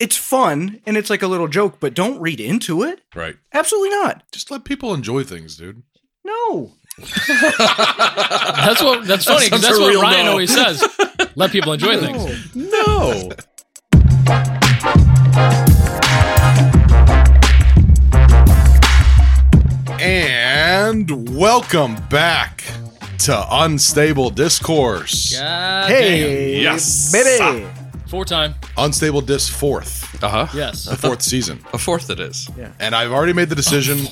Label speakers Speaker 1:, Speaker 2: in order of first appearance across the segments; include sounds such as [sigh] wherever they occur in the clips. Speaker 1: It's fun and it's like a little joke, but don't read into it.
Speaker 2: Right.
Speaker 1: Absolutely not.
Speaker 2: Just let people enjoy things, dude.
Speaker 1: No.
Speaker 3: That's what. That's funny.
Speaker 2: sounds
Speaker 3: 'cause that's
Speaker 2: a
Speaker 3: what
Speaker 2: real
Speaker 3: Ryan
Speaker 2: no.
Speaker 3: always says. Let people enjoy things.
Speaker 1: No.
Speaker 2: No. [laughs] and welcome back to Unstable Discourse.
Speaker 3: God
Speaker 1: Hey,
Speaker 2: Damn. Yes.
Speaker 1: baby.
Speaker 3: damn. Four time.
Speaker 2: Unstable Disc fourth,
Speaker 4: Uh huh.
Speaker 3: Yes.
Speaker 2: the fourth season.
Speaker 4: A fourth it is.
Speaker 1: Yeah.
Speaker 2: And I've already made the decision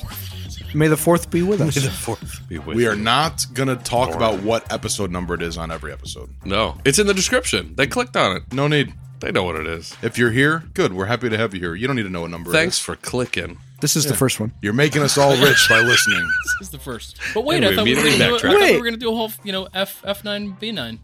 Speaker 1: May the fourth be with us.
Speaker 4: The fourth. Be with
Speaker 2: we are
Speaker 4: you.
Speaker 2: not going to talk about what episode number it is on every episode.
Speaker 4: No, it's in the description. They clicked on it.
Speaker 2: No need.
Speaker 4: They know what it is.
Speaker 2: If you're here, good. We're happy to have you here. You don't need to know what number
Speaker 4: Thanks
Speaker 2: it is.
Speaker 4: for clicking.
Speaker 1: This is the first one.
Speaker 2: You're making us all rich by listening.
Speaker 3: This is the first. But wait,
Speaker 4: And
Speaker 3: I
Speaker 4: we
Speaker 3: thought we were
Speaker 4: immediately
Speaker 3: going to do,
Speaker 4: backtracked.
Speaker 3: I thought we
Speaker 1: Wait.
Speaker 3: were gonna do a whole, you know, F F nine B nine.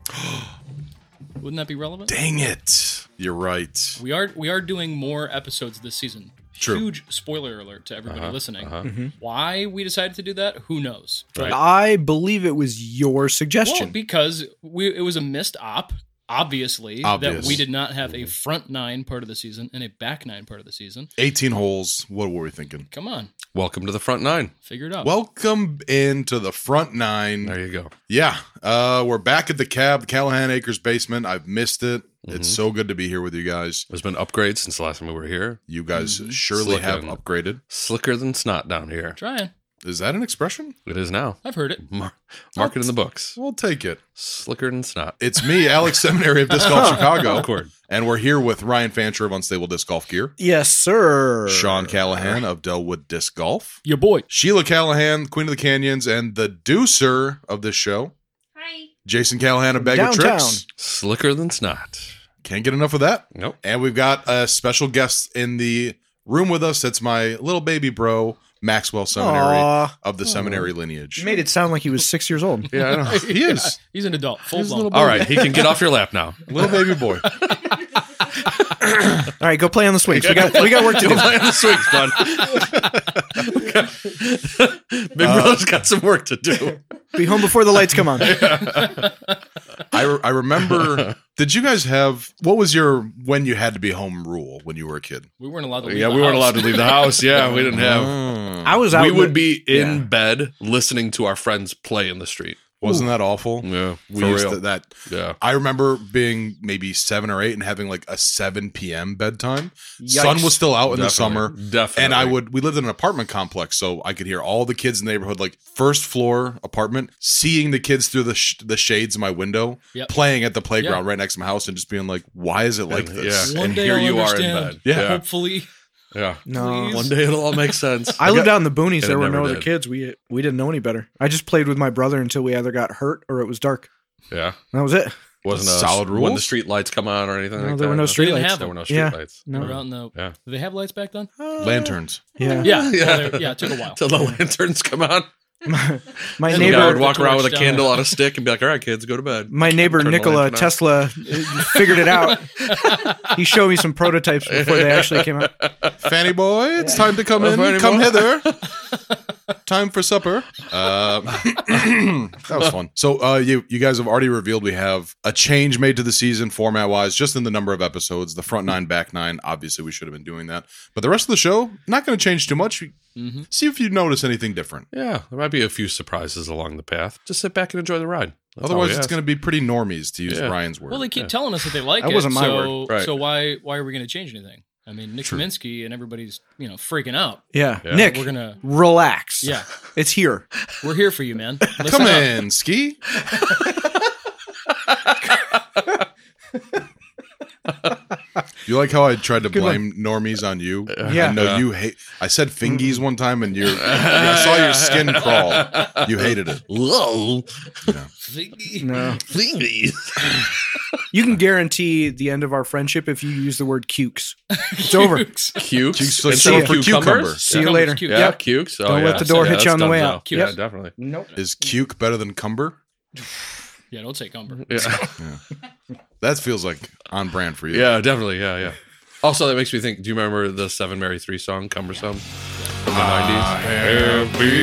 Speaker 3: Wouldn't that be relevant?
Speaker 2: Dang it. You're right.
Speaker 3: We are we are doing more episodes this season.
Speaker 2: True.
Speaker 3: Huge spoiler alert to everybody listening. Why we decided to do that, who knows? Right.
Speaker 1: I believe it was your
Speaker 3: Well,
Speaker 1: suggestion.
Speaker 3: because we it was a missed op, obviously,
Speaker 2: Obvious.
Speaker 3: that we did not have a front nine part of the season and a back nine part of the season.
Speaker 2: 18 holes. What were we thinking?
Speaker 3: Come on,
Speaker 4: Welcome to the front nine.
Speaker 3: figure it out.
Speaker 2: Welcome into the front nine.
Speaker 4: There you go.
Speaker 2: Yeah, uh, we're back at the cab, Callahan Acres basement. I've missed it. It's so good to be here with you guys.
Speaker 4: There's been upgrades since the last time we were here.
Speaker 2: You guys surely have
Speaker 4: Slickin'.
Speaker 2: upgraded.
Speaker 4: Slicker than snot down here.
Speaker 3: trying.
Speaker 2: Is that an expression?
Speaker 4: It is now.
Speaker 3: I've heard it.
Speaker 4: Mar- mark it in the books.
Speaker 2: We'll take it.
Speaker 4: Slicker than snot.
Speaker 2: It's me, Alex Seminary of Disc Golf Chicago,
Speaker 4: Awkward.
Speaker 2: and we're here with Ryan Fancher of Unstable Disc Golf Gear,
Speaker 1: yes, sir.
Speaker 2: Sean Callahan of Delwood Disc Golf,
Speaker 3: Your boy.
Speaker 2: Sheila Callahan, Queen of the Canyons, and the deucer of this show,
Speaker 5: Hi.
Speaker 2: Jason Callahan of Bag of
Speaker 1: Downtown.
Speaker 2: Tricks.
Speaker 4: Slicker than snot.
Speaker 2: Can't get enough of that.
Speaker 4: Nope.
Speaker 2: And we've got a special guest in the room with us. That's my little baby bro, Maxwell Seminary
Speaker 1: Aw.
Speaker 2: of the seminary lineage.
Speaker 1: You made it sound like he was six years old.
Speaker 2: Yeah, I [laughs] don't know. he is.
Speaker 3: He's an adult, full
Speaker 2: He's a little
Speaker 3: blown.
Speaker 2: boy.
Speaker 4: All right, he can get off your
Speaker 2: [laughs]
Speaker 4: lap now.
Speaker 2: Little baby boy.
Speaker 1: All right, go play on the swings. We got we got work to do.
Speaker 4: Don't [laughs] play on the swings, bud. [laughs] Big
Speaker 2: Uh,
Speaker 4: Brother's got some work
Speaker 2: [laughs]
Speaker 4: to do.
Speaker 1: Be home before the lights come on.
Speaker 2: I, re- I
Speaker 4: [laughs]
Speaker 2: remember. Did you guys have what was your when you had to be home rule when you were a kid?
Speaker 3: We weren't allowed to. Leave
Speaker 4: Yeah,
Speaker 3: the
Speaker 4: we weren't
Speaker 3: house.
Speaker 4: allowed to leave the house. Yeah, we
Speaker 2: [laughs]
Speaker 4: didn't have.
Speaker 2: Mm.
Speaker 1: I was out.
Speaker 4: We
Speaker 1: with-
Speaker 4: would be in
Speaker 1: Yeah.
Speaker 4: bed listening to our friends play in the street.
Speaker 2: Wasn't that awful?
Speaker 4: Yeah,
Speaker 2: We
Speaker 4: for
Speaker 2: used
Speaker 4: real.
Speaker 2: to- that.
Speaker 4: yeah.
Speaker 2: I remember being maybe seven or eight and having like a seven p.m. bedtime. Sun
Speaker 1: Yikes.
Speaker 2: was still out in the
Speaker 4: Definitely.
Speaker 2: summer.
Speaker 4: Definitely.
Speaker 2: And I would, we lived in an apartment complex, so I could hear all the kids in the neighborhood, like first floor apartment, seeing the kids through the sh- the shades of my window,
Speaker 3: Yep.
Speaker 2: playing at the playground
Speaker 3: Yeah.
Speaker 2: right next to my house, and just being like, "Why is it like
Speaker 4: And-
Speaker 2: this?"
Speaker 4: yeah.
Speaker 3: One
Speaker 4: and
Speaker 3: day
Speaker 4: here
Speaker 3: I'll
Speaker 4: you are in
Speaker 3: understand.
Speaker 4: bed.
Speaker 2: Yeah.
Speaker 4: Yeah.
Speaker 3: Hopefully,
Speaker 4: yeah.
Speaker 1: No.
Speaker 3: Please.
Speaker 4: One day it'll all make sense.
Speaker 1: I lived out in the boonies.
Speaker 4: And it
Speaker 1: There were
Speaker 4: never
Speaker 1: no other
Speaker 4: did.
Speaker 1: kids. We we didn't know any better. I just played with my brother until we either got hurt or it was dark.
Speaker 4: yeah.
Speaker 1: That was it.
Speaker 4: Wasn't a
Speaker 2: Solid
Speaker 4: When the
Speaker 2: rules?
Speaker 4: street lights come on or anything
Speaker 1: No,
Speaker 4: like
Speaker 1: there
Speaker 4: that.
Speaker 1: were no
Speaker 3: They didn't
Speaker 1: streetlights.
Speaker 3: have
Speaker 4: There were
Speaker 3: them.
Speaker 4: no street
Speaker 1: Yeah.
Speaker 4: lights.
Speaker 1: No.
Speaker 3: We're out in the.
Speaker 4: Yeah.
Speaker 3: Did they have lights back then?
Speaker 2: Lanterns.
Speaker 1: Yeah.
Speaker 3: Yeah,
Speaker 4: [laughs] Yeah.
Speaker 3: [laughs] yeah, they- yeah. It
Speaker 4: [laughs]
Speaker 3: took a while.
Speaker 4: Till the lanterns come on.
Speaker 1: My, my
Speaker 3: And
Speaker 4: The guy would
Speaker 1: neighbor,
Speaker 3: wa-
Speaker 4: walk around with a
Speaker 3: Torch down.
Speaker 4: candle on a stick and be like, all right, kids, go to bed.
Speaker 1: my neighbor
Speaker 4: Turn the
Speaker 1: Nikola
Speaker 4: lantern on.
Speaker 1: Tesla uh, figured it
Speaker 3: [laughs]
Speaker 1: out. he showed me some prototypes before they actually came
Speaker 3: [laughs]
Speaker 1: out.
Speaker 2: Fanny boy, it's time to come
Speaker 4: Oh,
Speaker 2: in.
Speaker 4: Fanny
Speaker 2: Come
Speaker 4: boy. [laughs]
Speaker 2: hither. time for supper.
Speaker 4: Um,
Speaker 2: Uh, [clears throat] that was fun. So, uh, you you guys have already revealed we have a change made to the season format wise, just in the number of episodes, the front nine, back nine. Obviously, we should have been doing that, but the rest of the show not going to change too much.
Speaker 3: Mhm.
Speaker 2: See if you notice anything different.
Speaker 4: Yeah, there might be a few surprises along the path. Just sit back and enjoy the ride.
Speaker 2: Otherwise, it's going to be pretty normies to use
Speaker 4: Yeah.
Speaker 2: Ryan's word.
Speaker 3: Well, they keep telling us that they like
Speaker 1: That
Speaker 3: it.
Speaker 1: wasn't my
Speaker 3: so,
Speaker 4: word. Right.
Speaker 3: so why why are we going to change anything? I mean, Nick Kaminsky and everybody's you know freaking out.
Speaker 1: Yeah,
Speaker 4: Yeah.
Speaker 1: Nick,
Speaker 3: We're gonna
Speaker 1: relax.
Speaker 3: yeah,
Speaker 1: it's here.
Speaker 3: we're here for you,
Speaker 4: [laughs]
Speaker 3: man. Listen
Speaker 2: Come
Speaker 3: up.
Speaker 2: in,
Speaker 3: [laughs]
Speaker 2: ski. you like how I tried to blame normies on you?
Speaker 1: Yeah.
Speaker 2: I know you hate. I said fingies
Speaker 3: Mm-hmm.
Speaker 2: one time, and you.
Speaker 3: [laughs]
Speaker 2: I saw your skin crawl. You hated it.
Speaker 4: Whoa,
Speaker 1: No,
Speaker 4: please.
Speaker 1: you can guarantee the end of our friendship if you use the word cukes.
Speaker 3: [laughs]
Speaker 1: It's over.
Speaker 3: Cukes.
Speaker 4: Cukes.
Speaker 2: Cukes, like
Speaker 4: instead of
Speaker 2: for cucumber.
Speaker 4: cucumbers?
Speaker 1: See you
Speaker 3: Yeah.
Speaker 1: later.
Speaker 3: Cukes.
Speaker 4: Yeah,
Speaker 1: Yep.
Speaker 4: cukes. Oh,
Speaker 1: Don't let
Speaker 4: yeah.
Speaker 1: the door
Speaker 4: Yeah,
Speaker 1: hit you
Speaker 4: that's
Speaker 1: on the way
Speaker 4: dunzo.
Speaker 1: out.
Speaker 4: Yeah,
Speaker 3: Cukes.
Speaker 4: definitely.
Speaker 1: Nope.
Speaker 2: Is cuke better than cumber?
Speaker 3: Yeah, don't take Umber.
Speaker 4: Yeah. [laughs]
Speaker 2: That feels like on brand for you.
Speaker 4: yeah, definitely. Yeah, yeah. Also, that makes me think. Do you remember the Seven Mary Three song, "Cumbersome," from the nineties?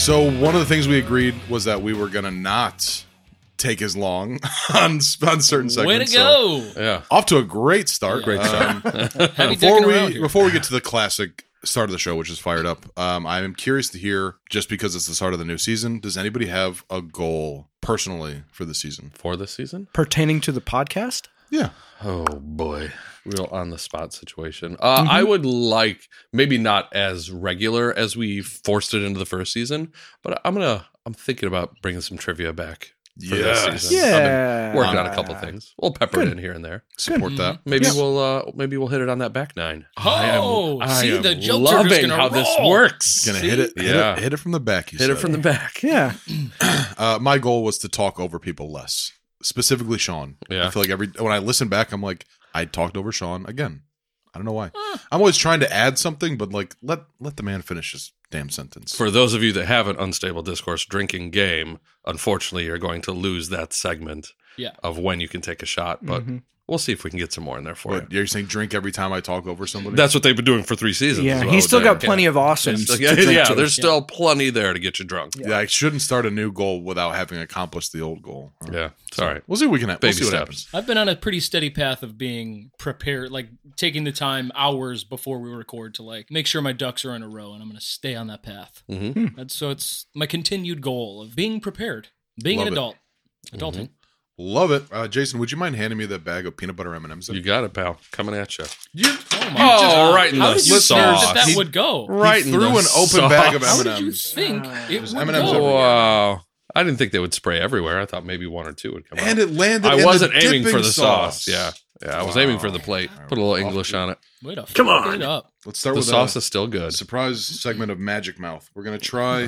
Speaker 2: So one of the things we agreed was that we were gonna not take as long [laughs] on, s- on certain segments.
Speaker 3: Way to
Speaker 2: so-
Speaker 3: go.
Speaker 4: [laughs] Yeah.
Speaker 2: off to a great start. Um,
Speaker 3: Great
Speaker 2: start.
Speaker 3: Heavy dicking
Speaker 2: before
Speaker 3: around
Speaker 2: we
Speaker 3: here.
Speaker 2: before we
Speaker 1: [laughs]
Speaker 2: get to the classic start of the show, which is fired up, um, I am curious to hear just because it's the start of the new season. Does anybody have a goal personally for the season?
Speaker 4: For this season?
Speaker 1: Pertaining to the podcast?
Speaker 2: Yeah,
Speaker 4: Oh boy, real on the spot situation. Uh, I
Speaker 1: Mm-hmm.
Speaker 4: would like maybe not as regular as we forced it into the first season, but I'm gonna I'm thinking about bringing some trivia back. For this season. I've been
Speaker 1: Yeah.
Speaker 4: Working on a couple things. We'll pepper
Speaker 1: Um,
Speaker 4: it
Speaker 1: uh, Good.
Speaker 4: in here and there.
Speaker 2: support that.
Speaker 4: Maybe we'll uh, maybe we'll hit it on that back nine.
Speaker 3: Oh, see, the jokes are just gonna
Speaker 4: how this
Speaker 3: roll.
Speaker 4: works.
Speaker 2: Gonna
Speaker 4: See?
Speaker 2: hit it, hit
Speaker 4: Yeah.
Speaker 2: it, hit it from the back. you
Speaker 4: Hit it
Speaker 2: said.
Speaker 4: from
Speaker 2: [clears throat]
Speaker 4: the back.
Speaker 1: Yeah.
Speaker 2: Uh, my goal was to talk over people less, specifically Sean.
Speaker 4: Yeah.
Speaker 2: I feel like every when I listen back, I'm like, I talked over Sean again. I don't know why. I'm always trying to add something, but like let let the man finish his damn sentence.
Speaker 4: For those of you that have an unstable discourse drinking game, unfortunately, you're going to lose that segment
Speaker 3: Yeah.
Speaker 4: of when you can take a shot. But
Speaker 1: Mhm.
Speaker 4: we'll see if we can get some more in there for you.
Speaker 2: But you're saying drink every time I talk over somebody?
Speaker 4: That's what they've been doing for three seasons.
Speaker 1: Yeah.
Speaker 4: is what
Speaker 1: He's
Speaker 4: I
Speaker 1: still
Speaker 4: would
Speaker 1: got
Speaker 4: say.
Speaker 1: plenty of awesomes.
Speaker 4: It's like,
Speaker 1: to
Speaker 4: Yeah,
Speaker 1: drink
Speaker 4: yeah,
Speaker 1: to.
Speaker 4: there's still plenty there to get you drunk. Yeah,
Speaker 2: yeah. I shouldn't start a new goal without having accomplished the old goal.
Speaker 4: it's all right.
Speaker 2: We'll see what we can have. We'll see
Speaker 4: Baby
Speaker 2: what
Speaker 4: steps.
Speaker 2: happens.
Speaker 3: I've been on a pretty steady path of being prepared, like taking the time hours before we record to like make sure my ducks are in a row, and I'm going to stay on that path.
Speaker 4: Mhm.
Speaker 3: That's so it's my continued goal of being prepared, being
Speaker 2: Love
Speaker 3: an
Speaker 2: it.
Speaker 3: adult, adulting.
Speaker 2: Love it, uh, Jason. Would you mind handing me that bag of peanut butter M and M's?
Speaker 4: You got it, pal. Coming at you.
Speaker 3: Oh my!
Speaker 4: Oh,
Speaker 3: God.
Speaker 4: right in
Speaker 3: How
Speaker 4: the
Speaker 3: did you think
Speaker 4: sauce.
Speaker 3: that that
Speaker 2: He-
Speaker 3: would go?
Speaker 2: Right threw an open bag of
Speaker 3: How
Speaker 2: M&Ms.
Speaker 3: did you Ah. think it would
Speaker 2: M&Ms
Speaker 3: go?
Speaker 2: everywhere.
Speaker 4: Oh, Wow. I didn't think they would spray everywhere. I thought maybe one or two would come
Speaker 2: And
Speaker 4: out.
Speaker 2: it landed. in
Speaker 4: I
Speaker 2: the
Speaker 4: wasn't aiming for
Speaker 2: dipping
Speaker 4: the sauce. Yeah. Yeah. I was aiming for the plate. Put a little English on it.
Speaker 3: Wait a come on! It up.
Speaker 2: Let's start
Speaker 4: The
Speaker 2: with
Speaker 4: sauce
Speaker 2: a
Speaker 4: is still good. Oh,
Speaker 2: surprise segment of Magic Mouth. We're gonna
Speaker 4: [laughs]
Speaker 2: try.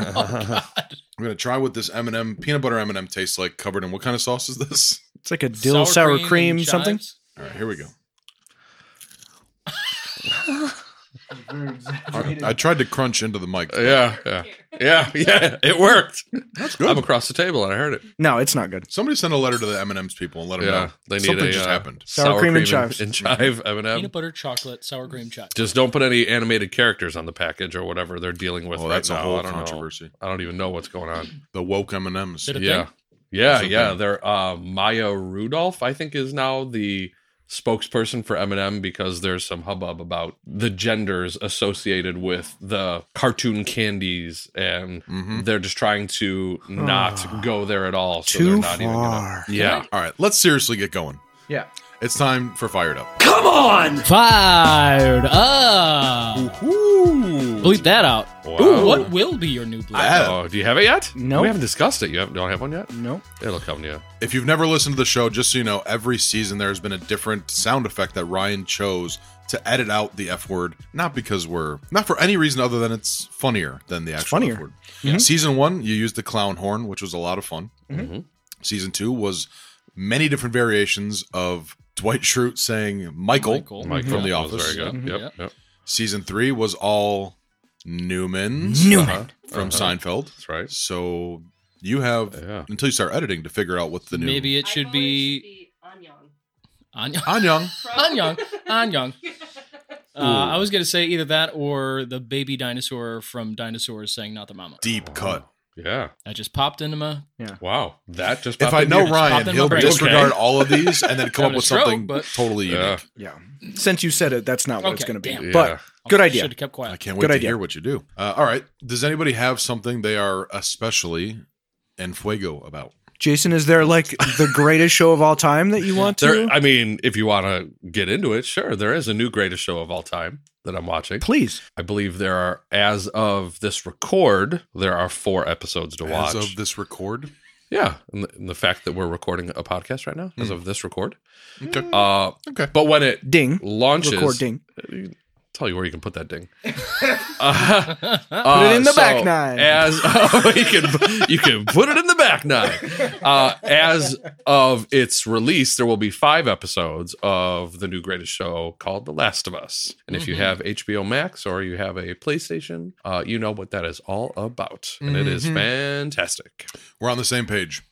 Speaker 2: We're gonna try what this M and m peanut butter M and m tastes like, covered in what kind of sauce is this? [laughs]
Speaker 1: It's like a dill sour, cream,
Speaker 3: and
Speaker 1: something.
Speaker 3: chives?
Speaker 2: All right, here we go. I tried to crunch into the mic.
Speaker 4: Uh, Yeah. Yeah. Yeah. Yeah. It worked.
Speaker 2: That's
Speaker 4: I'm
Speaker 2: good.
Speaker 4: across the table and I heard it.
Speaker 1: No, it's not good.
Speaker 2: Somebody send a letter to the M and M's people and let them
Speaker 4: Yeah.
Speaker 2: know
Speaker 4: They need
Speaker 2: something
Speaker 4: a,
Speaker 2: just
Speaker 4: uh,
Speaker 2: happened.
Speaker 1: Sour cream and chives.
Speaker 4: And [laughs] chive M&M.
Speaker 3: Peanut butter, chocolate, sour cream, chives.
Speaker 4: Just don't put any animated characters on the package or whatever they're dealing with.
Speaker 2: Oh,
Speaker 4: right
Speaker 2: that's a
Speaker 4: now.
Speaker 2: whole
Speaker 4: I don't know.
Speaker 2: controversy.
Speaker 4: I don't even know what's going on.
Speaker 2: The woke M and M's.
Speaker 3: Did it-
Speaker 4: Yeah,
Speaker 3: thing?
Speaker 4: yeah,
Speaker 2: That's a
Speaker 4: yeah.
Speaker 2: thing.
Speaker 4: They're uh, Maya Rudolph, I think, is now the spokesperson for Eminem because there's some hubbub about the genders associated with the cartoon candies, and
Speaker 2: Mm-hmm.
Speaker 4: they're just trying to not go there at all. So they're
Speaker 1: Ah. Too
Speaker 4: not even gonna.
Speaker 1: far.
Speaker 4: Yeah,
Speaker 2: All right, let's seriously get going.
Speaker 1: Yeah.
Speaker 2: It's time for Fired Up.
Speaker 3: Fired up. Bleep that out.
Speaker 4: Wow.
Speaker 3: Ooh, what will be your new bleep?
Speaker 2: Uh,
Speaker 4: Oh, do you have it yet?
Speaker 1: No.
Speaker 4: we haven't discussed it. You haven't, don't have one yet.
Speaker 1: No.
Speaker 4: It'll come to you.
Speaker 2: If you've never listened to the show, just so you know, every season there's been a different sound effect that Ryan chose to edit out the F word, not because we're not for any reason other than it's funnier than the actual
Speaker 1: funnier.
Speaker 2: F word. Season one, you used the clown horn, which was a lot of fun. Season two was many different variations of Dwight Schrute saying Michael,
Speaker 3: Michael.
Speaker 4: Mike oh,
Speaker 2: from The
Speaker 4: that was
Speaker 2: Office.
Speaker 4: Very
Speaker 1: Mm-hmm.
Speaker 4: good. Yep.
Speaker 3: Yep.
Speaker 4: Yep.
Speaker 2: Season three was all Newman's
Speaker 1: Newman.
Speaker 2: from Seinfeld.
Speaker 4: Uh-huh. That's right.
Speaker 2: So you have
Speaker 4: Yeah.
Speaker 2: until you start editing to figure out what the new
Speaker 3: Maybe it
Speaker 5: I
Speaker 3: should
Speaker 5: thought it
Speaker 3: be
Speaker 5: should be Anyang.
Speaker 3: Anya.
Speaker 2: Anyang.
Speaker 3: Anyang.
Speaker 2: [laughs]
Speaker 3: Anyang. Uh, I was going to say either that or the baby dinosaur from Dinosaurs saying not the mama.
Speaker 2: deep cut.
Speaker 4: Yeah.
Speaker 3: That just popped into my.
Speaker 4: Wow. That just
Speaker 2: If
Speaker 4: popped
Speaker 2: I
Speaker 4: in
Speaker 2: know
Speaker 4: here.
Speaker 3: popped
Speaker 2: Ryan,
Speaker 3: in
Speaker 2: he'll
Speaker 3: my brain.
Speaker 2: disregard all of these and then come up
Speaker 3: Having a
Speaker 2: with
Speaker 3: stroke,
Speaker 2: something
Speaker 3: but-
Speaker 2: totally unique.
Speaker 4: Yeah.
Speaker 1: Yeah. Since you said it, that's not what it's
Speaker 3: Okay,
Speaker 1: going to be.
Speaker 3: damn.
Speaker 1: But
Speaker 4: Yeah.
Speaker 1: good
Speaker 3: Should
Speaker 1: idea.
Speaker 3: have kept
Speaker 2: I
Speaker 3: quiet.
Speaker 2: can't wait
Speaker 1: Good
Speaker 2: to
Speaker 1: idea.
Speaker 2: hear what you do. Uh, all right. Does anybody have something they are especially en fuego about?
Speaker 1: Jason, is there like the greatest show of all time that you want
Speaker 4: There,
Speaker 1: to?
Speaker 4: I mean, if you want to get into it, sure. There is a new greatest show of all time that I'm watching.
Speaker 1: Please.
Speaker 4: I believe there are, as of this record, there are four episodes to
Speaker 2: As
Speaker 4: watch.
Speaker 2: of this record,
Speaker 4: yeah, and the, and the fact that we're recording a podcast right now, as of this record.
Speaker 2: Hmm.
Speaker 3: Hmm.
Speaker 2: Okay.
Speaker 4: Uh,
Speaker 2: Okay.
Speaker 4: But when it
Speaker 1: Ding.
Speaker 4: launches,
Speaker 1: Record ding.
Speaker 4: tell you where you can put
Speaker 2: [laughs]
Speaker 4: that ding. Uh,
Speaker 3: [laughs]
Speaker 1: Put it
Speaker 4: uh,
Speaker 1: in the
Speaker 4: so
Speaker 1: back nine.
Speaker 4: As [laughs] you can, you can put it in the back nine. Uh, as of its release, there will be five episodes of the new greatest show called The Last of Us. And
Speaker 1: Mm-hmm.
Speaker 4: if you have HBO Max or you have a PlayStation, uh, you know what that is all about, and it
Speaker 1: Mm-hmm.
Speaker 4: is fantastic.
Speaker 2: we're on the same page.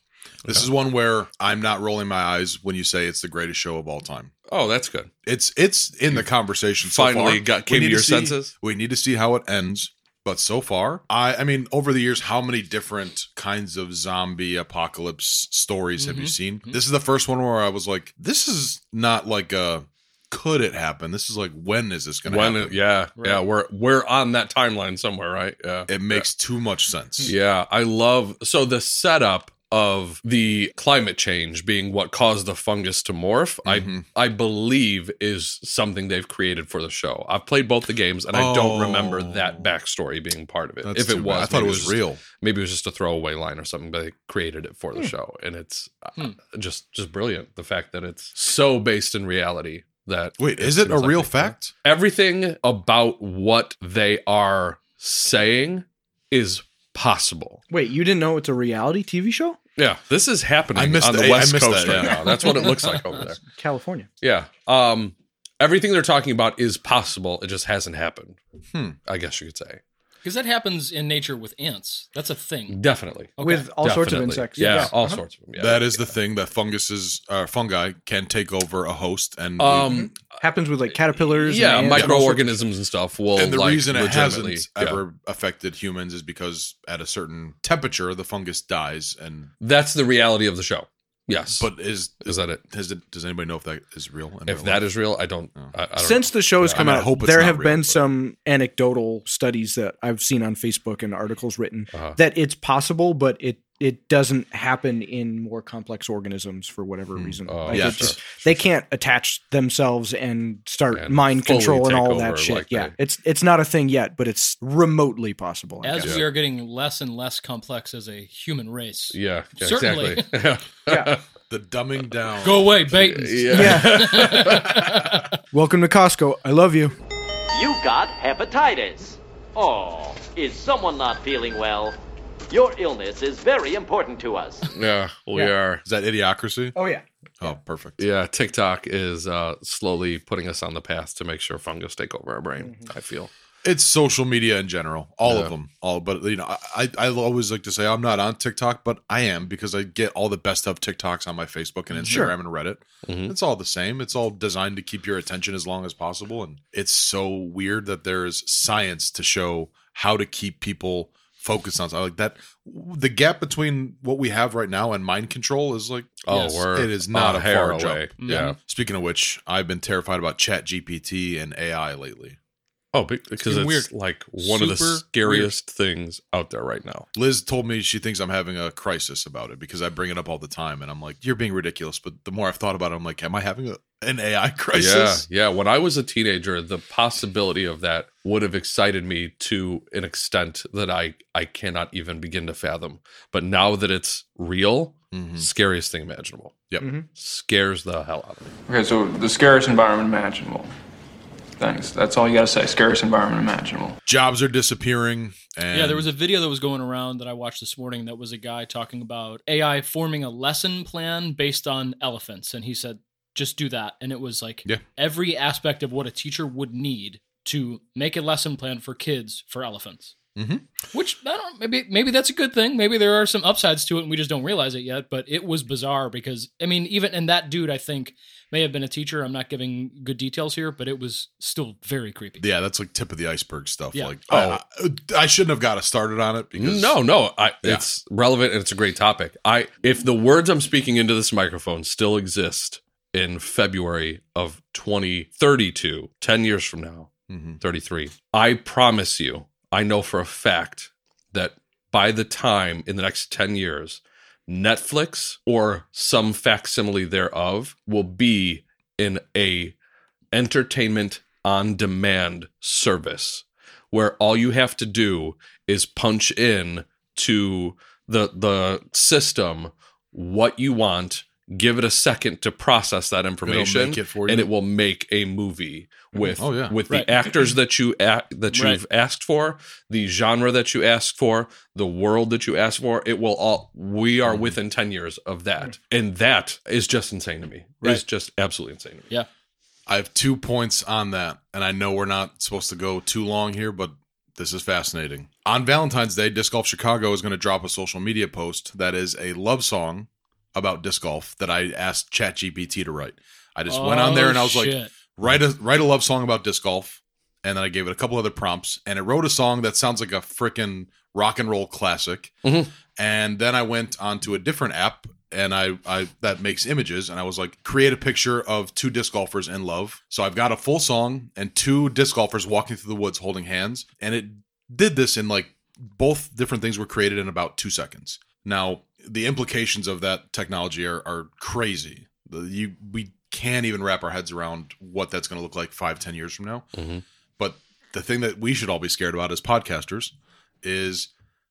Speaker 2: This is one where I'm not rolling my eyes when you say it's the greatest show of all time.
Speaker 4: Oh, that's good.
Speaker 2: It's it's in the conversation. so
Speaker 4: Finally
Speaker 2: far.
Speaker 4: got-
Speaker 2: We
Speaker 4: came to
Speaker 2: need
Speaker 4: your
Speaker 2: see-
Speaker 4: senses?
Speaker 2: We need to see how it ends. But so far, I I mean, over the years, how many different kinds of zombie apocalypse stories have
Speaker 4: Mm-hmm.
Speaker 2: you
Speaker 3: Mhm.
Speaker 2: seen?
Speaker 3: Mhm.
Speaker 2: This is the first one where I was like, this is not like a could it happen? This is like when is this gonna
Speaker 4: When,
Speaker 2: happen?
Speaker 4: yeah,
Speaker 3: Right.
Speaker 4: yeah, we're we're on that timeline somewhere, right? Yeah,
Speaker 2: It makes too much sense.
Speaker 4: Yeah, I love so the setup of the climate change being what caused the fungus to morph.
Speaker 2: Mhm.
Speaker 4: I I believe is something they've created for the show. I've played both the games and I don't remember
Speaker 2: Oh.
Speaker 4: that backstory being part of it.
Speaker 2: That's
Speaker 4: if it
Speaker 2: too bad.
Speaker 4: was,
Speaker 2: I thought
Speaker 4: maybe
Speaker 2: it was
Speaker 4: just-
Speaker 2: real.
Speaker 4: Maybe it was just a throwaway line or something, but they created it for
Speaker 2: Hmm.
Speaker 4: the show, and it's uh,
Speaker 3: Hmm.
Speaker 4: just just brilliant. The fact that it's so based in reality that
Speaker 2: Wait, is it a
Speaker 4: seems like
Speaker 2: real
Speaker 4: they-
Speaker 2: fact?
Speaker 4: everything about what they are saying is possible.
Speaker 1: Wait, you didn't know it's a reality TV show?
Speaker 4: Yeah, this is happening
Speaker 2: I missed
Speaker 4: on the
Speaker 2: that. I
Speaker 4: West
Speaker 2: missed
Speaker 4: Coast
Speaker 2: that,
Speaker 4: right
Speaker 2: yeah.
Speaker 4: now. That's what it looks like
Speaker 2: [laughs]
Speaker 4: over there.
Speaker 1: California.
Speaker 4: Yeah. Um, everything they're talking about is possible. It just hasn't happened.
Speaker 2: Hmm.
Speaker 4: I guess you could say.
Speaker 3: Because that happens in nature with ants. That's a thing.
Speaker 4: Definitely.
Speaker 3: Okay.
Speaker 1: With all sorts of
Speaker 4: Definitely.
Speaker 1: insects.
Speaker 4: Yeah,
Speaker 1: Yes.
Speaker 4: all
Speaker 1: Uh-huh.
Speaker 4: sorts of them. Yeah.
Speaker 2: that is the thing that funguses, uh, fungi can take over a host, and
Speaker 4: um
Speaker 1: Happens with like caterpillars.
Speaker 4: yeah,
Speaker 1: and ants and all sorts of-
Speaker 4: microorganisms and stuff will
Speaker 2: and the
Speaker 4: like,
Speaker 2: reason it hasn't
Speaker 4: legitimately- yeah.
Speaker 2: ever affected humans is because at a certain temperature the fungus dies and
Speaker 4: That's the reality of the show. Yes.
Speaker 2: but is
Speaker 4: is that it?
Speaker 2: has it, does anybody know if that is real in
Speaker 4: If
Speaker 2: real
Speaker 4: that
Speaker 2: life?
Speaker 4: is real, I don't
Speaker 2: Oh.
Speaker 4: I, I don't
Speaker 1: Since the show has
Speaker 2: Yeah, I
Speaker 1: come
Speaker 2: mean, I
Speaker 1: out,
Speaker 2: hope it's
Speaker 1: there
Speaker 2: not
Speaker 1: have
Speaker 2: real,
Speaker 1: been
Speaker 2: but-
Speaker 1: some anecdotal studies that I've seen on Facebook and articles written
Speaker 4: Uh-huh.
Speaker 1: that it's possible, but it it doesn't happen in more complex organisms for whatever
Speaker 2: Hmm.
Speaker 1: reason.
Speaker 4: Oh,
Speaker 1: Like,
Speaker 2: yeah,
Speaker 1: it just-
Speaker 4: sure,
Speaker 1: they can't attach themselves and start
Speaker 4: And
Speaker 1: mind
Speaker 4: fully
Speaker 1: control and
Speaker 4: take
Speaker 1: all
Speaker 4: over
Speaker 1: that shit.
Speaker 4: like
Speaker 1: yeah,
Speaker 4: they-
Speaker 1: it's it's not a thing yet, but it's remotely possible.
Speaker 2: Oh
Speaker 1: I
Speaker 3: As
Speaker 4: [laughs]
Speaker 1: guess.
Speaker 3: we are getting less and less complex as a human race.
Speaker 4: yeah, yeah
Speaker 3: Certainly.
Speaker 4: exactly. [laughs]
Speaker 1: Yeah.
Speaker 2: the
Speaker 4: Uh,
Speaker 2: dumbing down
Speaker 3: Go away, Baitons. [laughs]
Speaker 1: Welcome to Costco. I love you.
Speaker 5: You got hepatitis. Oh, is someone not feeling well? Your illness is very important to us.
Speaker 4: Yeah, we
Speaker 1: Yeah.
Speaker 4: are.
Speaker 2: is that idiocracy
Speaker 1: Oh yeah.
Speaker 2: oh perfect
Speaker 4: Yeah, TikTok is uh, slowly putting us on the path to make sure fungus take over our brain. I feel.
Speaker 2: it's social media in general all
Speaker 4: Yeah.
Speaker 2: of them all but you know I, I I always like to say i'm not on tiktok but i am because i get all the best of tiktoks on my facebook and instagram
Speaker 1: Sure.
Speaker 2: and reddit
Speaker 4: Mhm.
Speaker 2: it's all the same it's all designed to keep your attention as long as possible and it's so weird that there is science to show how to keep people focused on something like that the gap between what we have right now and mind control is like
Speaker 4: Oh,
Speaker 3: Yes.
Speaker 4: we're
Speaker 2: it is not a far
Speaker 4: away.
Speaker 2: jump
Speaker 4: Yeah.
Speaker 2: speaking of which i've been terrified about chat gpt and ai lately
Speaker 4: Oh, be- because
Speaker 3: getting
Speaker 4: it's
Speaker 3: weird.
Speaker 4: like one of the
Speaker 3: Super
Speaker 4: scariest things out there right now.
Speaker 2: Liz told me she thinks I'm having a crisis about it because I bring it up all the time, and I'm like, "You're being ridiculous." But the more I've thought about it, I'm like, "Am I having a, an AI [laughs] crisis?"
Speaker 4: Yeah, yeah. When I was a teenager, the possibility of that would have excited me to an extent that I I cannot even begin to fathom. But now that it's real,
Speaker 2: Mhm.
Speaker 4: scariest thing imaginable.
Speaker 2: Yep.
Speaker 4: Scares the hell out of me.
Speaker 6: Okay, so the scariest environment imaginable. Thanks. That's all you gotta say. Scariest environment imaginable.
Speaker 2: Jobs are disappearing, and
Speaker 3: Yeah, there was a video that was going around that I watched this morning that was a guy talking about AI forming a lesson plan based on elephants. And he said, just do that. And it was like
Speaker 2: Yeah.
Speaker 3: every aspect of what a teacher would need to make a lesson plan for kids for elephants.
Speaker 2: Mhm.
Speaker 3: Which I don't maybe maybe that's a good thing. Maybe there are some upsides to it and we just don't realize it yet, but it was bizarre because I mean even and that dude I think may have been a teacher. I'm not giving good details here, but it was still very creepy.
Speaker 2: yeah, that's like tip of the iceberg stuff.
Speaker 3: Yeah.
Speaker 2: Like, oh, I, I shouldn't have got us started on it because
Speaker 4: No, no, I,
Speaker 2: Yeah.
Speaker 4: it's relevant and it's a great topic. I if the words I'm speaking into this microphone still exist in February of 2032, 10 years from now,
Speaker 2: Mhm.
Speaker 4: 33, I promise you, I know for a fact that by the time in the next 10 years, Netflix or some facsimile thereof will be in a entertainment on demand service where all you have to do is punch in to the the system what you want give it a second to process that information
Speaker 2: make it for
Speaker 4: and
Speaker 2: you.
Speaker 4: it will make a movie with
Speaker 2: Oh, yeah.
Speaker 4: with
Speaker 3: Right.
Speaker 4: the
Speaker 3: [clears throat]
Speaker 4: actors that you a- that
Speaker 3: Right.
Speaker 4: you've asked for the genre that you asked for the world that you asked for it will all we are within 10 years of that and that is just insane to me
Speaker 3: Mm. Right.
Speaker 4: it's just absolutely insane to me
Speaker 3: Yeah.
Speaker 2: I have two points on that, and I know we're not supposed to go too long here, but this is fascinating. On Valentine's Day, Disc Golf Chicago is going to drop a social media post that is a love song about disc golf that I asked ChatGPT to write. I just went on there and I was like,
Speaker 3: Oh, shit.
Speaker 2: write a write a love song about disc golf and then I gave it a couple other prompts, and it wrote a song that sounds like a freaking rock and roll classic. And then I went onto a different app, and I, I that makes images, and I was like, create a picture of two disc golfers in love. So I've got a full song and two disc golfers walking through the woods holding hands, and it did this in like both different things were created in about two seconds. Now, the implications of that technology are, are crazy. The, you, we can't even wrap our heads around what that's going to look like five, ten years from now. But the thing that we should all be scared about as podcasters is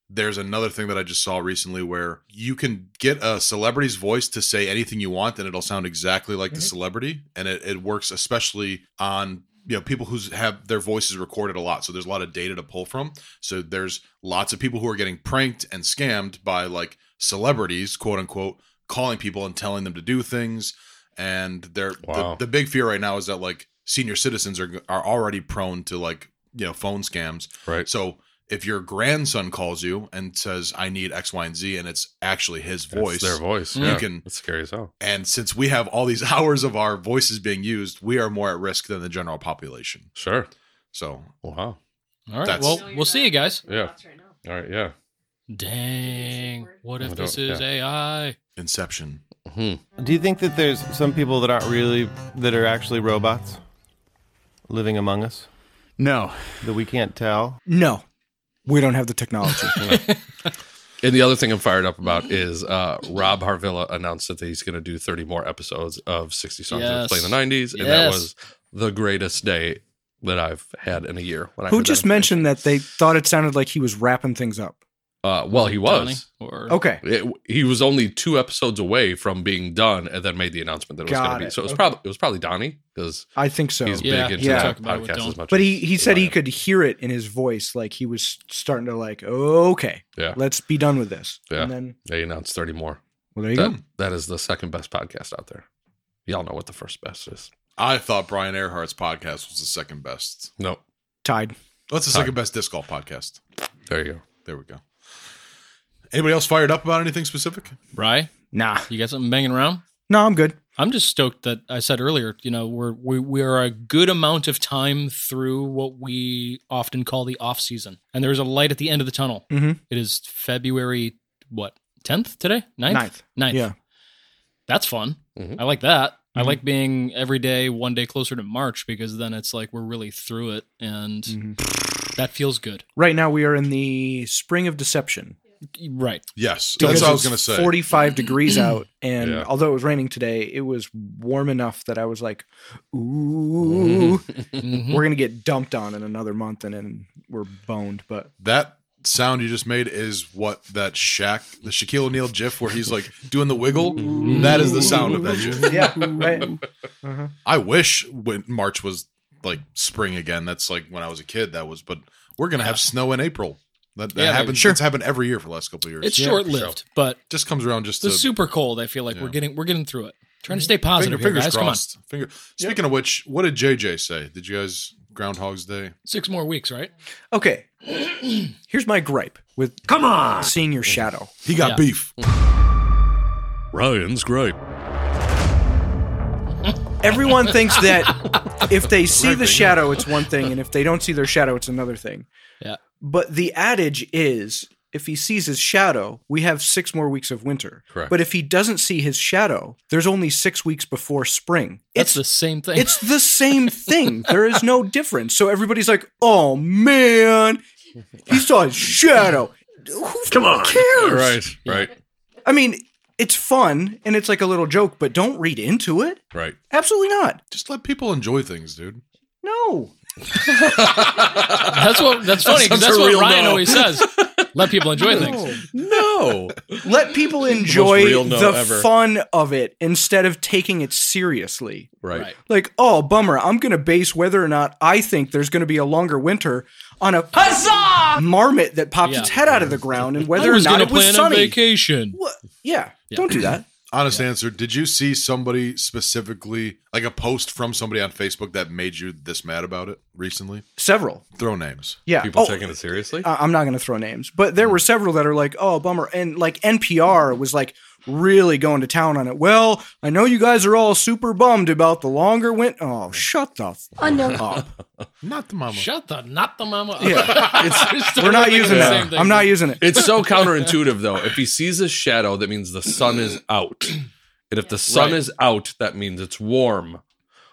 Speaker 2: there's another thing that I just saw recently where you can get a celebrity's voice to say anything you want and it'll sound exactly like the celebrity. And it, it works especially on you know people who's have their voices recorded a lot so there's a lot of data to pull from so there's lots of people who are getting pranked and scammed by like celebrities quote unquote calling people and telling them to do things and they're
Speaker 4: Wow.
Speaker 2: the, the big fear right now is that like senior citizens are are already prone to like you know phone scams
Speaker 4: Right.
Speaker 2: so if your grandson calls you and says i need x y and z and it's actually his voice
Speaker 4: It's their
Speaker 3: Mm.
Speaker 4: voice.
Speaker 2: You
Speaker 4: Yeah.
Speaker 2: can-
Speaker 4: That's scary as hell.
Speaker 2: and since we have all these [laughs] hours of our voices being used we are more at risk than the general population
Speaker 4: Sure.
Speaker 2: so
Speaker 4: Wow.
Speaker 3: All right.
Speaker 2: That's-
Speaker 3: Well,
Speaker 2: No,
Speaker 3: we'll see you guys.
Speaker 4: Yeah. All right. Yeah.
Speaker 3: Dang. What
Speaker 4: I
Speaker 3: if this
Speaker 4: don't-
Speaker 3: is
Speaker 4: yeah.
Speaker 3: AI?
Speaker 2: inception
Speaker 7: Do you think that there's some people that aren't really that are actually robots living among us
Speaker 8: No.
Speaker 7: that we can't tell?
Speaker 1: No, we don't have the
Speaker 4: [laughs]
Speaker 1: technology.
Speaker 4: And the other thing I'm fired up about is uh, Rob Harvilla announced that he's going to do 30 more episodes of 60 Songs
Speaker 3: Yes.
Speaker 4: That Play in the 90s. And that
Speaker 3: Yes.
Speaker 4: was the greatest day that I've had in a year. When I
Speaker 1: Who
Speaker 4: heard
Speaker 1: just
Speaker 4: that.
Speaker 1: mentioned that they thought it sounded like he was wrapping things up?
Speaker 4: Uh, well, he
Speaker 3: Donnie?
Speaker 4: was.
Speaker 3: Or
Speaker 1: Okay.
Speaker 4: It, he was only two episodes away from being done, and then made the announcement that it was
Speaker 1: Got
Speaker 4: going to be.
Speaker 1: it.
Speaker 4: So it was probably it was probably Donnie because
Speaker 1: I think so.
Speaker 4: he's
Speaker 3: Yeah,
Speaker 4: big into
Speaker 1: yeah.
Speaker 4: that
Speaker 3: Talk about it with
Speaker 4: podcast as
Speaker 3: Don.
Speaker 4: much.
Speaker 1: But
Speaker 4: as-
Speaker 1: he, he said
Speaker 4: I
Speaker 1: he
Speaker 4: am.
Speaker 1: could hear it in his voice, like he was starting to like, okay,
Speaker 4: Yeah.
Speaker 1: let's be done with this.
Speaker 4: Yeah.
Speaker 1: And then,
Speaker 4: They announced 30 more.
Speaker 1: well, there you
Speaker 4: That,
Speaker 1: go.
Speaker 4: that is the second best podcast out there. Y'all know what the first best is.
Speaker 2: i thought brian earhart's podcast was the second best
Speaker 4: No,
Speaker 1: Tied.
Speaker 2: what's the
Speaker 4: Sorry.
Speaker 2: second best disc golf podcast
Speaker 4: there you go.
Speaker 2: there we go anybody else fired up about anything specific
Speaker 3: Rye,
Speaker 1: Nah.
Speaker 3: you got something banging around?
Speaker 1: No, I'm good.
Speaker 3: I'm just stoked that I said earlier, you know, we're we, we are a good amount of time through what we often call the off season. And there's a light at the end of the tunnel.
Speaker 1: Mhm.
Speaker 3: It is February what, tenth today? 9th?
Speaker 1: Ninth.
Speaker 3: Ninth.
Speaker 1: Yeah. Mm-hmm.
Speaker 3: That's fun.
Speaker 4: Mhm.
Speaker 3: I like that. I like being every day one day closer to March because then it's like we're really through it and
Speaker 1: Mm.
Speaker 3: that feels good.
Speaker 1: Mm-hmm. Right now we are in the spring of deception.
Speaker 3: Right.
Speaker 2: yes
Speaker 1: Because
Speaker 2: that's what i was
Speaker 1: it's
Speaker 2: gonna say
Speaker 1: 45 degrees out. And
Speaker 4: Yeah.
Speaker 1: although it was raining today, it was warm enough that I was like, ooh,
Speaker 3: Mhm.
Speaker 1: we're going to get dumped on in another month and then we're boned. But
Speaker 2: that sound you just made is what that Shaq, the Shaquille O'Neal gif where he's like doing the wiggle.
Speaker 4: Mm-hmm.
Speaker 2: That is the sound of that gif.
Speaker 1: yeah, right.
Speaker 2: I wish when March was like spring again. That's like when I was a kid. That was, but we're gonna have snow in April. That, that
Speaker 3: Yeah,
Speaker 2: happens.
Speaker 3: sure.
Speaker 2: It's happened every year for the last couple of years.
Speaker 3: It's
Speaker 2: Yeah,
Speaker 3: short
Speaker 2: for
Speaker 3: lived,
Speaker 2: sure.
Speaker 3: but
Speaker 2: Just comes around just
Speaker 3: the
Speaker 2: to
Speaker 3: super cold, I feel like we're
Speaker 2: Yeah.
Speaker 3: getting we're getting through it. Trying
Speaker 1: Mm-hmm.
Speaker 3: to stay positive
Speaker 2: finger-
Speaker 3: here,
Speaker 2: fingers
Speaker 3: guys. Come on.
Speaker 2: crossed. Finger. Speaking of which, what did JJ say? Did you guys Groundhog's Day?
Speaker 3: Six more weeks, right?
Speaker 1: Okay. [clears throat] Here's my gripe with Come on. Seeing your shadow.
Speaker 2: He got
Speaker 3: Yeah. Mm.
Speaker 2: beef.
Speaker 4: Ryan's great.
Speaker 1: Everyone thinks
Speaker 3: [laughs]
Speaker 1: that if they see the shadow, it's one thing, and if they don't see their shadow, it's another thing.
Speaker 3: Yeah.
Speaker 1: But the adage is if he sees his shadow, we have six more weeks of winter.
Speaker 4: Correct.
Speaker 1: But if he doesn't see his shadow, there's only six weeks before spring.
Speaker 3: That's
Speaker 1: It's
Speaker 3: the same thing.
Speaker 1: it's the same thing. There is no difference. So everybody's like, "Oh man, he saw his shadow." Who Come on, cares?
Speaker 4: Right, right,
Speaker 1: I mean, it's fun and it's like a little joke, but don't read into it.
Speaker 4: right.
Speaker 1: Absolutely not.
Speaker 2: Just let people enjoy things, dude.
Speaker 1: No.
Speaker 3: [laughs] That's what. That's funny because
Speaker 4: such
Speaker 3: that's
Speaker 4: a
Speaker 3: what
Speaker 4: real
Speaker 3: Ryan
Speaker 4: no.
Speaker 3: always says.
Speaker 1: [laughs]
Speaker 3: Let people enjoy things.
Speaker 1: Oh.
Speaker 4: No.
Speaker 1: Let people enjoy
Speaker 4: real no
Speaker 1: the
Speaker 4: ever.
Speaker 1: fun of it instead of taking it seriously.
Speaker 4: [laughs] Right.
Speaker 3: Right.
Speaker 1: Like, oh, bummer, I'm going to base whether or not I think there's going to be a longer winter on a marmot that popped
Speaker 3: Yeah.
Speaker 1: its head out of the ground and whether
Speaker 3: I
Speaker 1: or
Speaker 3: was
Speaker 1: not
Speaker 3: gonna
Speaker 1: it was
Speaker 3: plan a
Speaker 1: sunny.
Speaker 3: vacation.
Speaker 1: What? Yeah, don't do that.
Speaker 2: Honest answer. Did you see somebody specifically, like a post from somebody on Facebook that made you this mad about it recently?
Speaker 1: Several.
Speaker 2: Throw names.
Speaker 4: [laughs]
Speaker 1: Yeah.
Speaker 4: People
Speaker 1: Oh,
Speaker 4: taking it seriously?
Speaker 1: I- I'm not going to throw names, but there were several that are like, oh, bummer. And like NPR was like, really going to town on it. Well, I know you guys are all super bummed about the longer win. Oh, shut the f-
Speaker 3: Uh-huh.
Speaker 1: up.
Speaker 8: Not the mama.
Speaker 3: Shut the not the mama.
Speaker 1: [laughs]
Speaker 3: up. [laughs]
Speaker 1: Yeah, [laughs]
Speaker 3: It's-
Speaker 1: we're not
Speaker 3: thinking
Speaker 1: using
Speaker 3: the
Speaker 1: that.
Speaker 3: same thing.
Speaker 1: I'm not using it.
Speaker 4: It's so counterintuitive, though. If he sees a shadow, that means the sun is out. And if the sun
Speaker 3: Right.
Speaker 4: is out, that means it's warm.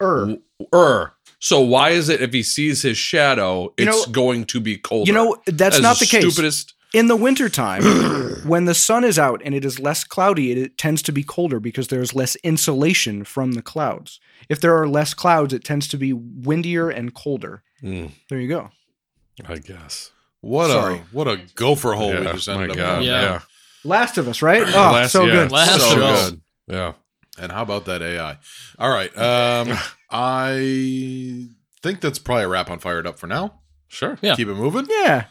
Speaker 8: Er.
Speaker 4: Er. So why is it if he sees his shadow,
Speaker 1: You know-
Speaker 4: it's going to be colder?
Speaker 1: You know, that's
Speaker 4: That
Speaker 1: not
Speaker 4: is
Speaker 1: the case.
Speaker 4: Stupidest.
Speaker 1: In the [clears throat] wintertime, when the sun is out and it is less cloudy, it, it tends to be colder because there is less insulation from the clouds. If there are less clouds, it tends to be windier and colder.
Speaker 4: Mm,
Speaker 1: There you go.
Speaker 4: I guess.
Speaker 2: What
Speaker 1: Sorry.
Speaker 2: a what a gopher hole we
Speaker 4: Yeah,
Speaker 2: just
Speaker 4: my
Speaker 2: ended up.
Speaker 4: God.
Speaker 2: with.
Speaker 4: Yeah.
Speaker 3: Yeah.
Speaker 1: Last of Us, right? Oh,
Speaker 4: Last-
Speaker 1: so
Speaker 4: yeah,
Speaker 1: good.
Speaker 3: Last
Speaker 4: so
Speaker 3: of
Speaker 2: Us.
Speaker 4: good. Yeah.
Speaker 2: And how about that AI? All right. Um, I think that's probably a wrap on Fired Up for now.
Speaker 4: Sure.
Speaker 3: Yeah.
Speaker 2: Keep it moving.
Speaker 1: Yeah.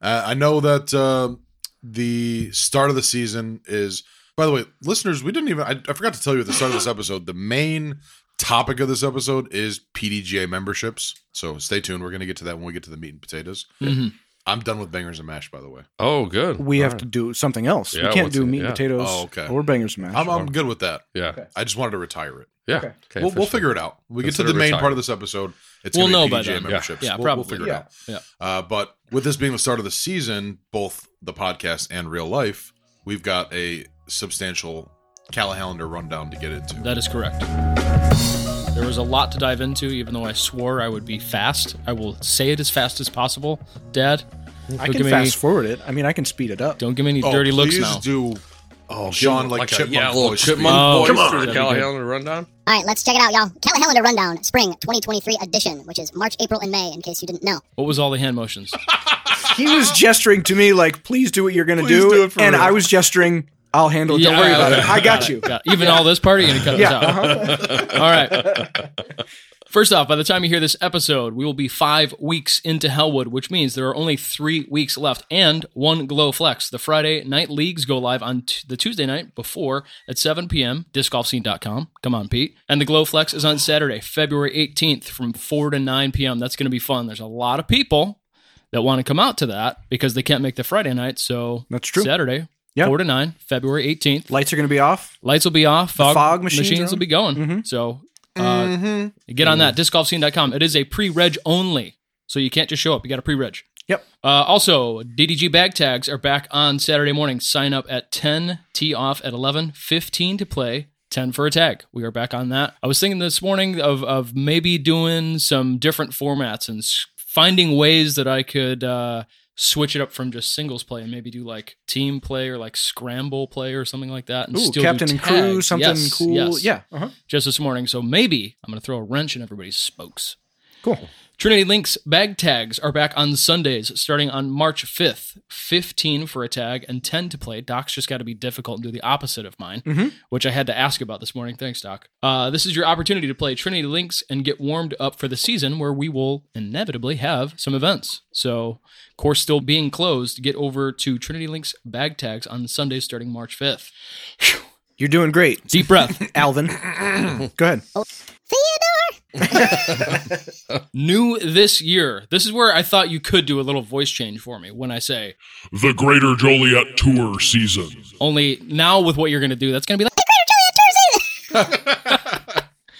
Speaker 2: Uh, I know that uh, the start of the season is. By the way, listeners, we didn't even. I, I forgot to tell you at the start of this episode. The main topic of this episode is PDGA memberships. So stay tuned. We're going to get to that when we get to the meat and potatoes.
Speaker 3: Mhm.
Speaker 2: I'm done with bangers and mash. By the way,
Speaker 4: Oh, good.
Speaker 1: We
Speaker 4: All
Speaker 1: have
Speaker 4: right.
Speaker 1: to do something else.
Speaker 4: Yeah,
Speaker 1: we can't
Speaker 4: what's
Speaker 1: do
Speaker 4: it?
Speaker 1: meat and
Speaker 4: Yeah.
Speaker 1: potatoes
Speaker 2: Oh, okay.
Speaker 1: or bangers and mash.
Speaker 2: I'm, I'm good with that.
Speaker 4: Yeah.
Speaker 2: I just wanted to retire it.
Speaker 4: Yeah.
Speaker 1: Okay.
Speaker 2: we'll, we'll figure it out. We get to
Speaker 4: Consider
Speaker 2: the main
Speaker 4: retired.
Speaker 2: part of this episode. It's
Speaker 3: We'll
Speaker 2: gonna be
Speaker 3: know by
Speaker 2: PDGA
Speaker 3: then. Yeah.
Speaker 2: memberships.
Speaker 3: Yeah,
Speaker 2: We'll-
Speaker 3: probably.
Speaker 2: We'll figure it
Speaker 1: Yeah.
Speaker 2: out. Uh, but with this being the start of the season, both the podcast and real life, we've got a substantial Calahalander rundown to get into.
Speaker 3: That is correct. There was a lot to dive into, even though I swore I would be fast. I will say it as fast as possible, Dad.
Speaker 1: I
Speaker 3: Don't
Speaker 1: can
Speaker 3: give me-
Speaker 1: fast forward it. I mean, I can speed it up.
Speaker 3: Don't give me any dirty looks now.
Speaker 2: Oh, do. Oh, Sean, like,
Speaker 4: a,
Speaker 2: chipmunk
Speaker 4: yeah, a little
Speaker 2: voice
Speaker 4: chipmunk
Speaker 3: Oh,
Speaker 4: voice
Speaker 3: come on.
Speaker 4: through the
Speaker 3: That'd be good.
Speaker 4: Callahan rundown.
Speaker 9: All right, let's check it out, y'all. Calendar Rundown, Spring 2023 edition, which is March, April, and May, in case you didn't
Speaker 10: [laughs]
Speaker 9: know.
Speaker 3: What was all the hand motions?
Speaker 1: He was gesturing to me like, please do what you're going to do.
Speaker 4: do it for
Speaker 1: and
Speaker 4: real.
Speaker 1: I was gesturing, I'll handle it. Don't
Speaker 3: Yeah,
Speaker 1: worry about
Speaker 3: okay.
Speaker 1: it. I got you.
Speaker 3: Got- Uh-huh. even all this part, you're gonna cut
Speaker 1: Yeah. Uh-huh.
Speaker 3: this out. all right. First off, by the time you hear this episode, we will be five weeks into Hellwood, which means there are only three weeks left and one Glow Flex. The Friday night leagues go live on t- the Tuesday night before at 7 p.m. discgolfscene.com. Come on, Pete. And the Glow Flex is on Saturday, February 18th from 4 to 9 p.m. That's going to be fun. There's a lot of people that want to come out to that because they can't make the Friday night. So
Speaker 1: That's true.
Speaker 3: Saturday,
Speaker 1: Yeah.
Speaker 3: 4 to 9, February 18th.
Speaker 1: Lights are going to be off.
Speaker 3: Lights will be off. Fog,
Speaker 1: fog machines
Speaker 3: machines,
Speaker 1: are on?
Speaker 3: will be going. So uh, get on that. Discgolfscene.com. It is a pre-reg only. So you can't just show up. You got to pre-reg.
Speaker 1: Yep.
Speaker 3: Uh, also, DDG bag tags are back on Saturday morning. Sign up at 10, tee off at 11, 15 to play, 10 for a tag. We are back on that. I was thinking this morning of, of maybe doing some different formats and s- finding ways that I could uh, switch it up from just singles play and maybe do like team play or like scramble play or something like that. And
Speaker 1: Ooh,
Speaker 3: still
Speaker 1: Captain
Speaker 3: do
Speaker 1: and Crew,
Speaker 3: tags.
Speaker 1: something
Speaker 3: Yes,
Speaker 1: cool.
Speaker 3: yes
Speaker 1: Yeah. Uh-huh.
Speaker 3: just this morning. So maybe I'm going to throw a wrench in everybody's spokes.
Speaker 1: Cool.
Speaker 3: Trinity Links bag tags are back on Sundays starting on March 5th. 15 for a tag and 10 to play. Doc's just got to be difficult and do the opposite of mine, which I had to ask about this morning. Thanks, Doc. Uh, this is your opportunity to play Trinity Links and get warmed up for the season where we will inevitably have some events. So, course still being closed, get over to Trinity Links bag tags on Sundays starting March 5th.
Speaker 1: You're doing great,
Speaker 3: Deep breath.
Speaker 1: Alvin. Go ahead.
Speaker 9: Theodore!
Speaker 3: new this year. This is where I thought you could do a little voice change for me when I say,
Speaker 11: The Greater Joliet Tour season.
Speaker 3: only now with what you're going to do, that's going to be like,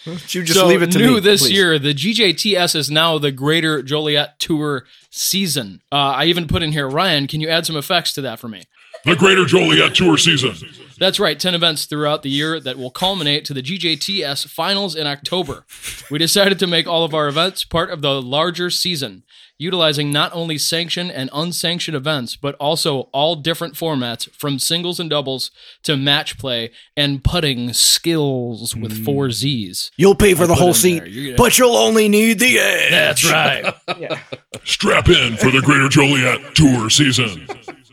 Speaker 1: You just
Speaker 3: so
Speaker 1: leave it to
Speaker 3: new
Speaker 1: me.
Speaker 3: this
Speaker 1: please.
Speaker 3: year, the GJTS is now the Greater Joliet Tour season. Uh, I even put in here, Ryan, can you add some effects to that for me?
Speaker 11: The Greater Joliet Tour season.
Speaker 3: That's right, 10 events throughout the year that will culminate to the GJTS finals in October. We decided to make all of our events part of the larger season, utilizing not only sanctioned and unsanctioned events, but also all different formats from singles and doubles to match play and putting skills with four
Speaker 1: Mm.
Speaker 3: Zs.
Speaker 1: You'll pay for the whole
Speaker 3: in
Speaker 1: seat,
Speaker 3: there. You're gonna-
Speaker 1: but you'll only need the edge.
Speaker 3: That's right.
Speaker 11: Strap in for the Greater Joliet Tour season.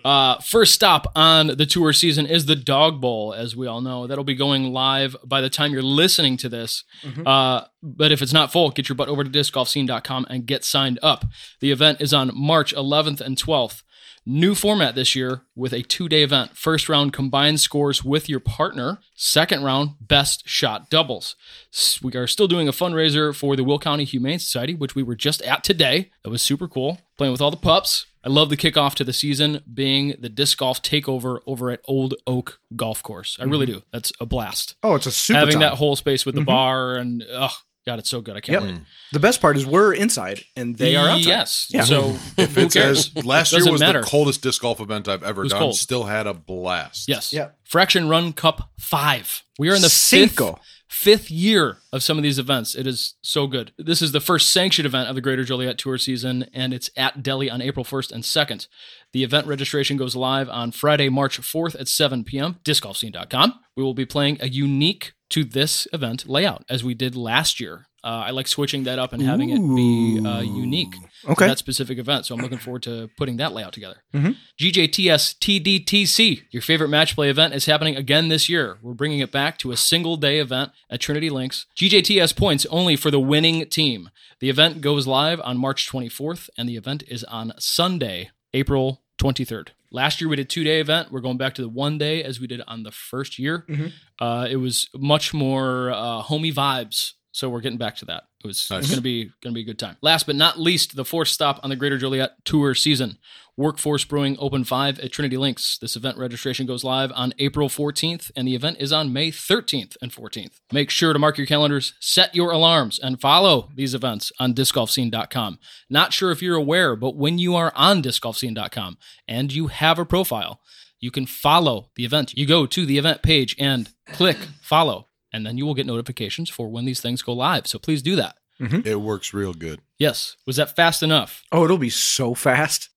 Speaker 3: Uh, first stop on the tour season is the Dog Bowl, as we all know. That'll be going live by the time you're listening to this. Uh, but if it's not full, get your butt over to discgolfscene.com and get signed up. The event is on March 11th and 12th. New format this year with a two day event. First round combined scores with your partner. Second round, best shot doubles. S- We are still doing a fundraiser for the Will County Humane Society, which we were just at today. That was super cool. Playing with all the pups. I love the kickoff to the season being the disc golf takeover over at Old Oak Golf Course. I really
Speaker 1: Mhm.
Speaker 3: do. That's a blast.
Speaker 1: Oh, it's a super
Speaker 3: having
Speaker 1: time.
Speaker 3: that whole space with the
Speaker 1: Mhm.
Speaker 3: bar and oh god, it's so good. I can't
Speaker 1: Yep.
Speaker 3: wait.
Speaker 1: The best part is we're inside and they are outside.
Speaker 3: Yes.
Speaker 1: Yeah.
Speaker 3: So
Speaker 2: If
Speaker 3: who
Speaker 2: it says
Speaker 3: cares?
Speaker 2: last year
Speaker 3: Doesn't
Speaker 2: was
Speaker 3: matter.
Speaker 2: the coldest disc golf event I've ever
Speaker 3: It was
Speaker 2: done,
Speaker 3: cold.
Speaker 2: still had a blast.
Speaker 3: Yes.
Speaker 1: Yeah.
Speaker 3: Fraction Run Cup five. We are in the
Speaker 1: Cinco.
Speaker 3: Fifth, fifth year of some of these events. It is so good. This is the first sanctioned event of the Greater Joliet Tour season, and it's at Delhi on April 1st and 2nd. The event registration goes live on Friday, March 4th at 7 p.m. Discgolfscene.com. We will be playing a unique to this event layout as we did last year. Uh, I like switching that up and having it be uh, unique
Speaker 1: Okay.
Speaker 3: to that specific event. So I'm looking forward to putting that layout together.
Speaker 1: Mhm.
Speaker 3: GJTS TDTC, your favorite match play event, is happening again this year. We're bringing it back to a single day event at Trinity Links. GJTS points only for the winning team. The event goes live on March 24th, and the event is on Sunday, April 23rd. Last year we did two day event. We're going back to the one day as we did on the first year.
Speaker 1: Mhm.
Speaker 3: Uh, it was much more uh, homey vibes, so we're getting back to that. It was
Speaker 2: Nice.
Speaker 3: it's gonna be gonna be a good time. Last but not least, the fourth stop on the Greater Joliet Tour season. Workforce Brewing Open 5 at Trinity Links. This event registration goes live on April 14th, and the event is on May 13th and 14th. Make sure to mark your calendars, set your alarms, and follow these events on discgolfscene.com. Not sure if you're aware, but when you are on discgolfscene.com and you have a profile, you can follow the event. You go to the event page and click follow, and then you will get notifications for when these things go live. So please do that.
Speaker 2: It works real good.
Speaker 3: Yes. Was that fast enough?
Speaker 1: Oh, it'll be so fast.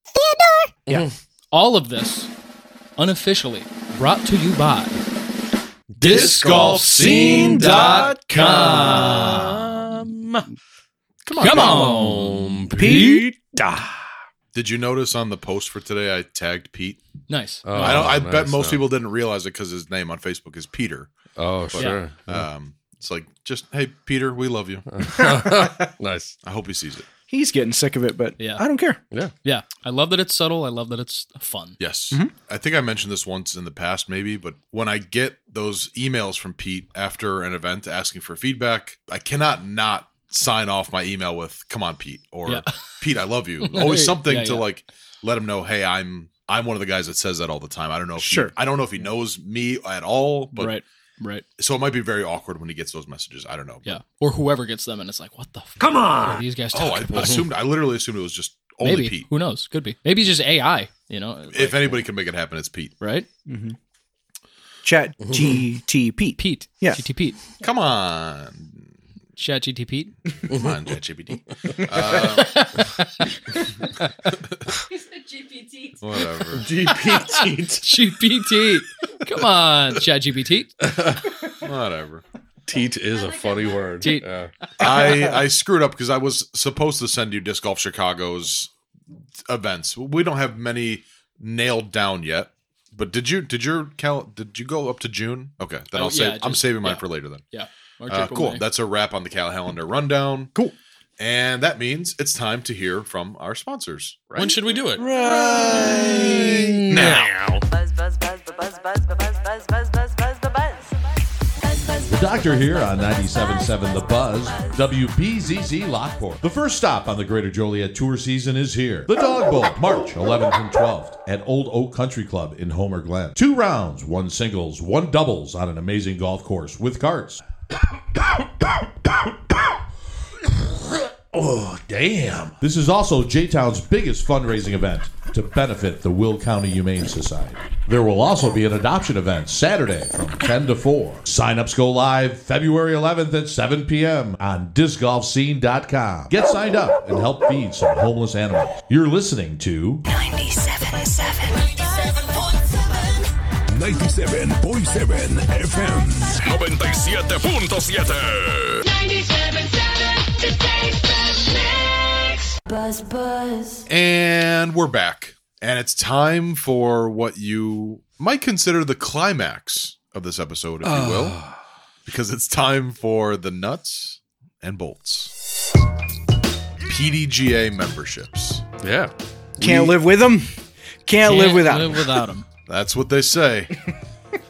Speaker 1: Yeah.
Speaker 3: All of this unofficially brought to you by
Speaker 4: Discgolfscene.com.
Speaker 3: Come on. Come on.
Speaker 4: Um,
Speaker 1: Pete.
Speaker 2: Did you notice on the post for today I tagged Pete?
Speaker 3: Nice.
Speaker 4: Oh,
Speaker 2: I don't I
Speaker 4: nice,
Speaker 2: bet most
Speaker 4: no.
Speaker 2: people didn't realize it because his name on Facebook is Peter.
Speaker 4: Oh, sure.
Speaker 2: Um, it's like just hey Peter, we love you.
Speaker 3: Uh.
Speaker 4: [laughs] nice.
Speaker 2: I hope he sees it.
Speaker 1: He's getting sick of it, but
Speaker 3: Yeah.
Speaker 1: I don't care.
Speaker 4: Yeah.
Speaker 3: Yeah. I love that it's subtle. I love that it's fun.
Speaker 2: Yes. I think I mentioned this once in the past, maybe, but when I get those emails from Pete after an event asking for feedback, I cannot not sign off my email with "Come on, Pete" or
Speaker 3: Yeah.
Speaker 2: [laughs] "Pete, I love
Speaker 3: [laughs]
Speaker 2: you." Always something
Speaker 3: Yeah,
Speaker 2: to
Speaker 3: yeah.
Speaker 2: like let him know. Hey, I'm I'm one of the guys that says that all the time. I don't know. If he-
Speaker 1: Sure.
Speaker 2: I don't know if he knows me at all, but
Speaker 3: right. Right.
Speaker 2: so it might be very awkward when he gets those messages. I don't know.
Speaker 3: Yeah. Or whoever gets them and it's like, what the Come on. these guys
Speaker 2: Oh,
Speaker 3: talking
Speaker 2: I
Speaker 3: about?
Speaker 2: assumed. I literally assumed it was just only
Speaker 3: Maybe.
Speaker 2: Pete.
Speaker 3: Who knows? Could be. Maybe it's just AI, you know?
Speaker 2: If
Speaker 3: like-
Speaker 2: anybody can make it happen, it's Pete.
Speaker 3: Right?
Speaker 1: Chat GTP.
Speaker 3: Pete.
Speaker 1: Yeah.
Speaker 3: GT Pete.
Speaker 2: Come on,
Speaker 3: Chat GT Pete. [laughs]
Speaker 2: come on, ChatGPT.
Speaker 12: GPT.
Speaker 3: [laughs]
Speaker 2: Whatever.
Speaker 4: GPT.
Speaker 3: GPT. Come on, Chat GPT.
Speaker 2: [laughs] Whatever.
Speaker 4: Teat is a funny word.
Speaker 3: Teat.
Speaker 4: Yeah.
Speaker 2: I I screwed up because I was supposed to send you Disc Golf Chicago's events. We don't have many nailed down yet. But did you did your cal did you go up to June? Okay, then
Speaker 3: Oh,
Speaker 2: I'll save.
Speaker 3: yeah,
Speaker 2: I'm
Speaker 3: just-
Speaker 2: saving mine
Speaker 3: yeah.
Speaker 2: for later then.
Speaker 3: Yeah. March,
Speaker 2: Uh,
Speaker 3: April,
Speaker 2: cool.
Speaker 3: May.
Speaker 2: That's a wrap on the Calhalander rundown.
Speaker 1: Cool.
Speaker 2: And that means it's time to hear from our sponsors. Right?
Speaker 4: When should we do it?
Speaker 12: Buzz, buzz, buzz, buzz, buzz, buzz, buzz, buzz, buzz, buzz, the buzz.
Speaker 13: The Doctor here on 97.7 The Buzz, WBZZ Lockport. The first stop on the Greater Joliet Tour season is here. The Dog Bowl, March 11th and 12th at Old Oak Country Club in Homer Glen. Two rounds, one singles, one doubles on an amazing golf course with carts. Oh, damn. This is also J Town's biggest fundraising event to benefit the Will County Humane Society. There will also be an adoption event Saturday from 10 to 4. Signups go live February 11th at 7 p.m. on discgolfscene.com. Get signed up and help feed some homeless animals. You're listening to
Speaker 11: 97.7 FM.
Speaker 10: 97.7
Speaker 12: Buzz, buzz.
Speaker 2: And we're back. And it's time for what you might consider the climax of this episode, if you will, because it's time for the nuts and bolts. PDGA memberships.
Speaker 4: Yeah.
Speaker 1: Can't live with them. Can't, live without. [laughs]
Speaker 3: live without him.
Speaker 2: That's what they say.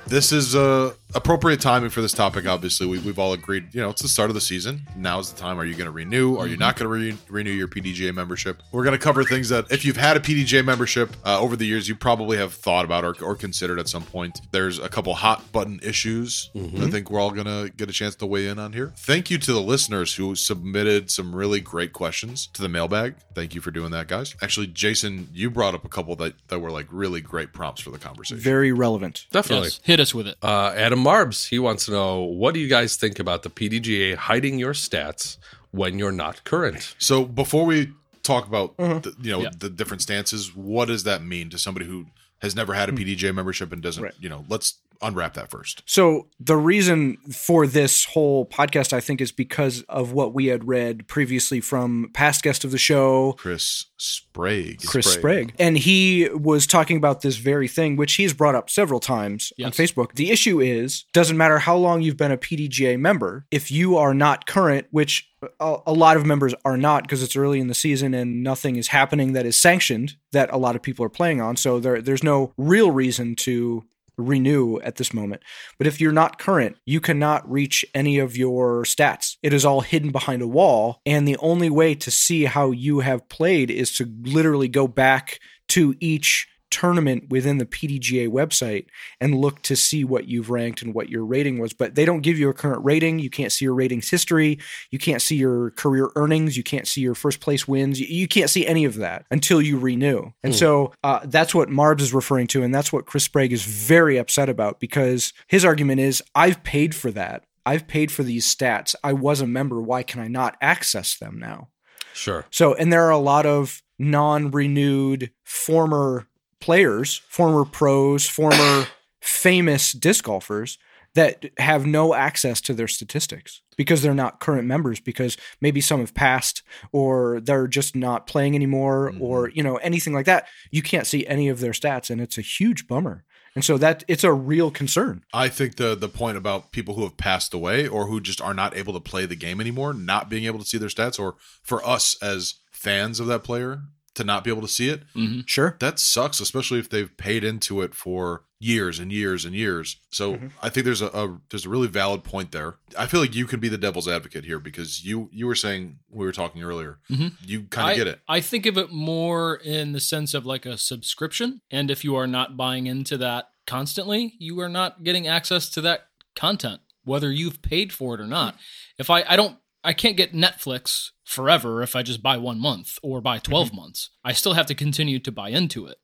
Speaker 2: this is a appropriate timing for this topic. Obviously, we, we've all agreed. You know, it's the start of the season. Now's the time. Are you going to renew? Are you not going to re- renew your PDGA membership? We're going to cover things that if you've had a PDGA membership uh, over the years, you probably have thought about or, or considered at some point. There's a couple hot button issues. that I think we're all going to get a chance to weigh in on here. Thank you to the listeners who submitted some really great questions to the mailbag. Thank you for doing that, guys. Actually, Jason, you brought up a couple that that were like really great prompts for the conversation.
Speaker 1: Very relevant.
Speaker 4: Definitely.
Speaker 3: Hit us with it.
Speaker 4: Uh, Adam Marbs, he wants to know what do you guys think about the PDGA hiding your stats when you're not current?
Speaker 2: So before we talk about
Speaker 4: Mhm.
Speaker 2: the, you know
Speaker 4: Yeah.
Speaker 2: the different stances, what does that mean to somebody who has never had a PDJ membership and doesn't? You know, let's unwrap that first.
Speaker 1: So the reason for this whole podcast, I think, is because of what we had read previously from past guest of the show,
Speaker 2: Chris Sprague.
Speaker 1: Chris Sprague. And he was talking about this very thing, which he's brought up several times on Facebook. The issue is, doesn't matter how long you've been a PDGA member, if you are not current, which a, a lot of members are not because it's early in the season and nothing is happening that is sanctioned that a lot of people are playing on. So there, there's no real reason to renew at this moment. But if you're not current, you cannot reach any of your stats. It is all hidden behind a wall. And the only way to see how you have played is to literally go back to each tournament within the PDGA website and look to see what you've ranked and what your rating was. But they don't give you a current rating. You can't see your ratings history. You can't see your career earnings. You can't see your first place wins. You, you can't see any of that until you renew. And
Speaker 10: Hmm.
Speaker 1: so uh, that's what Marbs is referring to. And that's what Chris Sprague is very upset about because his argument is I've paid for that. I've paid for these stats. I was a member. Why can I not access them now?
Speaker 4: Sure.
Speaker 1: So, and there are a lot of non renewed former players, former pros, former famous disc golfers that have no access to their statistics because they're not current members because maybe some have passed or they're just not playing anymore or you know anything like that you can't see any of their stats and it's a huge bummer and so that it's a real concern
Speaker 2: I think the the point about people who have passed away or who just are not able to play the game anymore, not being able to see their stats, or for us as fans of that player to not be able to see it,
Speaker 3: Mhm.
Speaker 1: sure,
Speaker 2: that sucks. Especially if they've paid into it for years and years and years. So
Speaker 10: Mhm.
Speaker 2: I think there's a, a there's a really valid point there. I feel like you can be the devil's advocate here because you you were saying we were talking earlier.
Speaker 3: Mhm.
Speaker 2: You kind
Speaker 3: I-
Speaker 2: of get it.
Speaker 3: I think of it more in the sense of like a subscription. And if you are not buying into that constantly, you are not getting access to that content, whether you've paid for it or not. If I, I don't, I can't get Netflix forever if I just buy one month or buy 12
Speaker 2: Mm-hmm.
Speaker 3: months. I still have to continue to buy into it.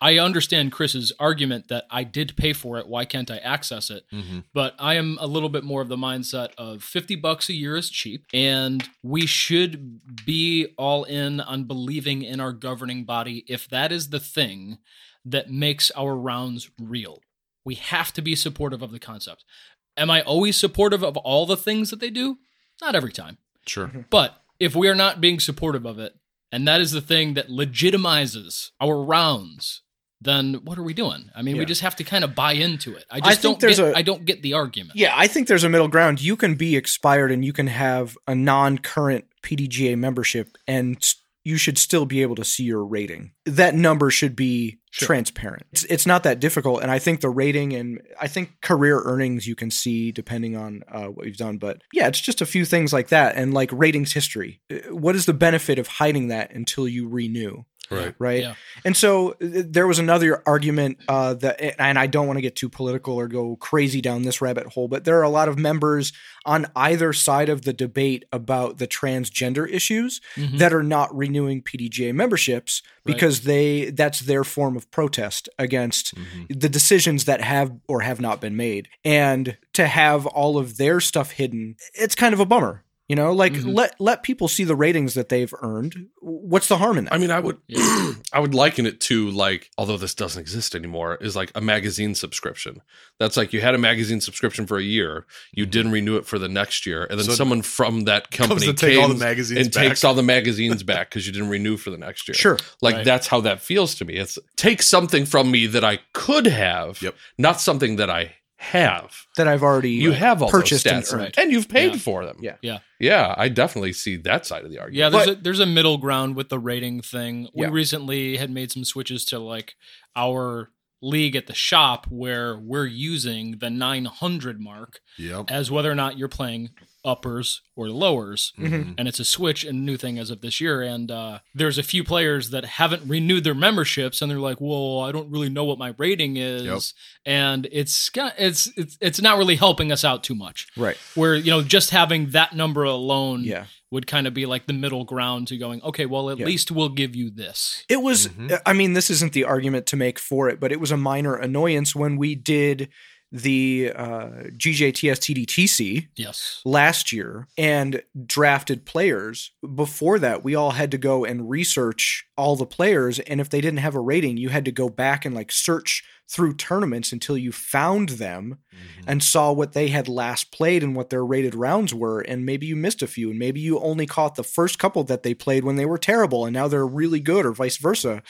Speaker 3: I understand Chris's argument that I did pay for it. Why can't I access it?
Speaker 2: Mhm.
Speaker 3: But I am a little bit more of the mindset of 50 bucks a year is cheap, and we should be all in on believing in our governing body if that is the thing that makes our rounds real. We have to be supportive of the concept. Am I always supportive of all the things that they do? Not every time.
Speaker 2: Sure.
Speaker 1: Mm-hmm.
Speaker 3: But if we are not being supportive of it, and that is the thing that legitimizes our rounds, then what are we doing? I mean,
Speaker 1: Yeah.
Speaker 3: we just have to kind of buy into it. I
Speaker 1: I
Speaker 3: just
Speaker 1: think
Speaker 3: don't
Speaker 1: there's
Speaker 3: get,
Speaker 1: a-
Speaker 3: I don't get the argument.
Speaker 1: Yeah, I think there's a middle ground. You can be expired and you can have a non current PDGA membership, and s- you should still be able to see your rating. That number should be transparent. It's, it's not that difficult. And I think the rating and I think career earnings you can see depending on uh, what you've done. But yeah, it's just a few things like that. And like ratings history. Uh, What is the benefit of hiding that until you renew?
Speaker 4: Right.
Speaker 1: right? And so th- there was another argument uh, that, and I don't want to get too political or go crazy down this rabbit hole, but there are a lot of members on either side of the debate about the transgender issues
Speaker 10: Mhm.
Speaker 1: that are not renewing PDGA memberships
Speaker 10: Right.
Speaker 1: because they that's their form of protest against the decisions that have or have not been made, and to have all of their stuff hidden, it's kind of a bummer. You know, like let let people see the ratings that they've earned. What's the harm in that? I
Speaker 4: mean, I would [clears throat] I would liken it to like, although this doesn't exist anymore, is like a magazine subscription. That's like you had a magazine subscription for a year, you didn't renew it for the next year, and then
Speaker 2: Mm-hmm. So
Speaker 4: someone from that
Speaker 2: comes
Speaker 4: company
Speaker 2: to take all the
Speaker 4: came
Speaker 2: magazines
Speaker 4: and
Speaker 2: back.
Speaker 4: takes all
Speaker 2: [laughs]
Speaker 4: the magazines back because you didn't renew for the next year.
Speaker 2: Sure.
Speaker 4: like
Speaker 2: Right.
Speaker 4: that's how that feels to me. It's take something from me that I could have, not something that I have.
Speaker 1: that I've already
Speaker 4: You have all those
Speaker 1: purchased
Speaker 4: stats,
Speaker 1: and earned.
Speaker 4: right. And you've paid for them.
Speaker 1: Yeah.
Speaker 3: Yeah.
Speaker 4: Yeah, I definitely see that side of the argument.
Speaker 3: Yeah, there's a there's a middle ground with the rating thing. We
Speaker 4: Yeah.
Speaker 3: recently had made some switches to like our league at the shop where we're using the 900 mark
Speaker 2: Yep.
Speaker 3: as whether or not you're playing uppers or lowers
Speaker 2: Mhm.
Speaker 3: and it's a switch and new thing as of this year and uh, there's a few players that haven't renewed their memberships and they're like well i don't really know what my rating is
Speaker 2: Yep.
Speaker 3: and it's, ki- it's it's it's not really helping us out too much
Speaker 1: Right.
Speaker 3: where you know just having that number alone
Speaker 1: Yeah.
Speaker 3: would kind of be like the middle ground to going okay well at
Speaker 1: Yeah.
Speaker 3: least we'll give you this
Speaker 1: It was,
Speaker 4: Mm-hmm.
Speaker 1: I mean, this isn't the argument to make for it, but it was a minor annoyance when we did the uh, GJTSTDTC
Speaker 3: yes
Speaker 1: last year and drafted players. Before that, we all had to go and research all the players. And if they didn't have a rating, you had to go back and like search through tournaments until you found them and saw what they had last played and what their rated rounds were. And maybe you missed a few, and maybe you only caught the first couple that they played when they were terrible and now they're really good, or vice versa.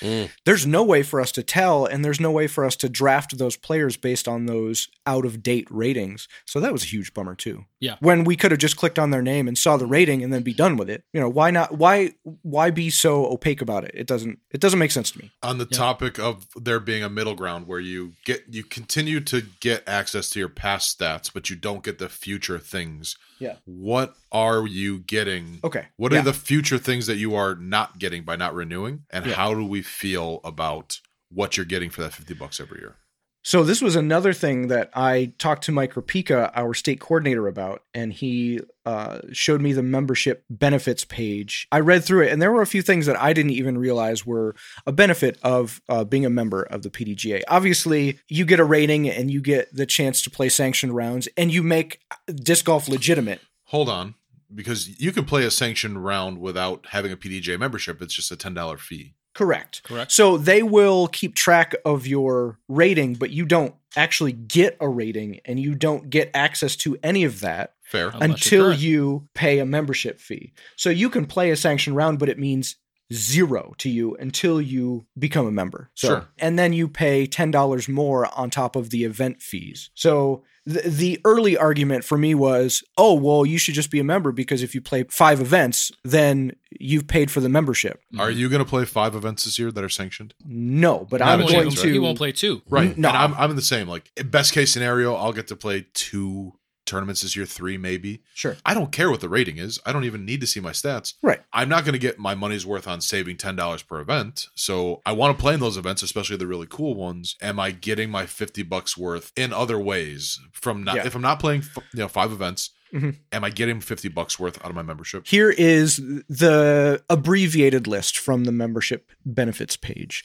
Speaker 1: There's no way for us to tell, and there's no way for us to draft those players based on those out of date ratings. So that was a huge bummer, too
Speaker 3: yeah
Speaker 1: when we could have just clicked on their name and saw the rating and then be done with it. You know, why not why why be so opaque about it? It doesn't it doesn't make sense to me.
Speaker 2: on the topic of there being a middle ground where you get you continue to get access to your past stats but you don't get the future things
Speaker 1: Yeah.
Speaker 2: what are you getting
Speaker 1: Okay.
Speaker 2: what
Speaker 1: Yeah.
Speaker 2: are the future things that you are not getting by not renewing and
Speaker 1: Yeah.
Speaker 2: how do we feel about what you're getting for that 50 bucks every year
Speaker 1: So this was another thing that I talked to Mike Rapika, our state coordinator, about, and he uh, showed me the membership benefits page. I read through it, and there were a few things that I didn't even realize were a benefit of uh, being a member of the PDGA. Obviously, you get a rating, and you get the chance to play sanctioned rounds, and you make disc golf legitimate.
Speaker 2: hold on because you can play a sanctioned round without having a pdj membership it's just a $10 fee
Speaker 1: Correct.
Speaker 3: Correct.
Speaker 1: So they will keep track of your rating, but you don't actually get a rating and you don't get access to any of that
Speaker 2: fair
Speaker 1: until you pay a membership fee. So you can play a sanctioned round, but it means zero to you until you become a member. So,
Speaker 2: Sure.
Speaker 1: And then you pay $10 more on top of the event fees. So the, the early argument for me was, oh, well, you should just be a member because if you play five events, then you've paid for the membership.
Speaker 2: are you going to play five events this year that are sanctioned
Speaker 1: No, but
Speaker 2: Not
Speaker 1: I'm
Speaker 2: a
Speaker 1: going
Speaker 2: chance,
Speaker 1: to.
Speaker 2: right?
Speaker 3: he won't play two
Speaker 2: Right.
Speaker 1: No.
Speaker 2: No, I'm I'm in the same. Like best case scenario, I'll get to play two tournaments this year, three maybe.
Speaker 1: Sure.
Speaker 2: I don't care what the rating is. I don't even need to see my stats.
Speaker 1: Right.
Speaker 2: I'm not going to get my money's worth on saving ten dollars per event. So I want to play in those events, especially the really cool ones. Am I getting my fifty bucks worth in other ways from not
Speaker 1: Yeah.
Speaker 2: if I'm not playing f- you know five events?
Speaker 1: Mhm.
Speaker 2: Am I getting fifty bucks worth out of my membership?
Speaker 1: Here is the abbreviated list from the membership benefits page.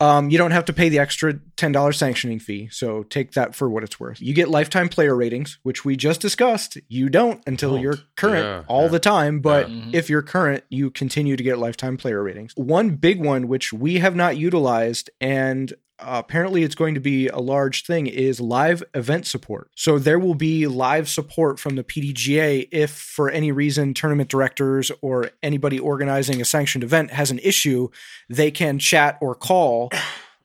Speaker 1: Um, you don't have to pay the extra $10 sanctioning fee, so take that for what it's worth. You get lifetime player ratings, which we just discussed. You don't until you're current
Speaker 4: Yeah,
Speaker 1: all the time, but
Speaker 4: Yeah. Mhm.
Speaker 1: if you're current, you continue to get lifetime player ratings. One big one, which we have not utilized, and uh, apparently it's going to be a large thing, is live event support. So there will be live support from the PDGA if, for any reason, tournament directors or anybody organizing a sanctioned event has an issue, they can chat or call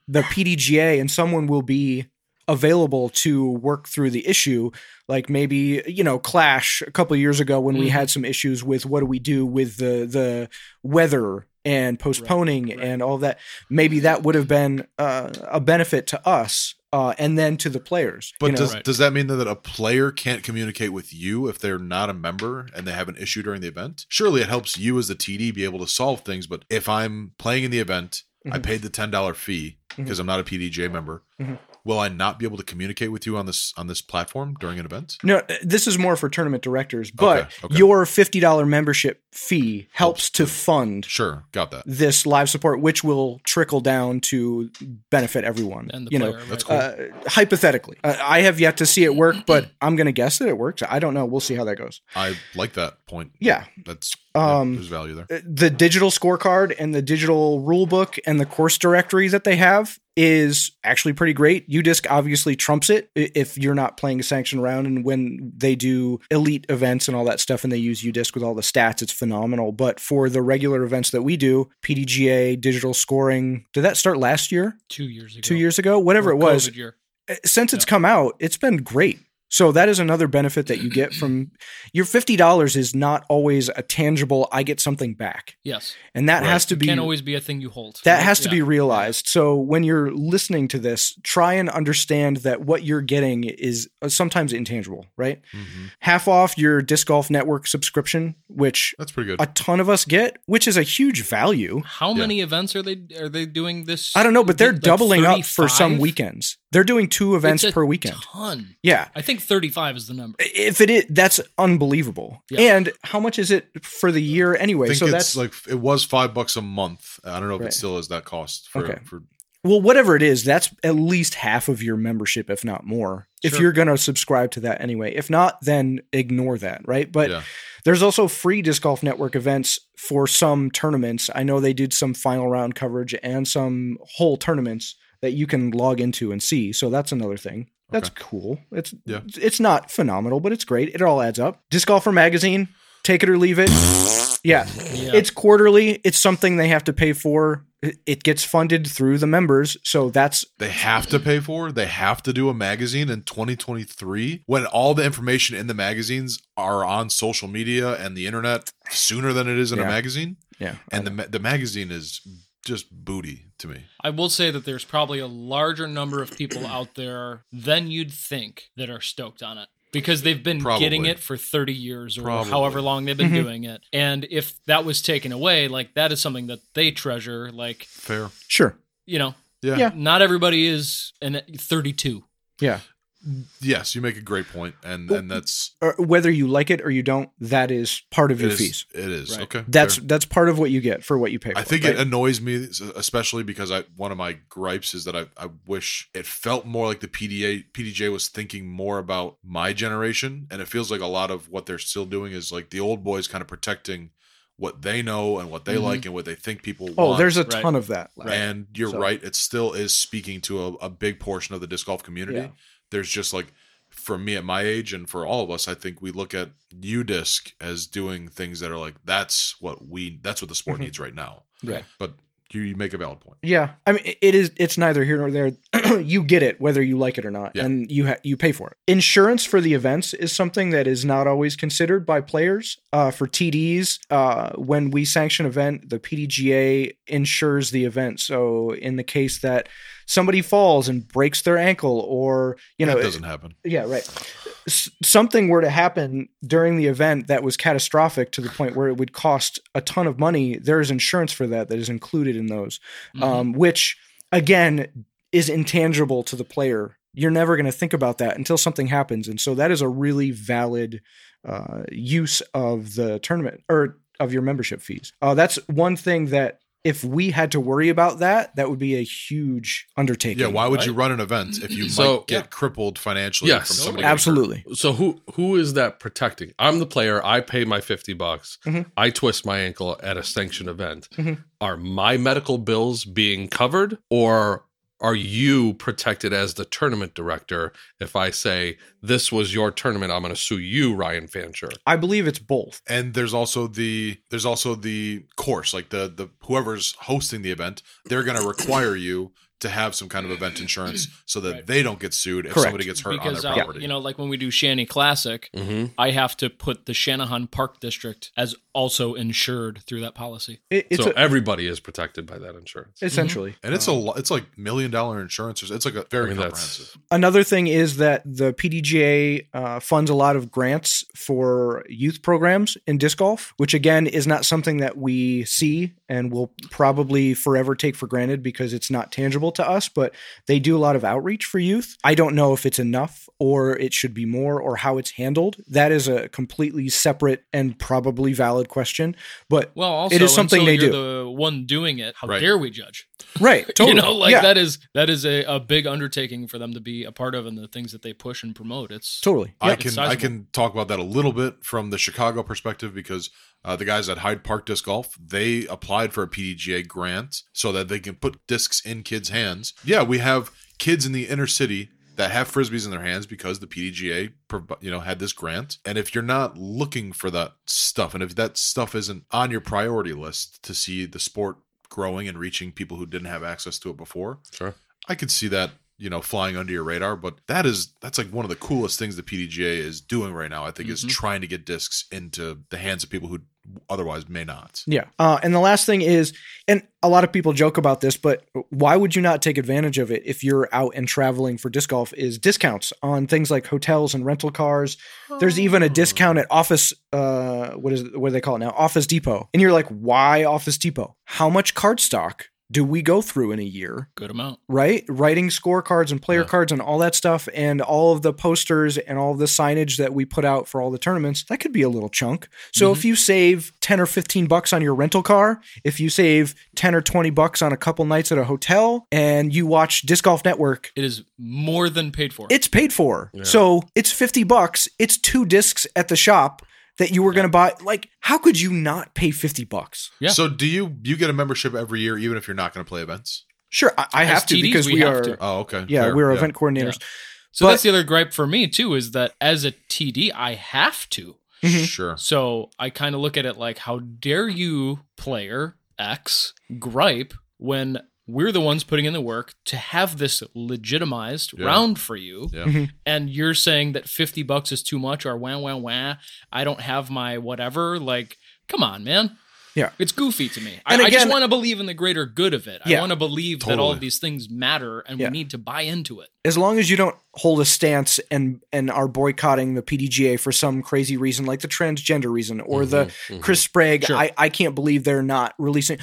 Speaker 1: the PDGA and someone will be available to work through the issue like maybe you know clash a couple of years ago when we had some issues with what do we do with the the weather and postponing and all that maybe that would have been uh, a benefit to us uh, and then to the players
Speaker 2: But
Speaker 1: you know?
Speaker 2: does does that mean that a player can't communicate with you if they're not a member and they have an issue during the event? Surely it helps you as the TD be able to solve things. But if I'm playing in the event, I
Speaker 1: Mhm.
Speaker 2: paid the ten dollar fee
Speaker 1: Mm-hmm.
Speaker 2: because I'm not a PDJ member.
Speaker 1: Mhm.
Speaker 2: Will I not be able to communicate with you on this on this platform during an event?
Speaker 1: No, this is more for tournament directors, but
Speaker 2: Okay, okay.
Speaker 1: your $50 membership fee helps to fund
Speaker 2: Sure, got that.
Speaker 1: this live support, which will trickle down to benefit everyone.
Speaker 3: And the
Speaker 1: you
Speaker 3: player,
Speaker 1: know,
Speaker 3: right.
Speaker 2: That's cool.
Speaker 1: uh, hypothetically, uh, I have yet to see it work, but I'm going to guess that it works. I don't know. We'll see how that goes.
Speaker 2: I like that point.
Speaker 1: Yeah.
Speaker 2: that's
Speaker 1: Um,
Speaker 2: yeah, there's value there.
Speaker 1: Uh, The digital scorecard and the digital rule book and the course directory that they have is actually pretty great. UDisc obviously trumps it i- if you're not playing a sanctioned round and when they do elite events and all that stuff and they use UDisc with all the stats, it's phenomenal. But for the regular events that we do, PDGA, digital scoring, did that start last year?
Speaker 3: two years ago
Speaker 1: Two years ago? Whatever
Speaker 3: Or
Speaker 1: it was.
Speaker 3: COVID year.
Speaker 1: since it's come out, it's been great. So that is another benefit that you get
Speaker 3: [clears throat]
Speaker 1: from your fifty dollars is not always a tangible. I get something back,
Speaker 3: Yes.
Speaker 1: and that has to
Speaker 3: It
Speaker 1: be
Speaker 3: Can't always be a thing you hold.
Speaker 1: that has to
Speaker 3: Yeah.
Speaker 1: be realized. So when you're listening to this, try and understand that what you're getting is uh, sometimes intangible, right?
Speaker 3: Mm-hmm.
Speaker 1: Half off your disc golf network subscription, which
Speaker 2: that's pretty
Speaker 1: A ton of us get, which is a huge value.
Speaker 3: How many events are they are they doing this?
Speaker 1: I don't know, but they're
Speaker 3: like
Speaker 1: doubling up for some
Speaker 3: 35?
Speaker 1: weekends. They're doing two events
Speaker 3: It's a
Speaker 1: per weekend.
Speaker 3: Ton.
Speaker 1: Yeah.
Speaker 3: I think thirty-five is the number.
Speaker 1: If it is, that's unbelievable.
Speaker 3: Yeah.
Speaker 1: And how much is it for the year
Speaker 2: I
Speaker 1: anyway?
Speaker 2: think
Speaker 1: so
Speaker 2: it's
Speaker 1: that's
Speaker 2: like it was five bucks a month. I don't know if
Speaker 1: Right.
Speaker 2: it still is that cost for,
Speaker 1: Okay.
Speaker 2: for
Speaker 1: well, whatever it is, that's at least half of your membership, if not more. If
Speaker 2: Sure.
Speaker 1: you're going to subscribe to that anyway, if not, then ignore that, right? But
Speaker 2: Yeah.
Speaker 1: there's also free disc golf network events for some tournaments. I know they did some final round coverage and some whole tournaments that you can log into and see. So that's another thing. That's cool. It's
Speaker 2: Yeah.
Speaker 1: it's not phenomenal, but it's great. It all adds up. Disc Golfer magazine, take it or
Speaker 2: [laughs]
Speaker 1: leave it. Yeah. It's quarterly. It's something they have to pay for. It- It gets funded through the members. So that's
Speaker 2: they have to pay for. They have to do a magazine in 2023 when all the information in the magazines are on social media and the internet sooner than it is in a
Speaker 1: Yeah.
Speaker 2: magazine.
Speaker 1: Yeah.
Speaker 2: And the ma- the magazine is just booty to me.
Speaker 3: I will say that there's probably a larger number
Speaker 1: [clears throat]
Speaker 3: of people out there than you'd think that are stoked on it because they've been
Speaker 2: Probably.
Speaker 3: getting it for 30 years or
Speaker 2: Probably.
Speaker 3: however long they've been
Speaker 2: Mhm.
Speaker 3: doing it. And if that was taken away, like that is something that they treasure. Like,
Speaker 2: Fair.
Speaker 1: sure.
Speaker 3: you know,
Speaker 2: Yeah. Yeah.
Speaker 3: not everybody is an 32.
Speaker 1: Yeah.
Speaker 2: Yes, you make a great point, and and that's
Speaker 1: Or Uh, whether you like it or you don't, that is part of your
Speaker 2: it is-
Speaker 1: fees.
Speaker 2: It is
Speaker 1: Right.
Speaker 2: okay.
Speaker 1: That's
Speaker 2: fair.
Speaker 1: that's part of what you get for what you pay for.
Speaker 2: I think
Speaker 1: right?
Speaker 2: it annoys me, especially because I one of my gripes is that I, I wish it felt more like the PDA PDJ was thinking more about my generation, and it feels like a lot of what they're still doing is like the old boys kind of protecting what they know and what they
Speaker 1: Mhm.
Speaker 2: like and what they think people
Speaker 1: Oh,
Speaker 2: want.
Speaker 1: there's a ton of that.
Speaker 2: And you're
Speaker 1: So-
Speaker 2: right, it still is speaking to a, a big portion of the disc golf community.
Speaker 1: Yeah.
Speaker 2: There's just like for me at my age and for all of us, I think we look at UDisc as doing things that are like that's what we that's what the sport
Speaker 1: Mhm.
Speaker 2: needs right now.
Speaker 1: Right.
Speaker 2: But you, you make a valid point.
Speaker 1: Yeah, I mean, it is. It's neither here nor there. [clears throat] you get it whether you like it or not,
Speaker 2: Yeah.
Speaker 1: and you ha- you pay for it. Insurance for the events is something that is not always considered by players. Uh, for TDs, uh, when we sanction event, the PDGA insures the event. So in the case that somebody falls and breaks their ankle, or you know,
Speaker 2: that doesn't happen.
Speaker 1: yeah, right. S- something were to happen during the event that was catastrophic to the point where it would cost a ton of money, there is insurance for that that is included in those,
Speaker 2: Mm-hmm.
Speaker 1: um, which again is intangible to the player. You're never going to think about that until something happens, and so that is a really valid uh, use of the tournament or of your membership fees. Uh, that's one thing that if we had to worry about that, that would be a huge undertaking.
Speaker 2: Yeah, why would you run an event if you
Speaker 4: So-
Speaker 2: might get crippled financially
Speaker 4: Yes.
Speaker 2: from somebody?
Speaker 1: Absolutely.
Speaker 4: So who who is that protecting? I'm the player. I pay my fifty bucks.
Speaker 1: Mhm.
Speaker 4: I twist my ankle at a sanctioned event.
Speaker 1: Mhm.
Speaker 4: Are my medical bills being covered, or are you protected as the tournament director? If I say this was your tournament, I'm going to sue you, Ryan Fancher.
Speaker 1: I believe it's both.
Speaker 2: And there's also the there's also the course, like the the whoever's hosting the event, they're going to require you to have some kind of event insurance so that they don't get sued if
Speaker 1: Correct.
Speaker 2: somebody gets hurt
Speaker 3: because,
Speaker 2: on
Speaker 3: uh,
Speaker 2: their property.
Speaker 3: you know, like when we do Shanny Classic,
Speaker 4: Mhm.
Speaker 3: I have to put the Shanahan Park District as also insured through that policy.
Speaker 1: It- it's
Speaker 4: so
Speaker 1: a-
Speaker 4: everybody is protected by that
Speaker 2: mm-hmm.
Speaker 4: insurance.
Speaker 1: Essentially. Mhm.
Speaker 2: and it's a lo- it's like million dollar insurance. Or, it's like a very comprehensive.
Speaker 1: Another thing is that the PDGA uh, funds a lot of grants for youth programs in disc golf, which again is not something that we see and will probably forever take for granted because it's not tangible to us. But they do a lot of outreach for youth. I don't know if it's enough or it should be more or how it's handled. That is a completely separate and probably valid question. But
Speaker 3: Well, also,
Speaker 1: it is something
Speaker 3: until
Speaker 1: they
Speaker 3: you're
Speaker 1: do.
Speaker 3: The one doing it, how
Speaker 1: Right.
Speaker 3: dare we judge?
Speaker 1: Right, totally.
Speaker 3: [laughs] you know, like
Speaker 1: Yeah.
Speaker 3: that is that is a, a big undertaking for them to be a part of, and the things that they push and promote. It's
Speaker 1: Totally.
Speaker 2: I
Speaker 3: it's
Speaker 2: can I
Speaker 3: sizable.
Speaker 2: can talk about that a little bit from the Chicago perspective because uh, the guys at Hyde Park Disc Golf they applied for a PDGA grant so that they can put discs in kids' hands. Yeah, we have kids in the inner city that have frisbees in their hands because the PDGA prov- you know had this grant. And if you're not looking for that stuff, and if that stuff isn't on your priority list to see the sport growing and reaching people who didn't have access to it before,
Speaker 4: sure,
Speaker 2: I could see that. you know flying under your radar but that is that's like one of the coolest things the pdga is doing right now i think is
Speaker 1: Mhm.
Speaker 2: trying to get discs into the hands of people who otherwise may not
Speaker 1: Yeah. Uh, and the last thing is, and a lot of people joke about this, but why would you not take advantage of it if you're out and traveling for disc golf? Is discounts on things like hotels and rental cars. There's even a discount at Office. Uh, what is it, what do they call it now? Office Depot. And you're like, why Office Depot? How much card stock do we go through in a year?
Speaker 3: Good amount.
Speaker 1: right? Writing scorecards and player cards and all that stuff, and all of the posters and all the signage that we put out for all the tournaments, that could be a little chunk. So if you save 10 or 15 bucks on your rental car, if you save 10 or 20 bucks on a couple nights at a hotel, and you watch Disc Golf Network,
Speaker 3: It is more than paid for.
Speaker 1: it's paid for. So it's 50 bucks, it's two discs at the shop that you were going to buy. Like, how could you not pay 50 bucks?
Speaker 3: Yeah.
Speaker 2: so do you you get a membership every year even if you're not going to play events
Speaker 1: Sure, I, I have to because we, are.
Speaker 2: oh okay
Speaker 1: Yeah,
Speaker 2: Fair.
Speaker 1: we're event coordinators.
Speaker 3: So
Speaker 1: But-
Speaker 3: that's the other gripe for me too is that as a TD, I have to.
Speaker 2: sure
Speaker 3: So I kind of look at it like, how dare you, player X, gripe when we're the ones putting in the work to have this legitimized
Speaker 10: Yeah.
Speaker 3: round for you,
Speaker 10: Yeah. Mhm.
Speaker 3: and you're saying that fifty bucks is too much or wah wah wah. I don't have my whatever. Like, come on, man.
Speaker 1: Yeah.
Speaker 3: It's goofy to me.
Speaker 1: And
Speaker 3: I, I just
Speaker 1: again-
Speaker 3: want to believe in the greater good of it.
Speaker 1: Yeah.
Speaker 3: I want to believe that all
Speaker 1: Totally.
Speaker 3: of these things matter and
Speaker 1: Yeah.
Speaker 3: we need to buy into it.
Speaker 1: as long as you don't hold a stance and and are boycotting the PDGA for some crazy reason, like the transgender reason or the
Speaker 10: mhm.
Speaker 1: Chris Sprague,
Speaker 10: Sure.
Speaker 1: I, I can't believe they're not releasing.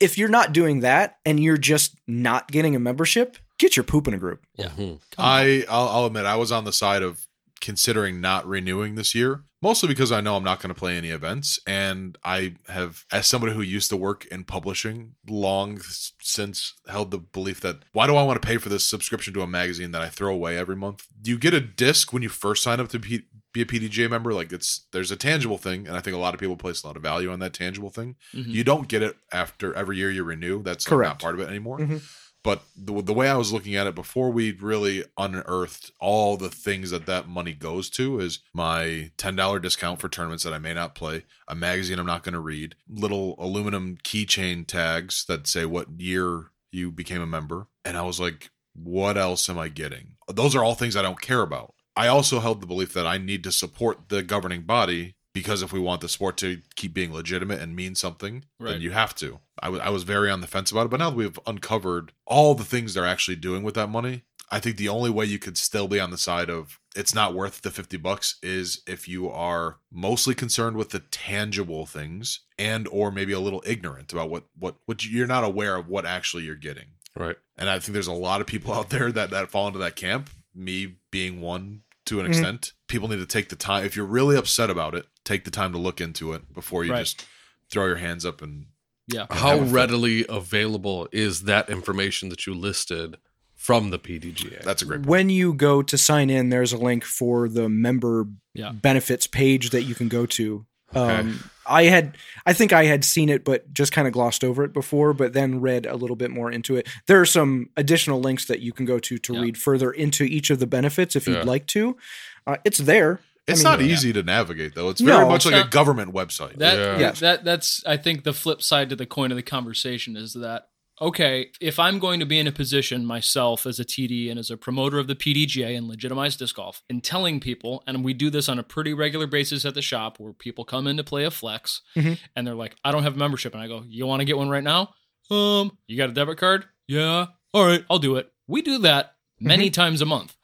Speaker 1: If you're not doing that and you're just not getting a membership, get your poop in a group.
Speaker 2: Yeah.
Speaker 4: Mm-hmm.
Speaker 2: I I'll, I'll admit I was on the side of considering not renewing this year, mostly because I know I'm not going to play any events, and I have, as somebody who used to work in publishing, long s- since held the belief that why do I want to pay for this subscription to a magazine that I throw away every month? You get a disc when you first sign up to P- be a PDJ member, like it's there's a tangible thing, and I think a lot of people place a lot of value on that tangible thing.
Speaker 3: Mm-hmm.
Speaker 10: Mhm.
Speaker 2: You don't get it after every year you renew. That's like,
Speaker 10: Correct.
Speaker 2: not part of it anymore.
Speaker 10: Mhm.
Speaker 2: But the, the way I was looking at it before we really unearthed all the things that that money goes to is my $10 discount for tournaments that I may not play, a magazine I'm not going to read, little aluminum keychain tags that say what year you became a member. And I was like, what else am I getting? Those are all things I don't care about. I also held the belief that I need to support the governing body because if we want the sport to keep being legitimate and mean something,
Speaker 10: Right.
Speaker 2: then you have to. I wa- I was very on the fence about it, but now that we've uncovered all the things they're actually doing with that money, I think the only way you could still be on the side of it's not worth the 50 bucks is if you are mostly concerned with the tangible things and or maybe a little ignorant about what what what you- you're not aware of what actually you're getting.
Speaker 4: Right.
Speaker 2: And I think there's a lot of people out there that that fall into that camp, me being one to an
Speaker 1: Mm-hmm.
Speaker 10: Mhm.
Speaker 2: extent. People need to take the time if you're really upset about it, take the time to look into it before you
Speaker 3: Right.
Speaker 2: just throw your hands up and
Speaker 3: Yeah.
Speaker 4: How
Speaker 2: Have a fit.
Speaker 4: readily available is that information that you listed from the PDGA?
Speaker 2: That's a great
Speaker 1: When you go to sign in, there's a link for the member
Speaker 3: Yeah.
Speaker 1: benefits page that you can go to.
Speaker 4: Okay.
Speaker 1: Um, I had, I think I had seen it, but just kind of glossed over it before, but then read a little bit more into it. There are some additional links that you can go to to read further into each of the benefits if
Speaker 2: Yeah.
Speaker 1: you'd like to. Uh, it's there. I
Speaker 2: It's
Speaker 1: mean-
Speaker 2: not easy to navigate though. It's
Speaker 1: No,
Speaker 2: very much
Speaker 1: it's
Speaker 2: like a
Speaker 1: not.
Speaker 2: government website.
Speaker 3: That,
Speaker 1: Yes.
Speaker 3: that that's I think the flip side to the coin of the conversation is that okay, if I'm going to be in a position myself as a TD and as a promoter of the PDGA and legitimized disc golf in telling people, and we do this on a pretty regular basis at the shop where people come in to play a flex
Speaker 10: Mhm.
Speaker 3: and they're like, I don't have a membership, and I go, You want to get one right now? Um, you got a debit card? Yeah. All right, I'll do it. We do that many times a month.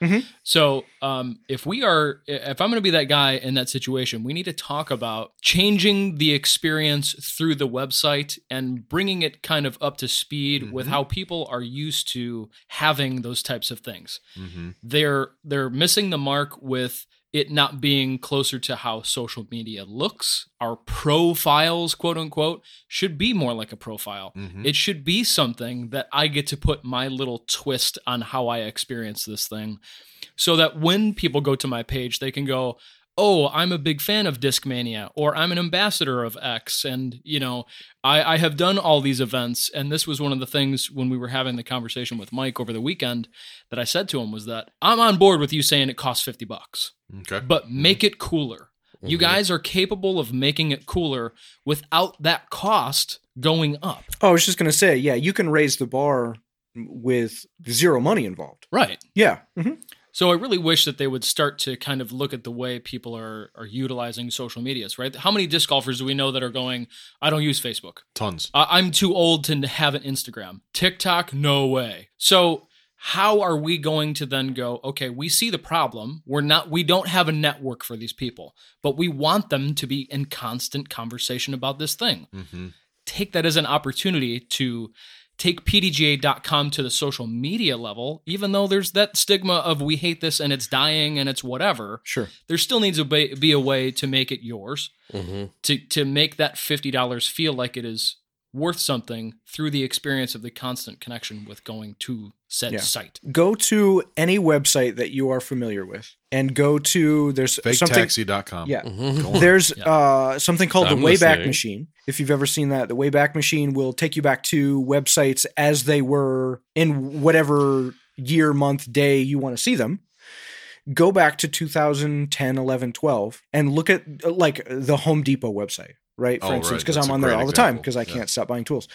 Speaker 3: So, um, if we are, if I'm going to be that guy in that situation, we need to talk about changing the experience through the website and bringing it kind of up to speed with how people are used to having those types of things.
Speaker 2: Mm-hmm.
Speaker 3: They're they're missing the mark with it not being closer to how social media looks. Our profiles, quote unquote, should be more like a profile.
Speaker 10: Mhm.
Speaker 3: It should be something that I get to put my little twist on how I experience this thing so that when people go to my page, they can go, Oh, I'm a big fan of Discmania, or I'm an ambassador of X, and you know, I, I have done all these events, and this was one of the things when we were having the conversation with Mike over the weekend that I said to him was that I'm on board with you saying it costs fifty bucks,
Speaker 2: okay,
Speaker 3: but make it cooler. You guys are capable of making it cooler without that cost going up.
Speaker 1: Oh, I was just gonna say, yeah, you can raise the bar with zero money involved.
Speaker 3: Right.
Speaker 1: Yeah. Mm-hmm.
Speaker 3: So I really wish that they would start to kind of look at the way people are are utilizing social medias, right? How many disc golfers do we know that are going, I don't use Facebook?
Speaker 2: Tons.
Speaker 3: I- I'm too old to have an Instagram. TikTok, no way. So how are we going to then go, okay, we see the problem. We're not we don't have a network for these people, but we want them to be in constant conversation about this thing
Speaker 4: Mm-hmm.
Speaker 3: take that as an opportunity to take pdga.com to the social media level even though there's that stigma of we hate this and it's dying and it's whatever
Speaker 1: sure
Speaker 3: there still needs to be be a way to make it yours
Speaker 1: Mm-hmm.
Speaker 3: to to make that $50 feel like it is worth something through the experience of the constant connection with going to said
Speaker 1: Yeah.
Speaker 3: site
Speaker 1: Go to any website that you are familiar with and go to there's something
Speaker 2: FakeTaxi.com.
Speaker 1: Yeah.
Speaker 4: Mm-hmm.
Speaker 2: Mhm. Go on.
Speaker 1: There's uh, something called
Speaker 2: I'm
Speaker 1: the Wayback
Speaker 2: listening.
Speaker 1: Machine. If you've ever seen that, the Wayback Machine will take you back to websites as they were in whatever year, month, day you want to see them. Go back to 2010, 11, 12 and look at uh, like the Home Depot website, right? For
Speaker 2: Oh, right.
Speaker 1: instance, because
Speaker 2: That's
Speaker 1: I'm
Speaker 2: a
Speaker 1: on there
Speaker 2: great
Speaker 1: all the time
Speaker 2: example.
Speaker 1: because I
Speaker 2: Yeah.
Speaker 1: can't stop buying tools.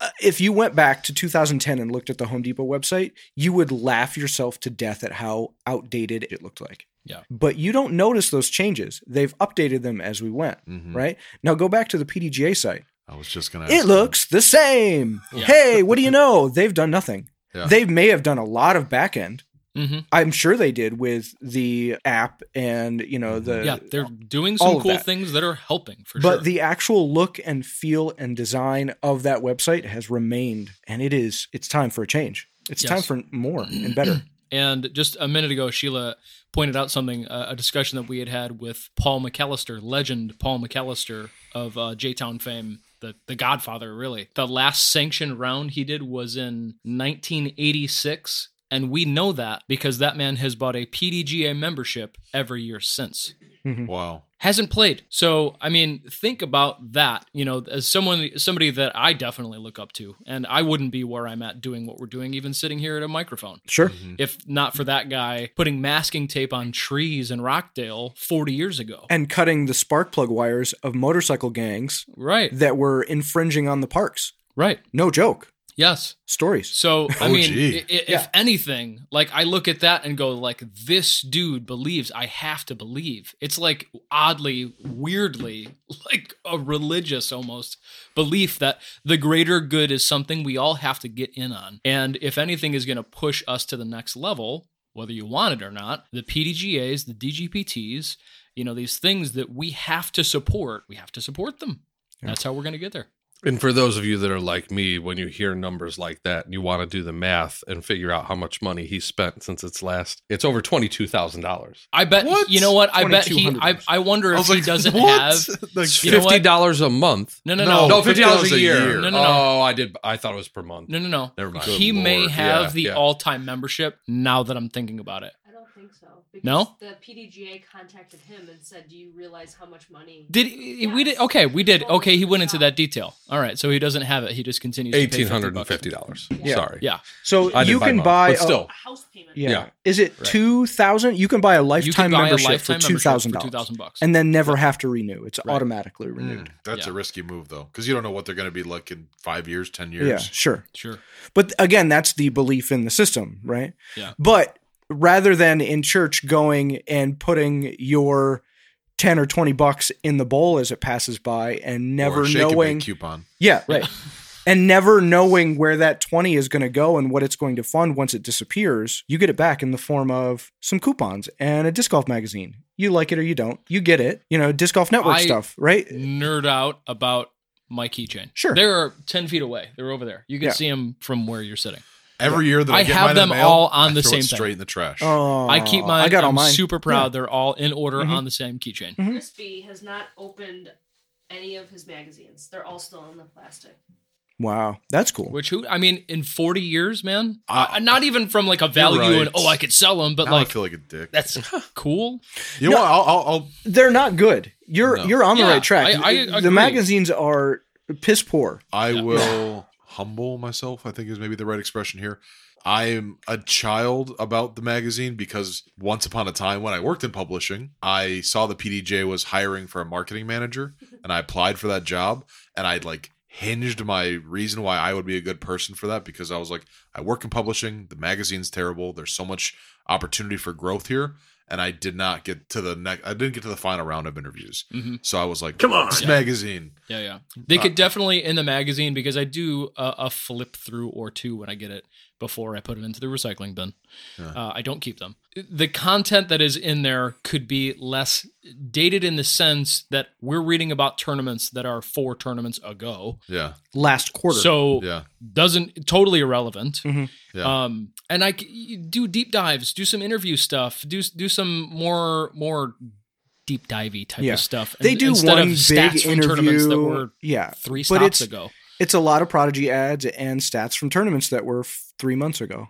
Speaker 1: Uh, If you went back to 2010 and looked at the Home Depot website, you would laugh yourself to death at how outdated it looked like
Speaker 3: yeah
Speaker 1: but you don't notice those changes. They've updated them as we went,
Speaker 3: Mm-hmm.
Speaker 2: Mhm.
Speaker 1: right? Now go back to the PDGA site.
Speaker 2: I was just gonna.
Speaker 1: It looks the same.
Speaker 2: Yeah.
Speaker 1: Hey, what do you know? They've done nothing.
Speaker 2: Yeah.
Speaker 1: They may have done a lot of back end.
Speaker 3: mm-hmm.
Speaker 1: I'm sure they did with the app and, you know, the
Speaker 3: yeah they're doing
Speaker 1: all
Speaker 3: some
Speaker 1: of
Speaker 3: cool
Speaker 1: that.
Speaker 3: things that are helping for
Speaker 1: but
Speaker 3: sure
Speaker 1: the actual look and feel and design of that website has remained and it is it's time for a change. It's
Speaker 3: Yes.
Speaker 1: time for more and better.
Speaker 3: And just a minute ago, Sheila pointed out something, uh, a discussion that we had had with Paul McAllister, legend Paul McAllister of uh, J-Town fame, the, the godfather, really. The last sanctioned round he did was in 1986. And we know that because that man has bought a PDGA membership every year since
Speaker 2: Wow.
Speaker 3: hasn't played. So I mean, think about that. You know, as someone, somebody that I definitely look up to, and I wouldn't be where I'm at doing what we're doing, even sitting here at a microphone.
Speaker 1: Sure.
Speaker 3: If not for that guy putting masking tape on trees in Rockdale 40 years ago.
Speaker 1: And cutting the spark plug wires of motorcycle gangs
Speaker 3: right
Speaker 1: that were infringing on the parks.
Speaker 3: Right.
Speaker 1: No joke.
Speaker 3: Yes.
Speaker 1: Stories.
Speaker 3: So
Speaker 1: Oh,
Speaker 3: I mean,
Speaker 1: gee.
Speaker 3: i- i- if anything, like I look at that and go, like this dude believes. I have to believe. It's like oddly, weirdly, [laughs] like a religious almost belief that the greater good is something we all have to get in on. And if anything is going to push us to the next level, whether you want it or not, the PDGAs, the DGPTs, you know, these things that we have to support, we have to support them. That's how we're going to get there.
Speaker 4: And for those of you that are like me, when you hear numbers like that and you want to do the math and figure out how much money he spent since its last, it's over twenty two thousand dollars.
Speaker 3: I bet you know what? I bet he. I, I wonder if he doesn't have you know
Speaker 4: fifty
Speaker 3: what?
Speaker 4: dollars a month.
Speaker 3: No, Oh, no, no.
Speaker 4: no, fifty dollars a year.
Speaker 3: No, no, no.
Speaker 4: Oh, I did. I thought it was per month.
Speaker 3: No, no, no.
Speaker 4: Never mind.
Speaker 3: He
Speaker 4: Good
Speaker 3: may
Speaker 4: lord.
Speaker 3: have
Speaker 4: Yeah,
Speaker 3: the
Speaker 4: yeah.
Speaker 3: all-time membership. Now that I'm thinking about it,
Speaker 10: I don't think so. Because
Speaker 3: No?
Speaker 10: The PDGA contacted him and said, "Do you realize how much money?"
Speaker 3: did we did okay? We did okay. He went into that detail. All right, so he doesn't have it. He just continues. to pay
Speaker 4: Eighteen hundred and
Speaker 3: $50.
Speaker 4: fifty dollars.
Speaker 1: Yeah.
Speaker 4: Sorry.
Speaker 3: Yeah.
Speaker 1: So
Speaker 4: I did
Speaker 1: you can
Speaker 4: month,
Speaker 1: buy
Speaker 4: but still.
Speaker 10: house payment.
Speaker 1: Yeah.
Speaker 4: Yeah.
Speaker 1: Is it
Speaker 4: Right.
Speaker 1: two thousand? You can buy a lifetime
Speaker 3: buy a
Speaker 1: membership
Speaker 3: lifetime
Speaker 1: for
Speaker 3: membership
Speaker 1: two
Speaker 3: for
Speaker 1: thousand dollars,
Speaker 3: $2,000.
Speaker 1: and then never have to renew. It's automatically renewed.
Speaker 2: Mm, that's a risky move though, because you don't know what they're going to be like in five years, ten years.
Speaker 1: Yeah, sure.
Speaker 3: Sure.
Speaker 1: But again, that's the belief in the system, right?
Speaker 3: Yeah.
Speaker 1: But rather than in church going and putting your ten or twenty bucks in the bowl as it passes by and never
Speaker 2: or shake and bake
Speaker 1: knowing
Speaker 2: coupon.
Speaker 1: Yeah, right. and never knowing where that 20 is going to go and what it's going to fund once it disappears, you get it back in the form of some coupons and a disc golf magazine. You like it or you don't. You get it. You know, disc golf network
Speaker 3: I
Speaker 1: stuff, right?
Speaker 3: Nerd out about my keychain.
Speaker 1: Sure.
Speaker 3: They're ten feet away. They're over there. You can
Speaker 1: Yeah.
Speaker 3: see them from where you're sitting.
Speaker 2: Every year that I,
Speaker 3: I
Speaker 2: get
Speaker 3: have
Speaker 2: mine in
Speaker 3: them
Speaker 2: the mail,
Speaker 3: all on
Speaker 2: I
Speaker 3: the
Speaker 2: throw
Speaker 3: same
Speaker 2: it
Speaker 3: thing.
Speaker 2: straight in the trash.
Speaker 1: Oh,
Speaker 3: I keep mine.
Speaker 1: I got all
Speaker 3: am
Speaker 1: mine.
Speaker 3: Super proud.
Speaker 1: Yeah.
Speaker 3: They're all in order
Speaker 1: Mhm.
Speaker 3: on the same keychain.
Speaker 10: Crispy has not opened any of his magazines. They're all still in the plastic.
Speaker 1: Wow. That's cool.
Speaker 3: Which who? I mean, in 40 years, man. Uh, not even from like a value
Speaker 2: Ah, right.
Speaker 3: and oh, I could sell them, but
Speaker 2: Now I
Speaker 3: like
Speaker 2: feel like a
Speaker 1: [laughs]
Speaker 2: dick. [laughs]
Speaker 3: That's cool.
Speaker 2: You know what? I'll, I'll, I'll
Speaker 1: They're not good. You're you're on the
Speaker 2: Yeah,
Speaker 1: right track.
Speaker 2: I- I agree.
Speaker 1: the magazines are piss poor.
Speaker 2: I
Speaker 3: [laughs]
Speaker 2: will humble myself, I think is maybe the right expression here. I am a child about the magazine because once upon a time when I worked in publishing, I
Speaker 3: [laughs]
Speaker 2: saw the PDJ was hiring for a marketing manager and I applied for that job and I like hinged my reason why I would be a good person for that because I was like, I work in publishing. The magazine's terrible. There's so much opportunity for growth here. And I did not get to the next. I didn't get to the final round of interviews.
Speaker 3: Mhm.
Speaker 2: So I was like,
Speaker 3: Come on.
Speaker 2: this
Speaker 3: Yeah.
Speaker 2: magazine.
Speaker 3: Yeah, yeah. They
Speaker 2: Uh,
Speaker 3: could definitely in the magazine because I do a, a flip through or two when I get it before I put it into the recycling bin. Uh, I don't keep them. The content that is in there could be less dated in the sense that we're reading about tournaments that are four tournaments ago.
Speaker 2: Yeah.
Speaker 1: Last quarter.
Speaker 3: So
Speaker 2: yeah.
Speaker 3: doesn't totally irrelevant.
Speaker 2: Yeah.
Speaker 3: Um, and I c- you do deep dives, do some interview stuff, do s- do some more more deep divey type
Speaker 1: Yeah.
Speaker 3: of stuff.
Speaker 1: They
Speaker 3: in-
Speaker 1: do
Speaker 3: instead
Speaker 1: one
Speaker 3: of
Speaker 1: big
Speaker 3: stats from tournaments
Speaker 1: interview.
Speaker 3: that were
Speaker 1: yeah,
Speaker 3: three
Speaker 1: but it's-
Speaker 3: stops ago.
Speaker 1: It's a lot of Prodigy ads and stats from tournaments that were f- three months ago.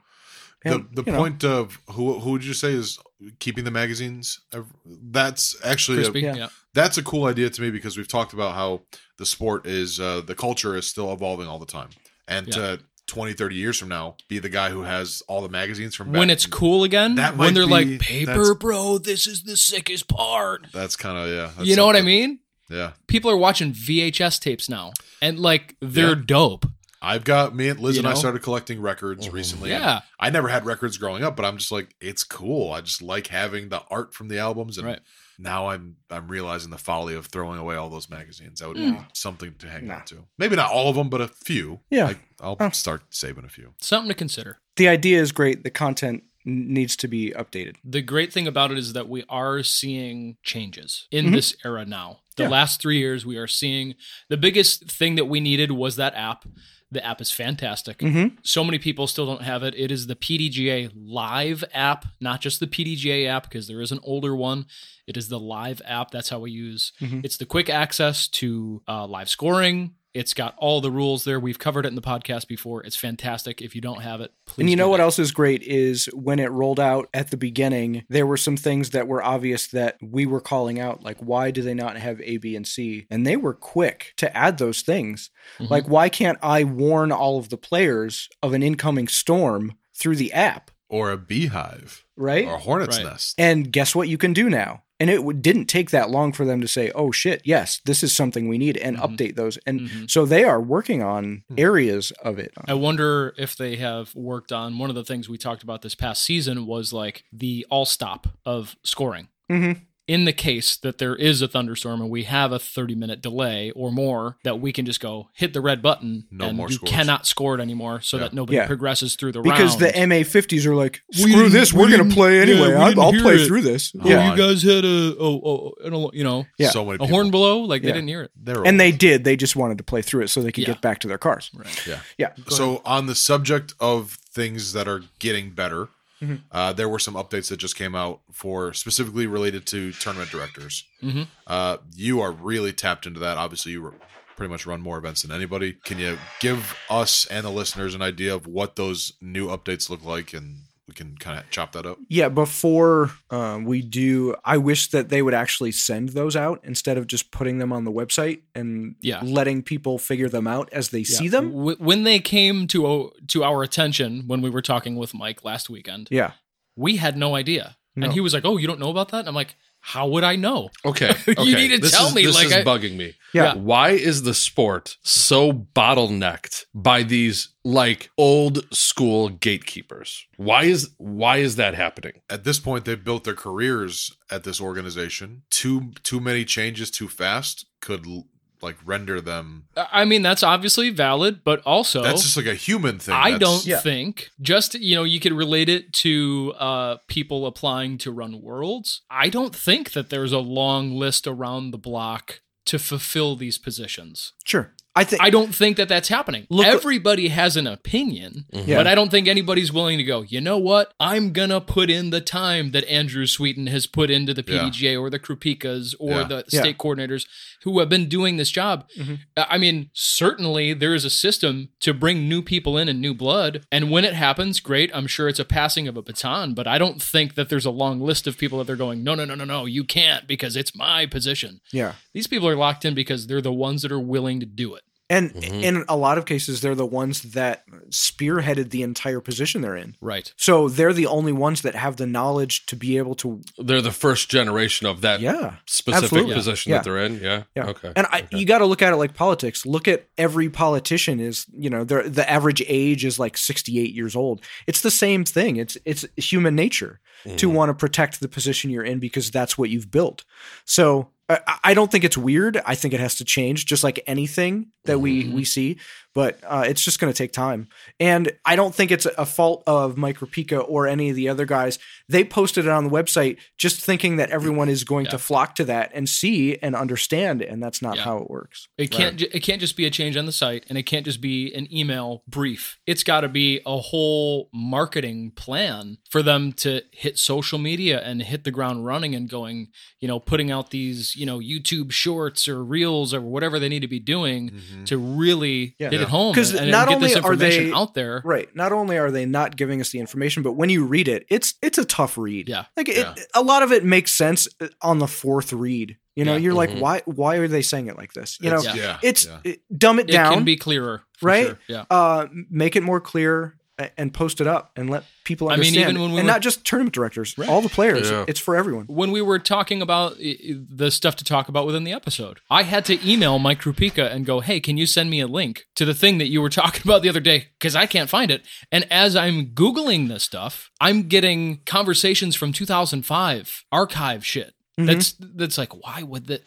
Speaker 1: And,
Speaker 2: the the
Speaker 1: you know,
Speaker 2: point of who who would you say is keeping the magazines? ev- That's actually a-
Speaker 3: Crispy, Yeah. yeah.
Speaker 2: that's a cool idea to me because we've talked about how the sport is uh, the culture is still evolving all the time, and
Speaker 3: Yeah.
Speaker 2: to 20, 30 years from now, be the guy who has all the magazines from
Speaker 3: when
Speaker 2: back-
Speaker 3: it's cool again,
Speaker 2: That
Speaker 3: when
Speaker 2: might
Speaker 3: they're
Speaker 2: be-
Speaker 3: like
Speaker 2: that's-
Speaker 3: paper, bro, this is the sickest part.
Speaker 2: That's kind of yeah. that's
Speaker 3: you know what I
Speaker 2: something.
Speaker 3: mean?
Speaker 2: Yeah.
Speaker 3: People are watching VHS tapes now, and like they're
Speaker 2: Yeah.
Speaker 3: dope.
Speaker 2: I've got me and Liz
Speaker 3: You
Speaker 2: and I
Speaker 3: know?
Speaker 2: started collecting records
Speaker 1: Mm-hmm.
Speaker 2: recently.
Speaker 3: Yeah.
Speaker 2: I never had records growing up, but I'm just like, it's cool. I just like having the art from the albums, and
Speaker 3: Right.
Speaker 2: now I'm I'm realizing the folly of throwing away all those magazines. That would be
Speaker 3: Mm.
Speaker 2: something to hang
Speaker 1: Nah.
Speaker 2: on to. Maybe not all of them, but a few.
Speaker 1: Yeah.
Speaker 2: I, I'll
Speaker 1: Oh.
Speaker 2: start saving a few.
Speaker 3: Something to consider.
Speaker 1: the idea is great. The content n- needs to be updated.
Speaker 3: The great thing about it is that we are seeing changes in
Speaker 1: Mhm.
Speaker 3: this era now. The
Speaker 1: Yeah.
Speaker 3: last three years, we are seeing the biggest thing that we needed was that app. The app is fantastic.
Speaker 1: Mhm.
Speaker 3: So many people still don't have it. It is the PDGA Live app, not just the PDGA app, because there is an older one. It is the Live app. That's how we use.
Speaker 1: Mhm.
Speaker 3: It's the quick access to uh, live scoring. It's got all the rules there. We've covered it in the podcast before. It's fantastic. If you don't have it, please.
Speaker 1: and you
Speaker 3: do
Speaker 1: know what else is great is when it rolled out at the beginning, there were some things that were obvious that we were calling out, like why do they not have A, B, and C? And they were quick to add those things.
Speaker 3: Mhm.
Speaker 1: Like, why can't I warn all of the players of an incoming storm through the app?
Speaker 2: Or a beehive.
Speaker 1: Right?
Speaker 3: Oh.
Speaker 2: Or a hornet's
Speaker 3: Right.
Speaker 2: nest.
Speaker 1: And guess what you can do now? And it w- didn't take that long for them to say, oh shit, yes, this is something we need and
Speaker 3: Mm-hmm.
Speaker 1: update those. And so they are working on areas of it.
Speaker 3: I wonder if they have worked on one of the things we talked about this past season was like the all stop of scoring.
Speaker 1: Mhm.
Speaker 3: In the case that there is a thunderstorm and we have a 30 minute delay or more, that we can just go hit the red button
Speaker 2: No
Speaker 3: and
Speaker 2: more
Speaker 3: you
Speaker 2: scores.
Speaker 3: cannot score it anymore so that nobody
Speaker 1: Yeah.
Speaker 3: progresses through the
Speaker 1: Because
Speaker 3: round. Oh,
Speaker 1: the MA50s are like,
Speaker 3: We
Speaker 1: screw
Speaker 3: didn't-
Speaker 1: this,
Speaker 3: we
Speaker 1: we're going
Speaker 3: didn't-
Speaker 1: to play
Speaker 3: yeah,
Speaker 1: anyway.
Speaker 3: we
Speaker 1: I'll,
Speaker 3: didn't
Speaker 1: I'll
Speaker 3: hear
Speaker 1: play
Speaker 3: it."
Speaker 1: through this.
Speaker 3: Oh, you guys had a oh oh, an al- you know
Speaker 1: Yeah.
Speaker 2: So many
Speaker 3: a horn blow like
Speaker 1: Yeah.
Speaker 3: they didn't hear it.
Speaker 2: They're
Speaker 1: And they did. They just wanted to play through it so they could
Speaker 3: Yeah.
Speaker 1: get back to their cars.
Speaker 3: Right.
Speaker 2: Yeah.
Speaker 1: Yeah.
Speaker 2: So on the subject of things that are getting better,
Speaker 3: Mm-hmm.
Speaker 1: Mhm.
Speaker 2: uh, there were some updates that just came out for specifically related to tournament directors.
Speaker 3: Mhm.
Speaker 2: Uh, you are really tapped into that. Obviously, you were pretty much run more events than anybody. Can you give us and the listeners an idea of what those new updates look like, and we can kind of chop that up?
Speaker 1: Yeah, before um, we do, I wish that they would actually send those out instead of just putting them on the website and
Speaker 3: Yeah.
Speaker 1: letting people figure them out as they
Speaker 3: Yeah.
Speaker 1: see them.
Speaker 3: Wh- when they came to o- to our attention when we were talking with Mike last weekend.
Speaker 1: Yeah.
Speaker 3: we had no idea.
Speaker 1: No.
Speaker 3: And he was like, "Oh, you don't know about that?" And I'm like, "How would I know?"
Speaker 1: [laughs]
Speaker 4: Okay.
Speaker 3: You
Speaker 4: okay.
Speaker 3: need to
Speaker 4: this
Speaker 3: tell
Speaker 4: is,
Speaker 3: me,
Speaker 4: This
Speaker 3: like,
Speaker 4: is
Speaker 3: I-
Speaker 4: bugging me.
Speaker 1: Yeah.
Speaker 4: Why is the sport so bottlenecked by these like old school gatekeepers? Why is why is that happening?
Speaker 2: At this point, they've built their careers at this organization. Too too many changes too fast could l- like render them.
Speaker 3: I I mean, that's obviously valid, but also
Speaker 2: That's just like a human thing.
Speaker 3: I
Speaker 2: That's-
Speaker 3: don't think just you know you could relate it to uh, people applying to run worlds. I don't think that there's a long list around the block to fulfill these positions.
Speaker 1: Sure. I think
Speaker 3: I don't think that that's happening.
Speaker 1: Look-
Speaker 3: Everybody has an opinion,
Speaker 1: Yeah.
Speaker 3: but I don't think anybody's willing to go, you know what? I'm going to put in the time that Andrew Sweeten has put into the
Speaker 2: Yeah.
Speaker 3: PDGA or the Krupikas or
Speaker 2: Yeah.
Speaker 3: the
Speaker 1: Yeah.
Speaker 3: state coordinators who have been doing this job. Uh, I I mean, certainly there is a system to bring new people in and new blood. And when it happens, great. I'm sure it's a passing of a baton, but I don't think that there's a long list of people that they're going, no, no, no, no, no, you can't because it's my position.
Speaker 1: Yeah.
Speaker 3: These people are locked in because they're the ones that are willing to do it.
Speaker 1: And in a lot of cases, they're the ones that spearheaded the entire position they're in.
Speaker 3: Right.
Speaker 1: So they're the only ones that have the knowledge to be able to
Speaker 4: They're the first generation of that
Speaker 1: Yeah,
Speaker 4: specific
Speaker 1: absolutely.
Speaker 4: position
Speaker 1: Yeah.
Speaker 4: that they're in. Yeah.
Speaker 1: Yeah.
Speaker 4: Okay.
Speaker 1: And I, you got to look at it like politics. Look at every politician is, you know, their the average age is like 68 years old. It's the same thing. It's it's human nature to
Speaker 4: Mm-hmm.
Speaker 14: Mhm.
Speaker 1: want to protect the position you're in because that's what you've built. So I, I don't think it's weird. I think it has to change, just like anything that we
Speaker 4: Mm-hmm.
Speaker 1: we see. But uh, it's just going to take time. And I don't think it's a fault of Mike Repica or any of the other guys. They posted it on the website just thinking that everyone is going to flock to that and see and understand, and that's not how it works.
Speaker 3: It can't. ju- It can't just be a change on the site, and it can't just be an email brief. It's got to be a whole marketing plan for them to hit social media and hit the ground running and going. You know, putting out these you know YouTube shorts or reels or whatever they need to be doing
Speaker 1: Mm-hmm.
Speaker 3: to really hit it home.
Speaker 1: Because
Speaker 3: and- and
Speaker 1: not
Speaker 3: get
Speaker 1: only
Speaker 3: this
Speaker 1: are
Speaker 3: information
Speaker 1: they
Speaker 3: out there,
Speaker 1: right? Not only are they not giving us the information, but when you read it, it's it's a tough read.
Speaker 3: Yeah,
Speaker 1: like it, a lot of it makes sense uh, on the fourth read. You know,
Speaker 3: Yeah.
Speaker 1: you're like,
Speaker 3: Mhm.
Speaker 1: why why are they saying it like this? You
Speaker 3: It's-
Speaker 1: know,
Speaker 3: yeah.
Speaker 1: it's
Speaker 3: Yeah.
Speaker 1: it- dumb it,
Speaker 3: It
Speaker 1: down.
Speaker 3: can be clearer, for
Speaker 1: right?
Speaker 3: sure. Yeah.
Speaker 1: uh, make it more clear a- and post it up and let people
Speaker 3: I mean,
Speaker 1: understand.
Speaker 3: even when we
Speaker 1: and
Speaker 3: were-
Speaker 1: not just tournament directors, all the players.
Speaker 3: Yeah.
Speaker 1: It's for everyone.
Speaker 3: when we were talking about i- i- the stuff to talk about within the episode, I had to email Mike Krupika and go, "Hey, can you send me a link to the thing that you were [laughs] talking about the other day? Because I can't find it." And as I'm googling this stuff, I'm getting conversations from 2005 archive shit.
Speaker 14: Mhm.
Speaker 3: That's that's like, why would that?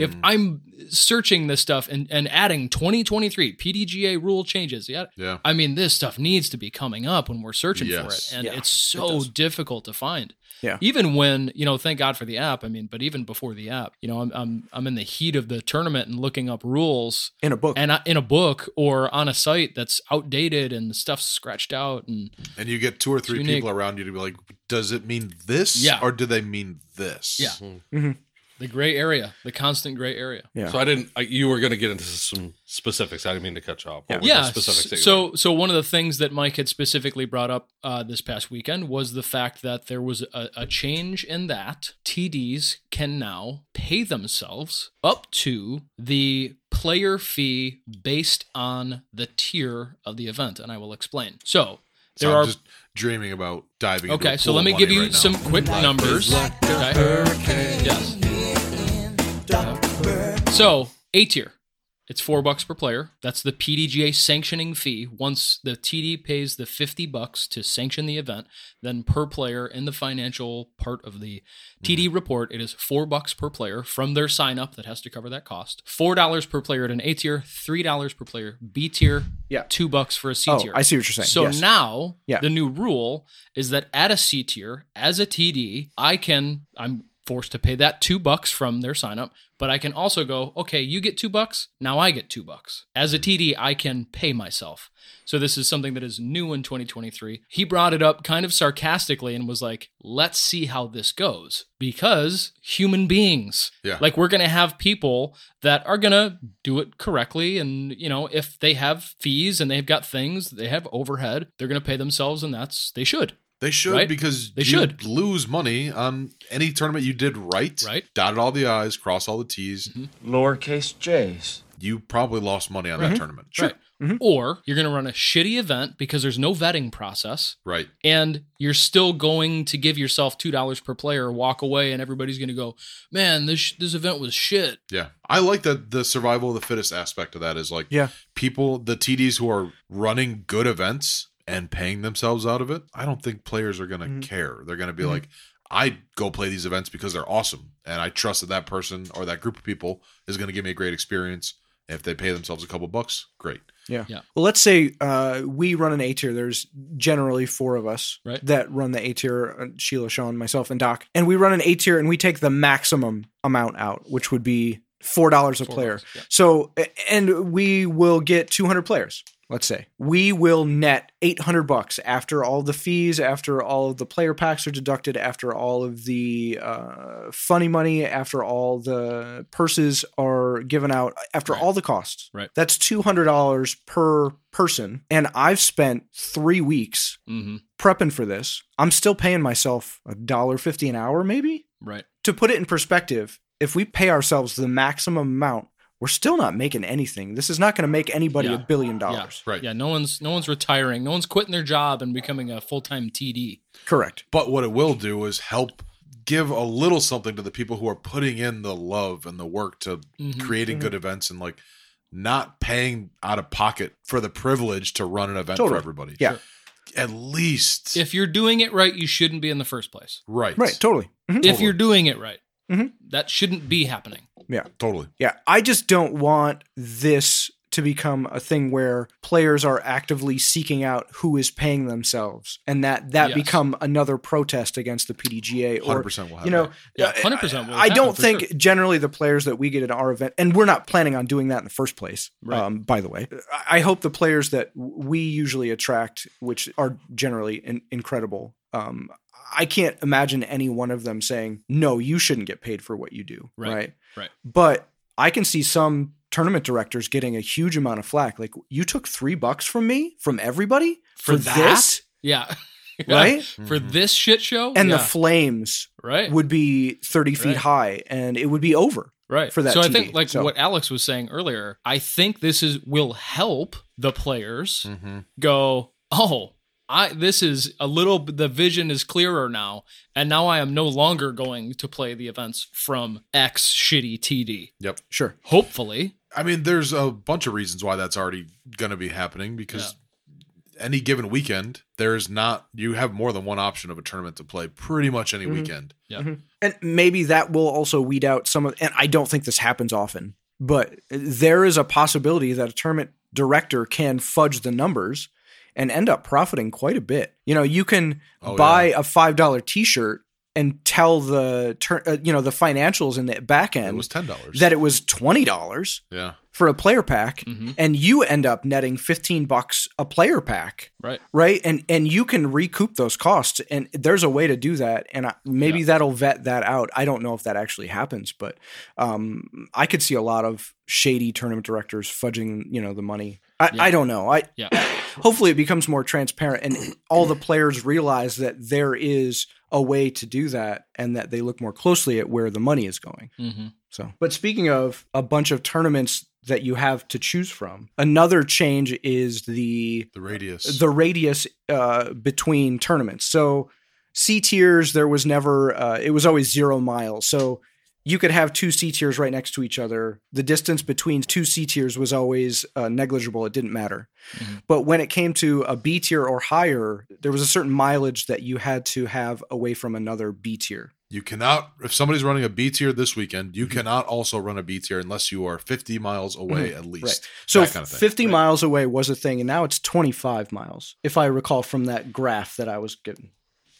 Speaker 3: If
Speaker 2: Hmm.
Speaker 3: I'm searching this stuff and, and adding 2023 PDGA rule changes, yeah,
Speaker 2: Yeah.
Speaker 3: I mean this stuff needs to be coming up when we're searching
Speaker 2: Yes.
Speaker 3: for it, and
Speaker 2: Yeah,
Speaker 3: it's
Speaker 2: it
Speaker 3: so difficult to find.
Speaker 1: Yeah.
Speaker 3: Even when you know, thank God for the app. I mean, but even before the app, you know, I'm I'm I'm in the heat of the tournament and looking up rules
Speaker 1: in a book
Speaker 3: and I, in a book or on a site that's outdated and stuff's scratched out and
Speaker 2: And you get two or three
Speaker 3: unique.
Speaker 2: people around you to be like, does it mean this?
Speaker 3: Yeah.
Speaker 2: Or do they mean this?
Speaker 3: Yeah. the gray area, the constant gray area.
Speaker 4: So I didn't. I, you were going to get into some specifics. I didn't mean to cut you off. What were the
Speaker 3: yeah.
Speaker 4: specifics that
Speaker 3: s-
Speaker 4: you
Speaker 3: So, so one of the things that Mike had specifically brought up uh, this past weekend was the fact that there was a, a change in that TDs can now pay themselves up to the player fee based on the tier of the event, and I will explain. So.
Speaker 2: So
Speaker 3: There
Speaker 2: I'm
Speaker 3: are
Speaker 2: just dreaming about diving. into
Speaker 3: Okay,
Speaker 2: a
Speaker 3: so
Speaker 2: pool
Speaker 3: let
Speaker 2: of
Speaker 3: me
Speaker 2: money
Speaker 3: give you
Speaker 2: right now.
Speaker 3: some quick numbers. okay. Yes. So A tier, it's four bucks per player. That's the PDGA sanctioning fee. Once the TD pays the fifty bucks to sanction the event, then per player in the financial part of the
Speaker 1: Mm-hmm.
Speaker 3: TD report, it is four bucks per player from their sign up that has to cover that cost. Four dollars per player at an A tier, three dollars per player B tier,
Speaker 1: yeah,
Speaker 3: two bucks for a C
Speaker 1: Oh,
Speaker 3: tier.
Speaker 1: I see what you're saying.
Speaker 3: So
Speaker 1: Yes.
Speaker 3: now
Speaker 1: Yeah.
Speaker 3: the new rule is that at a C tier, as a TD, I can I'm forced to pay that two bucks from their sign up, but I can also go, okay, you get two bucks, now I get two bucks. As a TD, I can pay myself. So this is something that is new in 2023. He brought it up kind of sarcastically and was like, let's see how this goes. Because human beings.
Speaker 2: Yeah.
Speaker 3: Like we're gonna have people that are gonna do it correctly. And you know, if they have fees and they've got things, they have overhead, they're gonna pay themselves and that's they should.
Speaker 2: They should
Speaker 3: Right?
Speaker 2: because
Speaker 3: They
Speaker 2: you
Speaker 3: should.
Speaker 2: lose money on any tournament you did right.
Speaker 3: Right. Mm-hmm.
Speaker 2: Dotted all the I's, cross all the T's. Lowercase J's. You probably lost money on that
Speaker 3: Right.
Speaker 2: tournament.
Speaker 3: Mm-hmm. Right. Or you're going to run a shitty event because there's no vetting process.
Speaker 2: Right.
Speaker 3: And you're still going to give yourself $2 per player, walk away, and everybody's going to go, man, this, this event was shit.
Speaker 2: Yeah. I like that the survival of the fittest aspect of that is like
Speaker 1: Yeah.
Speaker 2: people, the TDs who are running good events and paying themselves out of it. I don't think players are going to care. They're going to be
Speaker 1: Mhm.
Speaker 2: like, I go play these events because they're awesome. And I trust that that person or that group of people is going to give me a great experience. If they pay themselves a couple bucks, great.
Speaker 1: Yeah.
Speaker 3: Yeah.
Speaker 1: Well, let's say uh, we run an A tier. There's generally four of us
Speaker 3: Right.
Speaker 1: that run the A tier uh, Sheila, Sean, myself, and Doc. And we run an A tier and we take the maximum amount out, which would be $4 a player. So, a- and we will get 200 players. Let's say we will net 800 bucks after all the fees, after all of the player packs are deducted, after all of the uh, funny money, after all the purses are given out, after all the costs.
Speaker 3: Right.
Speaker 1: That's $200 per person. And I've spent three weeks
Speaker 3: Mm-hmm.
Speaker 1: prepping for this. I'm still paying myself a dollar fifty an hour, maybe?
Speaker 3: Right.
Speaker 1: To put it in perspective, if we pay ourselves the maximum amount, we're still not making anything. This is not going to make anybody a billion dollars.
Speaker 3: Yeah, right. Yeah, no one's no one's retiring. No one's quitting their job and becoming a full time TD.
Speaker 1: Correct.
Speaker 2: But what it will do is help give a little something to the people who are putting in the love and the work to
Speaker 3: Mhm.
Speaker 2: creating good
Speaker 1: Mm-hmm.
Speaker 2: events and like not paying out of pocket for the privilege to run an event for
Speaker 3: Totally.
Speaker 2: everybody.
Speaker 3: Yeah. Sure.
Speaker 2: At least
Speaker 3: If you're doing it right, you shouldn't be in the first place.
Speaker 2: Right.
Speaker 1: Right. Totally. Mhm.
Speaker 3: If
Speaker 1: Totally.
Speaker 3: you're doing it right,
Speaker 1: Mhm.
Speaker 3: that shouldn't be happening.
Speaker 1: Yeah.
Speaker 2: Totally.
Speaker 1: Yeah. I just don't want this to become a thing where players are actively seeking out who is paying themselves and that that
Speaker 3: Yes.
Speaker 1: become another protest against the PDGA or
Speaker 2: 100% will happen.
Speaker 1: you know
Speaker 3: Yeah, 100% will
Speaker 1: I
Speaker 3: happen
Speaker 1: don't
Speaker 3: for
Speaker 1: think
Speaker 3: sure.
Speaker 1: generally the players that we get at our event and we're not planning on doing that in the first place
Speaker 3: Right.
Speaker 1: um, by the way I- I hope the players that we usually attract which are generally in- incredible um, I can't imagine any one of them saying no you shouldn't get paid for what you do
Speaker 3: Right.
Speaker 1: right?
Speaker 3: Right.
Speaker 1: but I can see some tournament directors getting a huge amount of flack. Like, you took three bucks from me, from everybody, for, this,
Speaker 3: Yeah. [laughs]
Speaker 1: Right?
Speaker 3: For
Speaker 2: Mm-hmm.
Speaker 3: this shit show?
Speaker 1: and the
Speaker 3: Yeah.
Speaker 1: flames
Speaker 3: Right.
Speaker 1: would be thirty feet
Speaker 3: Right.
Speaker 1: high, and it would be over.
Speaker 3: right
Speaker 1: for that.
Speaker 3: so i
Speaker 1: TV.
Speaker 3: think like
Speaker 1: So-
Speaker 3: what alex was saying earlier i think this is will help the players
Speaker 2: Mm-hmm.
Speaker 3: go oh i this is a little the vision is clearer now and now i am no longer going to play the events from x shitty td
Speaker 2: Yep.
Speaker 1: Sure.
Speaker 3: hopefully
Speaker 2: I mean, there's a bunch of reasons why that's already going to be happening because any given weekend, there's not, you have more than one option of a tournament to play pretty much any
Speaker 1: Mhm.
Speaker 2: weekend.
Speaker 3: Yeah.
Speaker 1: And maybe that will also weed out some of, and I don't think this happens often, but there is a possibility that a tournament director can fudge the numbers and end up profiting quite a bit. You know, you can
Speaker 2: Oh,
Speaker 1: buy a $5 t shirt and tell the, tur- uh, you know, the financials in the back end
Speaker 2: It was $10.
Speaker 1: that it was $20
Speaker 2: yeah.
Speaker 1: for a player pack and you end up netting 15 bucks a player pack
Speaker 3: right
Speaker 1: right and and you can recoup those costs and there's a way to do that and I, maybe that'll vet that out i don't know if that actually happens but um i could see a lot of shady tournament directors fudging you know the money i,
Speaker 3: Yeah.
Speaker 1: I don't know i
Speaker 3: Yeah.
Speaker 1: [coughs] hopefully it becomes more transparent and all the players realize that there is a way to do that and that they look more closely at where the money is going
Speaker 3: mm-hmm.
Speaker 1: so, but speaking of a bunch of tournaments that you have to choose from, another change is the
Speaker 2: The radius.
Speaker 1: the radius uh, between tournaments. So, C tiers there was never uh, it was always zero miles. So you could have two C tiers right next to each other. The distance between two C tiers was always uh, negligible. It didn't matter.
Speaker 2: Mm-hmm.
Speaker 1: But when it came to a B tier or higher, there was a certain mileage that you had to have away from another B tier.
Speaker 2: You cannot, if somebody's running a B tier this weekend, you
Speaker 3: Mm-hmm.
Speaker 2: cannot also run a B tier unless you are 50 miles away
Speaker 1: Mhm.
Speaker 2: at least.
Speaker 1: Right. So
Speaker 2: That kind of thing.
Speaker 1: 50 miles away was a thing, and now it's 25 miles, if I recall from that graph that I was getting.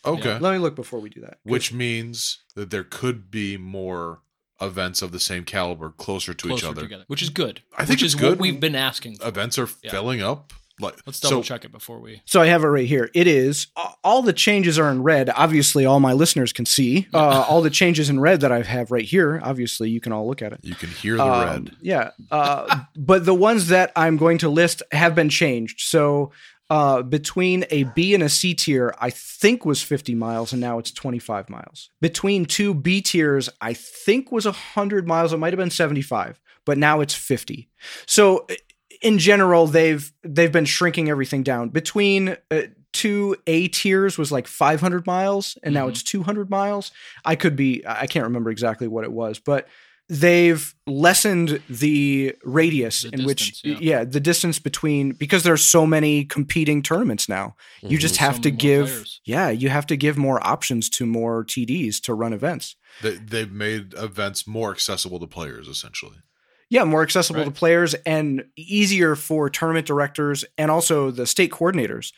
Speaker 2: Okay.
Speaker 1: Let me look before we do that.
Speaker 2: Which means that there could be more events of the same caliber closer to each
Speaker 3: closer
Speaker 2: other.
Speaker 3: together which is good
Speaker 2: I think
Speaker 3: which
Speaker 2: it's
Speaker 3: is
Speaker 2: good.
Speaker 3: what we've been asking for.
Speaker 2: Events are
Speaker 3: Yeah.
Speaker 2: filling up. Like,
Speaker 3: let's
Speaker 2: so-
Speaker 3: double check it before we
Speaker 1: So I have it right here. It is uh, all the changes are in red. Obviously, all my listeners can see uh, all the changes in red that I have right here. Obviously, you can all look at it.
Speaker 2: You can hear the
Speaker 1: Um,
Speaker 2: red.
Speaker 1: Yeah. Uh, but the ones that I'm going to list have been changed. So uh, between a B and a C tier, I think was 50 miles, and now it's 25 miles. Between two B tiers, I think was 100 miles. It might have been 75, but now it's 50. So i- in general, they've they've been shrinking everything down. Between uh, two A tiers was like 500 miles, and now it's 200 miles. I could be I can't remember exactly what it was, but they've lessened the radius in which yeah. the distance between because there's so many competing tournaments now you
Speaker 2: Mhm.
Speaker 1: just
Speaker 2: So
Speaker 1: have to
Speaker 2: many more
Speaker 1: give
Speaker 2: players.
Speaker 1: yeah you have to give more options to more tds to run events
Speaker 2: They, they've made events more accessible to players, essentially.
Speaker 1: yeah more accessible to players and easier for tournament directors and also the state coordinators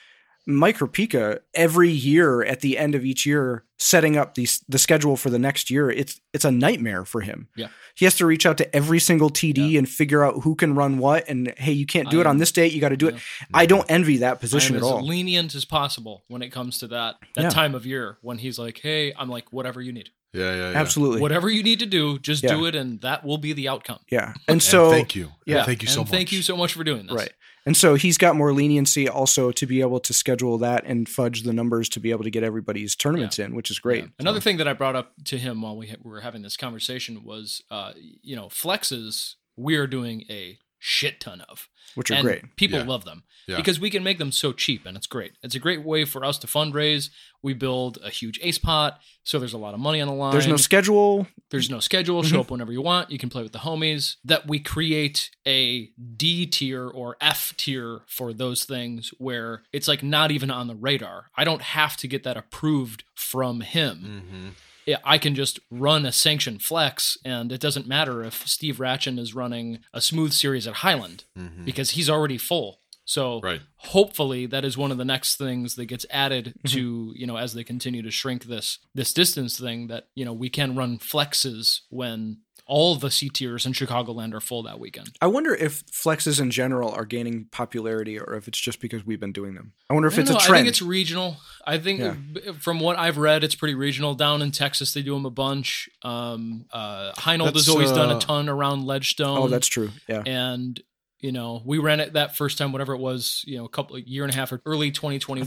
Speaker 1: Mike Rapika every year at the end of each year setting up the the schedule for the next year it's it's a nightmare for him
Speaker 3: yeah
Speaker 1: He has to reach out to every single TD and figure out who can run what. And hey, you can't do
Speaker 3: I
Speaker 1: it on
Speaker 3: am-
Speaker 1: this date. You got to do it. I don't envy that position
Speaker 3: I
Speaker 1: at
Speaker 3: am as
Speaker 1: all.
Speaker 3: lenient as possible when it comes to that that
Speaker 1: Yeah.
Speaker 3: time of year when he's like hey i'm like whatever you need
Speaker 2: Yeah, yeah, yeah.
Speaker 1: Absolutely.
Speaker 3: Whatever you need to do, just
Speaker 1: Yeah.
Speaker 3: do it, and that will be the outcome.
Speaker 1: Yeah. And so
Speaker 2: thank you.
Speaker 1: Yeah.
Speaker 2: Thank you so
Speaker 3: And Thank you so much for doing this.
Speaker 1: Right. And so he's got more leniency also to be able to schedule that and fudge the numbers to be able to get everybody's tournaments in, which is great.
Speaker 3: Another thing that I brought up to him while we ha- were having this conversation was, uh, you know, flexes we are doing a shit ton of,
Speaker 1: Which are
Speaker 3: And
Speaker 1: great.
Speaker 3: People
Speaker 1: Yeah.
Speaker 3: love them
Speaker 1: Yeah.
Speaker 3: because we can make them so cheap, and it's great. It's a great way for us to fundraise. We build a huge ace pot, so there's a lot of money on the line.
Speaker 1: There's no schedule.
Speaker 3: There's no schedule. Show up whenever you want. You can play with the homies. That we create a D tier or F tier for those things where it's like not even on the radar. I don't have to get that approved from him. Yeah, I can just run a sanction flex, and it doesn't matter if Steve Ratchin is running a smooth series at Highland
Speaker 4: Mhm.
Speaker 3: because he's already full. So hopefully that is one of the next things that gets added
Speaker 1: Mm-hmm.
Speaker 3: to you know as they continue to shrink this this distance thing that you know we can run flexes when all the C tiers in Chicagoland are full that weekend.
Speaker 1: I wonder if flexes in general are gaining popularity or if it's just because we've been doing them. I wonder if
Speaker 3: don't
Speaker 1: it's a
Speaker 3: know, I
Speaker 1: trend.
Speaker 3: think it's regional. I think
Speaker 1: Yeah.
Speaker 3: b- from what I've read, it's pretty regional. Down in Texas, they do them a bunch. Um, uh, Heinold
Speaker 1: That's,
Speaker 3: has always done
Speaker 1: uh,
Speaker 3: a ton around Ledgestone.
Speaker 1: Oh, that's true. Yeah.
Speaker 3: and you know we ran it that first time, whatever it was, you know, a couple a year and a half or early 2021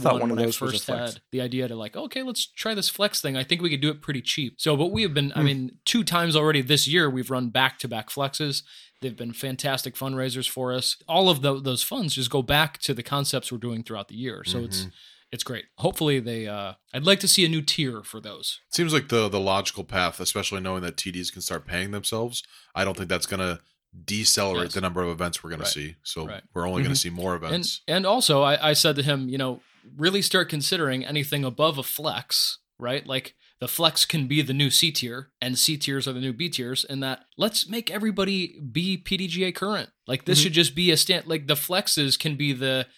Speaker 1: I thought one of
Speaker 3: when I
Speaker 1: those was a
Speaker 3: first
Speaker 1: flex.
Speaker 3: had the idea to like, okay, let's try this flex thing. I think we could do it pretty cheap. So, but we have been, I
Speaker 1: Hmm.
Speaker 3: mean, two times already this year, we've run back to back flexes. They've been fantastic fundraisers for us. All of tho- those funds just go back to the concepts we're doing throughout the year. So it's
Speaker 1: Mm-hmm.
Speaker 2: Mhm.
Speaker 3: it's great. Hopefully they uh I'd like to see a new tier for those.
Speaker 2: Seems like the the logical path, especially knowing that TDs can start paying themselves. I don't think that's going to decelerate the number of events we're going
Speaker 3: Right.
Speaker 2: to see. So
Speaker 3: Right.
Speaker 2: we're only going
Speaker 1: Mhm.
Speaker 2: to see more events.
Speaker 3: And and also I, I said to him, you know, really start considering anything above a flex, right? Like the flex can be the new C tier, and C tiers are the new B tiers, and that let's make everybody be PDGA current. Like this
Speaker 4: Mm-hmm.
Speaker 1: Mhm.
Speaker 3: should just be a stand like the flexes can be the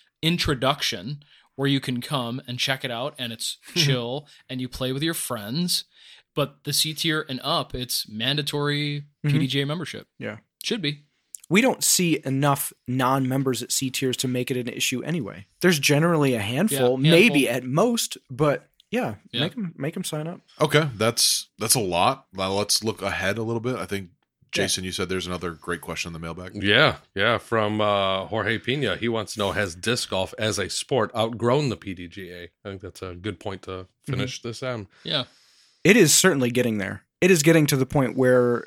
Speaker 3: introduction where you can come and check it out and
Speaker 4: [laughs]
Speaker 3: it's chill and you play with your friends. But the C tier and up, it's mandatory
Speaker 4: Mm-hmm.
Speaker 1: Mhm.
Speaker 3: PDGA membership.
Speaker 1: yeah.
Speaker 3: Should be.
Speaker 1: We don't see enough non members at C tiers to make it an issue anyway. There's generally a handful,
Speaker 2: Yeah,
Speaker 1: maybe
Speaker 2: handful.
Speaker 1: at most, but yeah,
Speaker 2: Yeah.
Speaker 1: make 'em make them sign up.
Speaker 2: Okay, that's that's a lot. Now let's look ahead a little bit. I think Jason, you said there's another great question in the mailbag.
Speaker 4: Yeah, yeah. From uh, Jorge Pina, he wants to know: Has disc golf as a sport outgrown the PDGA? I think that's a good point to
Speaker 1: Mm-hmm.
Speaker 4: finish this um, on.
Speaker 3: Yeah.
Speaker 1: It is certainly getting there. It is getting to the point where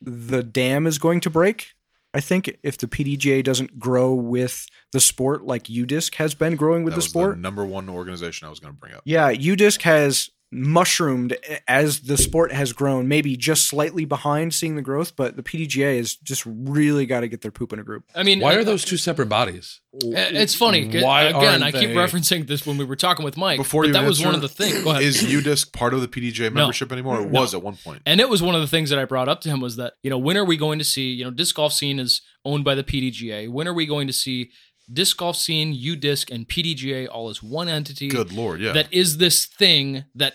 Speaker 1: the dam is going to break. I think if the PDGA doesn't grow with the sport like UDisc has been growing with
Speaker 2: That
Speaker 1: the
Speaker 2: was
Speaker 1: sport,
Speaker 2: number one organization I was going to bring up.
Speaker 1: Yeah, UDisc has mushroomed as the sport has grown, maybe just sligely behind seeing the growth, but the PDGA has just really got to get their poop in a group.
Speaker 3: I mean,
Speaker 4: why
Speaker 3: uh,
Speaker 4: are those two separate bodies?
Speaker 3: It's funny. 'cause,
Speaker 4: Why
Speaker 3: again,
Speaker 4: aren't
Speaker 3: I keep
Speaker 4: they-
Speaker 3: referencing this when we were talking with Mike.
Speaker 2: Before
Speaker 3: but
Speaker 2: you
Speaker 3: that was one of
Speaker 2: answer,
Speaker 3: the
Speaker 2: [laughs]
Speaker 3: things. Go ahead.
Speaker 2: Is UDisc part of the PDJ
Speaker 3: No.
Speaker 2: membership anymore? It
Speaker 3: No.
Speaker 2: was at one point.
Speaker 3: And it was one of the things that I brought up to him was that, you know, when are we going to see, you know, disc golf scene is owned by the PDGA. When are we going to see disc golf scene, U disc, and PDGA all as one entity?
Speaker 2: Good lord, yeah.
Speaker 3: That is this thing that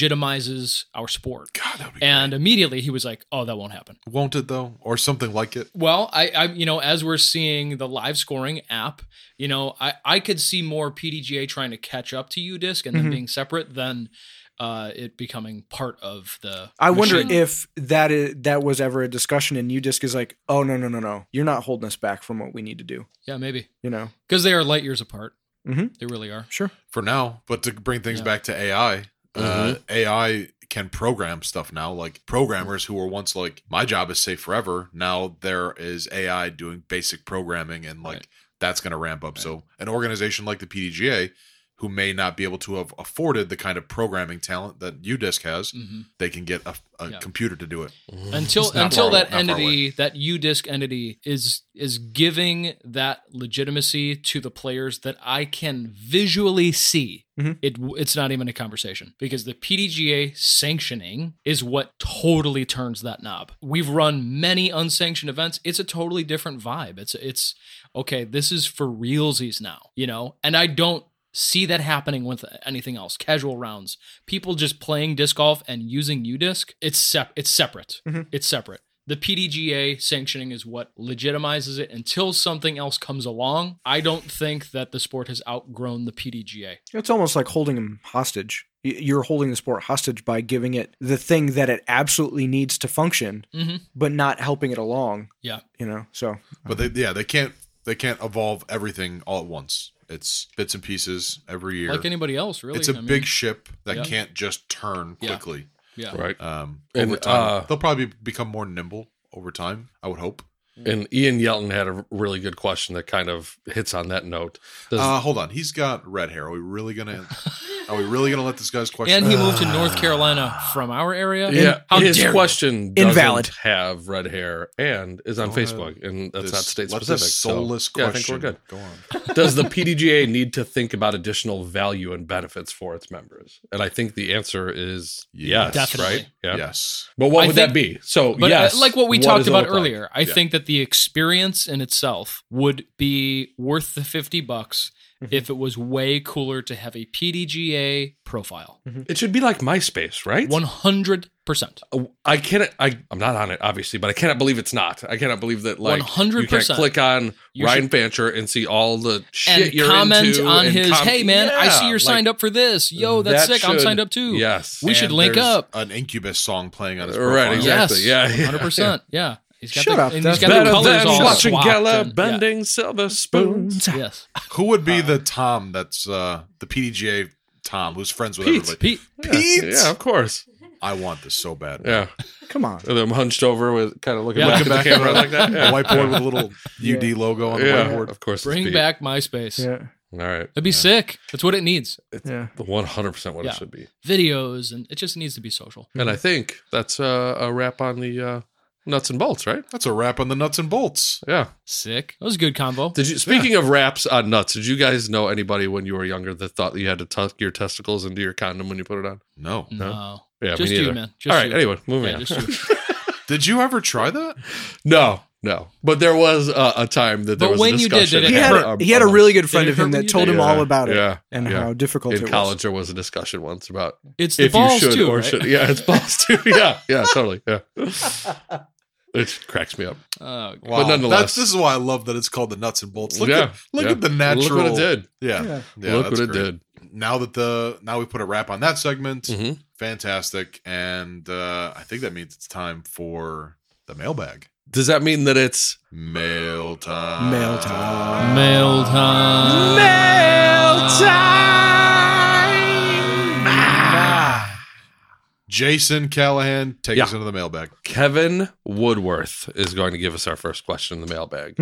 Speaker 3: legitimizes our sport. God,
Speaker 2: that'd
Speaker 3: be And immediately he was like, oh, that won't happen.
Speaker 2: Won't it though, or something like it?
Speaker 3: Well, I, I, you know, as we're seeing the live scoring app, you know, I, I could see more PDGA trying to catch up to UDisc and
Speaker 1: Mhm.
Speaker 3: them being separate than uh, it becoming part of the.
Speaker 1: I wonder
Speaker 3: machine.
Speaker 1: if that is, that was ever a discussion and UDisc is like, "Oh no, no, no, no. You're not holding us back from what we need to do."
Speaker 3: Yeah, maybe
Speaker 1: You know.
Speaker 3: because they are light years apart.
Speaker 1: Mhm.
Speaker 3: They really are.
Speaker 1: Sure.
Speaker 2: for now. But to bring things
Speaker 3: Yeah.
Speaker 2: back to AI, uh,
Speaker 3: Mhm.
Speaker 2: AI can program stuff now. Like programmers who were once like, my job is safe forever. Now there is AI doing basic programming, and like that's going to ramp up. So an organization like the PDGA, who may not be able to have afforded the kind of programming talent that UDisc has,
Speaker 3: Mhm.
Speaker 2: they can get a, a
Speaker 3: Yeah.
Speaker 2: computer to do it.
Speaker 3: until
Speaker 2: Mm-hmm. It's not
Speaker 3: until
Speaker 2: far-
Speaker 3: that
Speaker 2: not far away.
Speaker 3: entity that UDisc entity is is giving that legitimacy to the players that I can visually see.
Speaker 1: Mhm.
Speaker 3: It it's not even a conversation because the PDGA sanctioning is what totally turns that knob. We've run many unsanctioned events. It's a totally different vibe. It's it's okay. This is for realsies now, you know, and I don't. See that happening with anything else? Casual rounds, people just playing disc golf and using UDisc. It's sep- It's separate.
Speaker 1: Mhm.
Speaker 3: It's separate. The PDGA sanctioning is what legitimizes it until something else comes along. I don't think that the sport has outgrown the PDGA.
Speaker 1: It's almost like holding them hostage. Y- You're holding the sport hostage by giving it the thing that it absolutely needs to function,
Speaker 3: Mhm.
Speaker 1: but not helping it along,
Speaker 3: Yeah.
Speaker 1: you know. So,
Speaker 2: But they, yeah, they can't they can't evolve everything all at once. It's bits and pieces every year,
Speaker 3: Like anybody else, really.
Speaker 2: It's a
Speaker 3: I mean-
Speaker 2: big ship that
Speaker 3: Yeah.
Speaker 2: can't just turn
Speaker 3: Yeah.
Speaker 2: quickly.
Speaker 3: Yeah.
Speaker 4: Right.
Speaker 2: Um,
Speaker 4: And,
Speaker 2: over time,
Speaker 4: uh,
Speaker 2: they'll probably become more nimble over time. I would hope.
Speaker 4: And Ian Yelton had a really good question that kind of hits on that note. Does-
Speaker 2: uh, hold on, he's got red hair. Are we really gonna? Are we really gonna let this guy's question?
Speaker 3: And he moved to
Speaker 2: [sighs]
Speaker 3: North Carolina from our area.
Speaker 4: yeah,
Speaker 3: How
Speaker 4: his
Speaker 3: dare you.
Speaker 4: question doesn't
Speaker 3: invalid.
Speaker 4: have red hair and is on
Speaker 2: Go
Speaker 4: Facebook,
Speaker 2: ahead.
Speaker 4: and [laughs] that's
Speaker 2: This-
Speaker 4: not state
Speaker 2: let
Speaker 4: specific.
Speaker 2: this
Speaker 4: so,
Speaker 2: soulless
Speaker 4: yeah, I think we're
Speaker 2: question
Speaker 4: good.
Speaker 2: go
Speaker 4: [laughs]
Speaker 2: on.
Speaker 4: Does the PDGA need to think about additional value and benefits for its members? And I think the answer is yes,
Speaker 3: Definitely.
Speaker 4: right? Yeah.
Speaker 2: Yes.
Speaker 4: But what
Speaker 3: I
Speaker 4: would that
Speaker 3: think-
Speaker 4: be? So,
Speaker 3: but
Speaker 4: yes,
Speaker 3: I- like what we
Speaker 4: what
Speaker 3: talked
Speaker 4: does it
Speaker 3: about
Speaker 4: look like?
Speaker 3: earlier, I
Speaker 4: Yeah.
Speaker 3: think that the experience in itself would be worth the fifty bucks
Speaker 4: Mm-hmm.
Speaker 3: if it was way cooler to have a PDGA profile.
Speaker 4: It should be like MySpace, right?
Speaker 3: One hundred percent.
Speaker 4: I cannot. I I'm not on it, obviously, but I cannot believe it's not. I cannot believe that like you can't
Speaker 3: 100%.
Speaker 4: click on
Speaker 3: You
Speaker 4: Ryan
Speaker 3: should-
Speaker 4: Fancher and see all the shit
Speaker 3: And
Speaker 4: you're
Speaker 3: comment
Speaker 4: into
Speaker 3: on
Speaker 4: and
Speaker 3: his.
Speaker 4: com-
Speaker 3: hey man, I
Speaker 4: Yeah,
Speaker 3: see you're
Speaker 4: like,
Speaker 3: signed up for this. Yo, Oh, that's
Speaker 4: that
Speaker 3: sick. I'm
Speaker 4: should-
Speaker 3: signed up too.
Speaker 4: Yes.
Speaker 3: we should
Speaker 2: And
Speaker 3: link
Speaker 2: there's
Speaker 3: up.
Speaker 2: An Incubus song playing on his profile.
Speaker 4: Right. Exactly. Yeah.
Speaker 3: Yes,
Speaker 4: yeah.
Speaker 3: hundred
Speaker 4: [laughs]
Speaker 3: percent. Yeah, he's got
Speaker 2: Shut
Speaker 3: the,
Speaker 2: up,
Speaker 3: And he's
Speaker 2: that's
Speaker 3: got the
Speaker 2: better
Speaker 3: colors
Speaker 2: than
Speaker 3: all
Speaker 2: watching
Speaker 3: swapped
Speaker 4: Gala
Speaker 3: and- yeah.
Speaker 4: bending silver spoons. [laughs]
Speaker 3: Yes. Uh,
Speaker 2: Who would be the Tom that's uh, the PDGA Tom who's friends with
Speaker 4: Pete.
Speaker 2: everybody?
Speaker 3: Pete.
Speaker 4: Yeah.
Speaker 2: Pete.
Speaker 4: Yeah, of course.
Speaker 2: I want this so bad.
Speaker 4: Yeah.
Speaker 1: Come on.
Speaker 4: And I'm hunched over with kind of looking
Speaker 3: Yeah.
Speaker 4: back
Speaker 2: Looking
Speaker 4: at
Speaker 2: back
Speaker 4: the
Speaker 2: at
Speaker 4: camera like that. Yeah.
Speaker 2: a whiteboard with a
Speaker 4: [laughs]
Speaker 2: little UD logo on the
Speaker 4: Yeah,
Speaker 2: whiteboard.
Speaker 4: Of course. it's
Speaker 3: Bring
Speaker 4: Pete.
Speaker 3: back MySpace.
Speaker 1: Yeah.
Speaker 4: All right.
Speaker 3: That'd be sick. That's what it needs.
Speaker 1: Yeah.
Speaker 4: 100% what
Speaker 3: Yeah. Hmm.
Speaker 4: it should be.
Speaker 3: Videos and it just needs to be social.
Speaker 4: And I think that's uh, a wrap on the uh, nuts and bolts, right?
Speaker 2: That's a wrap on the nuts and bolts.
Speaker 4: Yeah.
Speaker 3: Sick. That was a good combo.
Speaker 4: Did you speaking of wraps on nuts? Did you guys know anybody when you were younger that thought that you had to tuck your testicles into your condom when you put it on?
Speaker 2: No.
Speaker 3: No.
Speaker 4: Yeah,
Speaker 3: Just
Speaker 4: me
Speaker 3: you,
Speaker 4: neither.
Speaker 3: man. Just
Speaker 4: All right.
Speaker 3: you.
Speaker 4: Anyway, moving
Speaker 3: Yeah,
Speaker 4: on.
Speaker 3: just
Speaker 4: [laughs]
Speaker 2: Did you ever try that?
Speaker 4: no, no. But there was uh, a time that there
Speaker 3: But
Speaker 4: was
Speaker 3: when
Speaker 4: a
Speaker 3: you did,
Speaker 4: discussion.
Speaker 3: did it
Speaker 1: He had a,
Speaker 4: Um,
Speaker 1: he had a
Speaker 4: amongst-
Speaker 1: really good friend
Speaker 3: it
Speaker 1: of him
Speaker 3: hurt when
Speaker 1: that
Speaker 3: you
Speaker 1: told
Speaker 3: did
Speaker 1: him
Speaker 3: it?
Speaker 1: all about it
Speaker 4: Yeah,
Speaker 1: and
Speaker 4: yeah.
Speaker 1: how difficult
Speaker 4: in
Speaker 1: it
Speaker 4: college
Speaker 1: was.
Speaker 4: there was a discussion once about
Speaker 3: It's the balls too, right?
Speaker 4: yeah it's balls too [laughs] yeah yeah totally
Speaker 3: [laughs]
Speaker 4: yeah it cracks me up
Speaker 3: Oh, God.
Speaker 4: But nonetheless-
Speaker 2: that's, this is why I love that it's called the nuts and bolts. Look
Speaker 4: Yeah,
Speaker 2: at look
Speaker 4: yeah.
Speaker 2: at the natural.
Speaker 4: Look what it did.
Speaker 2: Yeah,
Speaker 1: Yeah.
Speaker 4: Look
Speaker 2: that's
Speaker 4: what it did.
Speaker 2: Now that the now we put a wrap on that segment,
Speaker 4: Mhm.
Speaker 2: fantastic, and uh, I think that means it's time for the mailbag.
Speaker 4: does that mean that it's
Speaker 2: Mail time.
Speaker 1: Mail time.
Speaker 3: Mail time.
Speaker 2: Ah. Jason Callahan, take
Speaker 4: Yeah.
Speaker 2: us into the mailbag.
Speaker 4: Kevin Woodworth is going to give us our first question in the mailbag.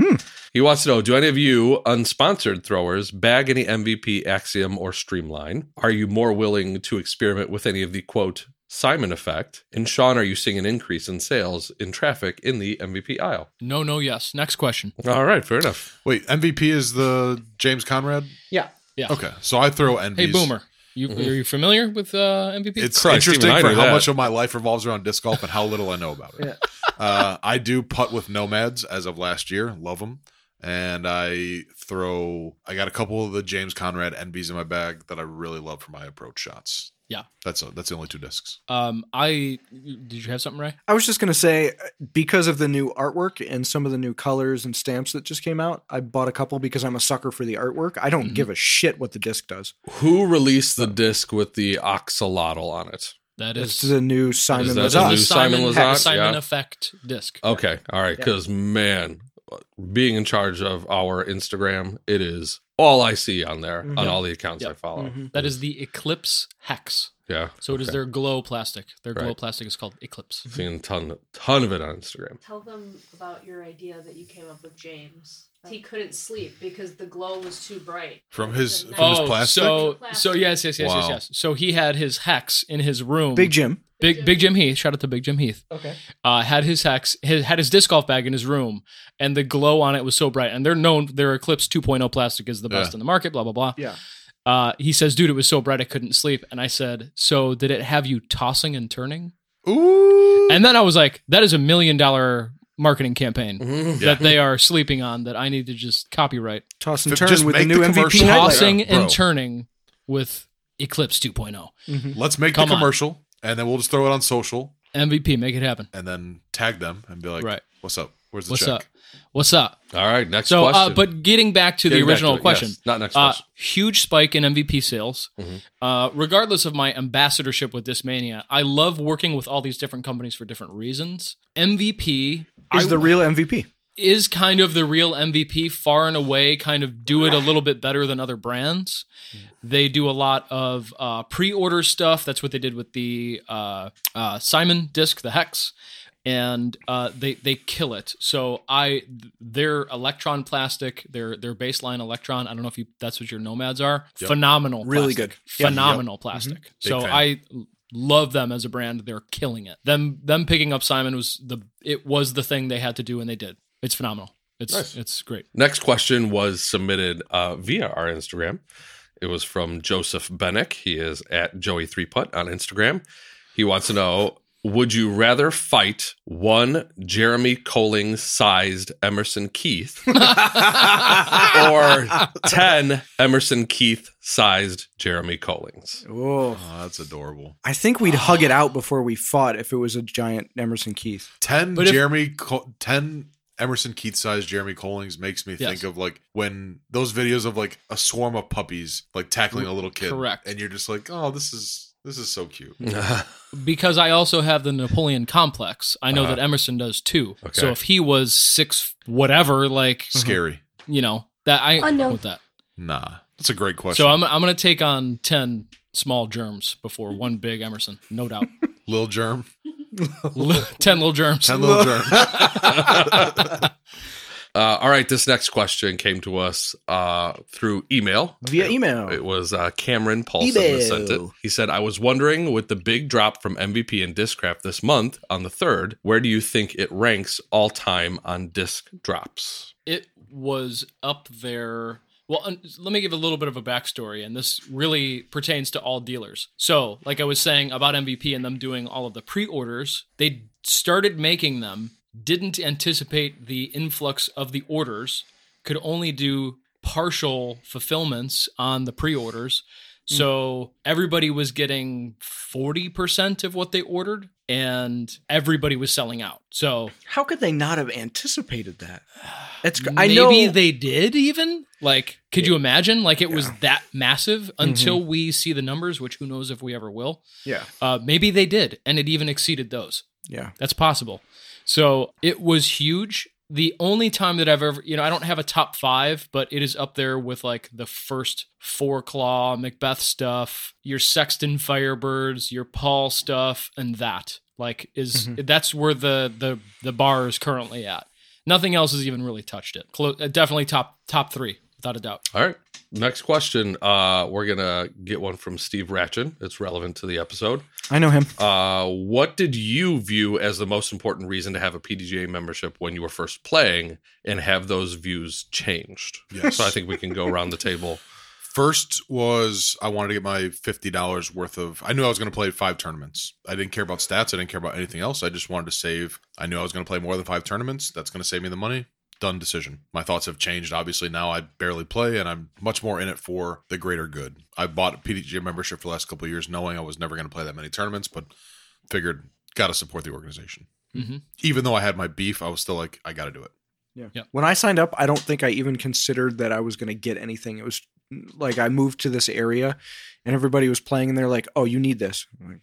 Speaker 4: He wants to know Do any of you unsponsored throwers bag any MVP, Axiom, or Streamline? Are you more willing to experiment with any of the quote Simon effect? And Sean, are you seeing an increase in sales in traffic in the MVP aisle?
Speaker 3: No, no, yes. Next question.
Speaker 4: All right, fair enough.
Speaker 2: Wait, MVP is the James Conrad.
Speaker 3: Yeah. Yeah.
Speaker 2: Okay, so I throw NVs.
Speaker 3: Hey, Boomer. You,
Speaker 4: Mm-hmm.
Speaker 3: Are you familiar with uh, MVP?
Speaker 2: It's
Speaker 4: Christ,
Speaker 2: interesting
Speaker 4: even I
Speaker 2: for
Speaker 4: knew
Speaker 2: how
Speaker 4: that.
Speaker 2: much of my life revolves around disc golf and how little I know about it. [laughs] Uh, I do putt with nomads as of last year. Love them. And I throw, I got a couple of the James Conrad NBs in my bag that I really love for my approach shots.
Speaker 3: Yeah.
Speaker 2: That's that's the only two discs.
Speaker 3: Um, I did you have something, Ray?
Speaker 1: I was just going to say, uh, because of the new artwork and some of the new colors and stamps that just came out, I bought a couple because I'm a sucker for the artwork. I
Speaker 3: Mm-hmm.
Speaker 1: don't give a shit what the disc does.
Speaker 4: Who released the disc with the oxalotl on it?
Speaker 3: That
Speaker 1: This
Speaker 3: is
Speaker 1: is a new
Speaker 4: Is
Speaker 1: Simon
Speaker 4: that
Speaker 1: Lazar.
Speaker 4: the new
Speaker 3: the
Speaker 4: Simon
Speaker 3: Simon,
Speaker 4: Lazar?
Speaker 3: Simon
Speaker 4: Yeah. Oh,
Speaker 3: effect disc.
Speaker 4: Okay. All right.
Speaker 1: Yeah.
Speaker 4: Because, man, being in charge of our Instagram, it is all I see on there, on all the accounts I follow.
Speaker 1: Mm-hmm.
Speaker 3: That is the Eclipse Hex.
Speaker 4: Yeah.
Speaker 3: So it is
Speaker 4: okay.
Speaker 3: their glow plastic. Their glow
Speaker 4: Right.
Speaker 3: plastic is called Eclipse.
Speaker 4: Seeing ton, ton of it on Instagram.
Speaker 10: Tell them about your idea that you came up with James. He couldn't sleep because the glow was too bright.
Speaker 2: From his from his
Speaker 3: oh,
Speaker 2: plastic.
Speaker 3: so so yes, yes, yes,
Speaker 2: Wow.
Speaker 3: yes, yes. So he had his hex in his room.
Speaker 1: Big Jim.
Speaker 3: Big Big Jim Heath. Shout out to Big Jim Heath.
Speaker 1: Okay.
Speaker 3: Uh, had his hex, his, had his disc golf bag in his room, and the glow on it was so bright. And they're known their Eclipse 2.0 plastic is the best
Speaker 2: Yeah.
Speaker 3: in the market. Blah blah blah.
Speaker 1: Yeah.
Speaker 3: Uh, he says, "Dude, it was so bright I couldn't sleep." And I said, "So did it have you tossing and turning?"
Speaker 2: Ooh.
Speaker 3: And then I was like, "That is a million dollar marketing campaign
Speaker 4: Mhm.
Speaker 2: Mm-hmm. Yeah.
Speaker 3: that they are sleeping on that I need to just copyright."
Speaker 1: Toss and
Speaker 2: F-
Speaker 1: turn
Speaker 2: just
Speaker 1: with the
Speaker 2: make
Speaker 1: new
Speaker 2: the
Speaker 1: MVP
Speaker 2: commercial.
Speaker 1: highlight.
Speaker 3: Tossing
Speaker 2: Yeah, bro.
Speaker 3: and turning with Eclipse oh. 2.0
Speaker 2: Let's make
Speaker 3: Come
Speaker 2: the
Speaker 3: on.
Speaker 2: commercial and then we'll just throw it on social
Speaker 3: MVP. Make it happen.
Speaker 2: and then tag them and be like,
Speaker 3: Right.
Speaker 2: what's up? Where's the
Speaker 3: What's
Speaker 2: check?
Speaker 3: up? What's up?
Speaker 4: All right. Next
Speaker 3: So,
Speaker 4: question.
Speaker 3: uh, but getting back to
Speaker 4: Getting
Speaker 3: the
Speaker 4: back
Speaker 3: original
Speaker 4: to it,
Speaker 3: question,
Speaker 4: yes. Not next
Speaker 3: uh,
Speaker 4: question. Mm-hmm.
Speaker 3: huge spike in MVP sales. Uh, regardless of my ambassadorship with this mania, I love working with all these different companies for different reasons. MVP
Speaker 1: Is
Speaker 3: I-
Speaker 1: the real MVP.
Speaker 3: is kind of the real MVP, far and away, kind of do it a little bit better than other brands.
Speaker 4: Mm-hmm.
Speaker 3: They do a lot of uh, pre order stuff. That's what they did with the uh, uh, Simon disc, the Hex. and uh, they they kill it. So I their electron plastic, their their baseline electron. I don't know if you that's what your nomads are.
Speaker 1: Yep.
Speaker 3: Phenomenal,
Speaker 1: Really
Speaker 3: plastic.
Speaker 1: good. Yep.
Speaker 3: phenomenal
Speaker 1: Yep.
Speaker 3: plastic.
Speaker 1: Mhm. Big
Speaker 3: So
Speaker 1: fan.
Speaker 3: I love them as a brand. They're killing it. Them them picking up Simon was the it was the thing they had to do, and they did. It's phenomenal. It's
Speaker 4: Nice.
Speaker 3: it's great.
Speaker 4: Next question was submitted uh, via our Instagram. It was from Joseph Bennick. He is at Joey Three Putt on Instagram. He wants to know: Would you rather fight one Jeremy Coling sized
Speaker 3: [laughs]
Speaker 4: Emerson Keith or ten Emerson Keith sized Jeremy Colings?
Speaker 1: Oh,
Speaker 2: that's adorable.
Speaker 1: I think we'd hug it out before we fought if it was a giant Emerson Keith.
Speaker 2: 10
Speaker 1: But if-
Speaker 2: Jeremy Co- 10 Emerson Keith size Jeremy Collings makes me
Speaker 1: Yes.
Speaker 2: think of like when those videos of like a swarm of puppies like tackling a little kid.
Speaker 3: Correct.
Speaker 2: And you're just like, "Oh, this is this is so cute."
Speaker 3: because I also have the Napoleon complex. I know
Speaker 2: Uh-huh.
Speaker 3: that Emerson does too.
Speaker 2: Okay.
Speaker 3: So if he was six, whatever, like
Speaker 2: Scary.
Speaker 3: you know that I
Speaker 10: I know.
Speaker 3: with that.
Speaker 2: Nah. That's a great question.
Speaker 3: So I'm I'm gonna take on ten small germs before one big Emerson, no doubt. [laughs]
Speaker 2: Lil Germ.
Speaker 3: Li- ten little germs. [laughs]
Speaker 4: 10 little germs. uh, all right, this next question came to us uh, through email.
Speaker 1: Via email.
Speaker 4: It was uh, Cameron Paulson that sent it.
Speaker 1: Email.
Speaker 4: He said, I was wondering with the big drop from MVP and Discraft this month on the 3rd, where do you think it ranks all time on disc drops?
Speaker 3: it was up there. Well, un- let me give a little bit of a backstory, and this really pertains to all dealers. So, like I was saying about MVP and them doing all of the pre orders, they started making them, didn't anticipate the influx of the orders, could only do partial fulfillments on the pre orders. So, everybody was getting 40% of what they ordered, and everybody was selling out. So,
Speaker 1: How could they not have anticipated that? It's gr- I
Speaker 3: maybe
Speaker 1: know
Speaker 3: they did even like could you imagine like it was that massive
Speaker 1: Mm-hmm.
Speaker 3: until we see the numbers which who knows if we ever will
Speaker 1: Yeah.
Speaker 3: uh, maybe they did and it even exceeded those
Speaker 1: Yeah.
Speaker 3: that's possible so it was huge the only time that i've ever you know i don't have a top five but it is up there with like the first four claw macbeth stuff your sexton firebirds your paul stuff and that like is
Speaker 1: Mhm.
Speaker 3: that's where the the the bar is currently at Nothing else has even really touched it. Clo- uh, definitely top top three, without a doubt.
Speaker 4: All right. Next question. Uh, we're going to get one from Steve Ratchin. It's relevant to the episode.
Speaker 1: I know him.
Speaker 4: Uh, what did you view as the most important reason to have a PDGA membership when you were first playing and have those views changed?
Speaker 2: Yes.
Speaker 4: So I think we can go around the table.
Speaker 2: First was I wanted to get my fifty dollars worth of. I knew I was going to play five tournaments. I didn't care about stats. I didn't care about anything else. I just wanted to save. I knew I was going to play more than five tournaments. That's going to save me the money. Done decision. My thoughts have changed. Obviously, now I barely play, and I'm much more in it for the greater good. I bought a PDG membership for the last couple of years, knowing I was never going to play that many tournaments, but figured got to support the organization.
Speaker 3: Mhm.
Speaker 2: Even though I had my beef, I was still like, I got to do it.
Speaker 1: Yeah.
Speaker 3: Yep.
Speaker 1: When I signed up, I don't think I even considered that I was going to get anything. It was like I moved to this area and everybody was playing and they're like, "Oh, you need this." I'm like,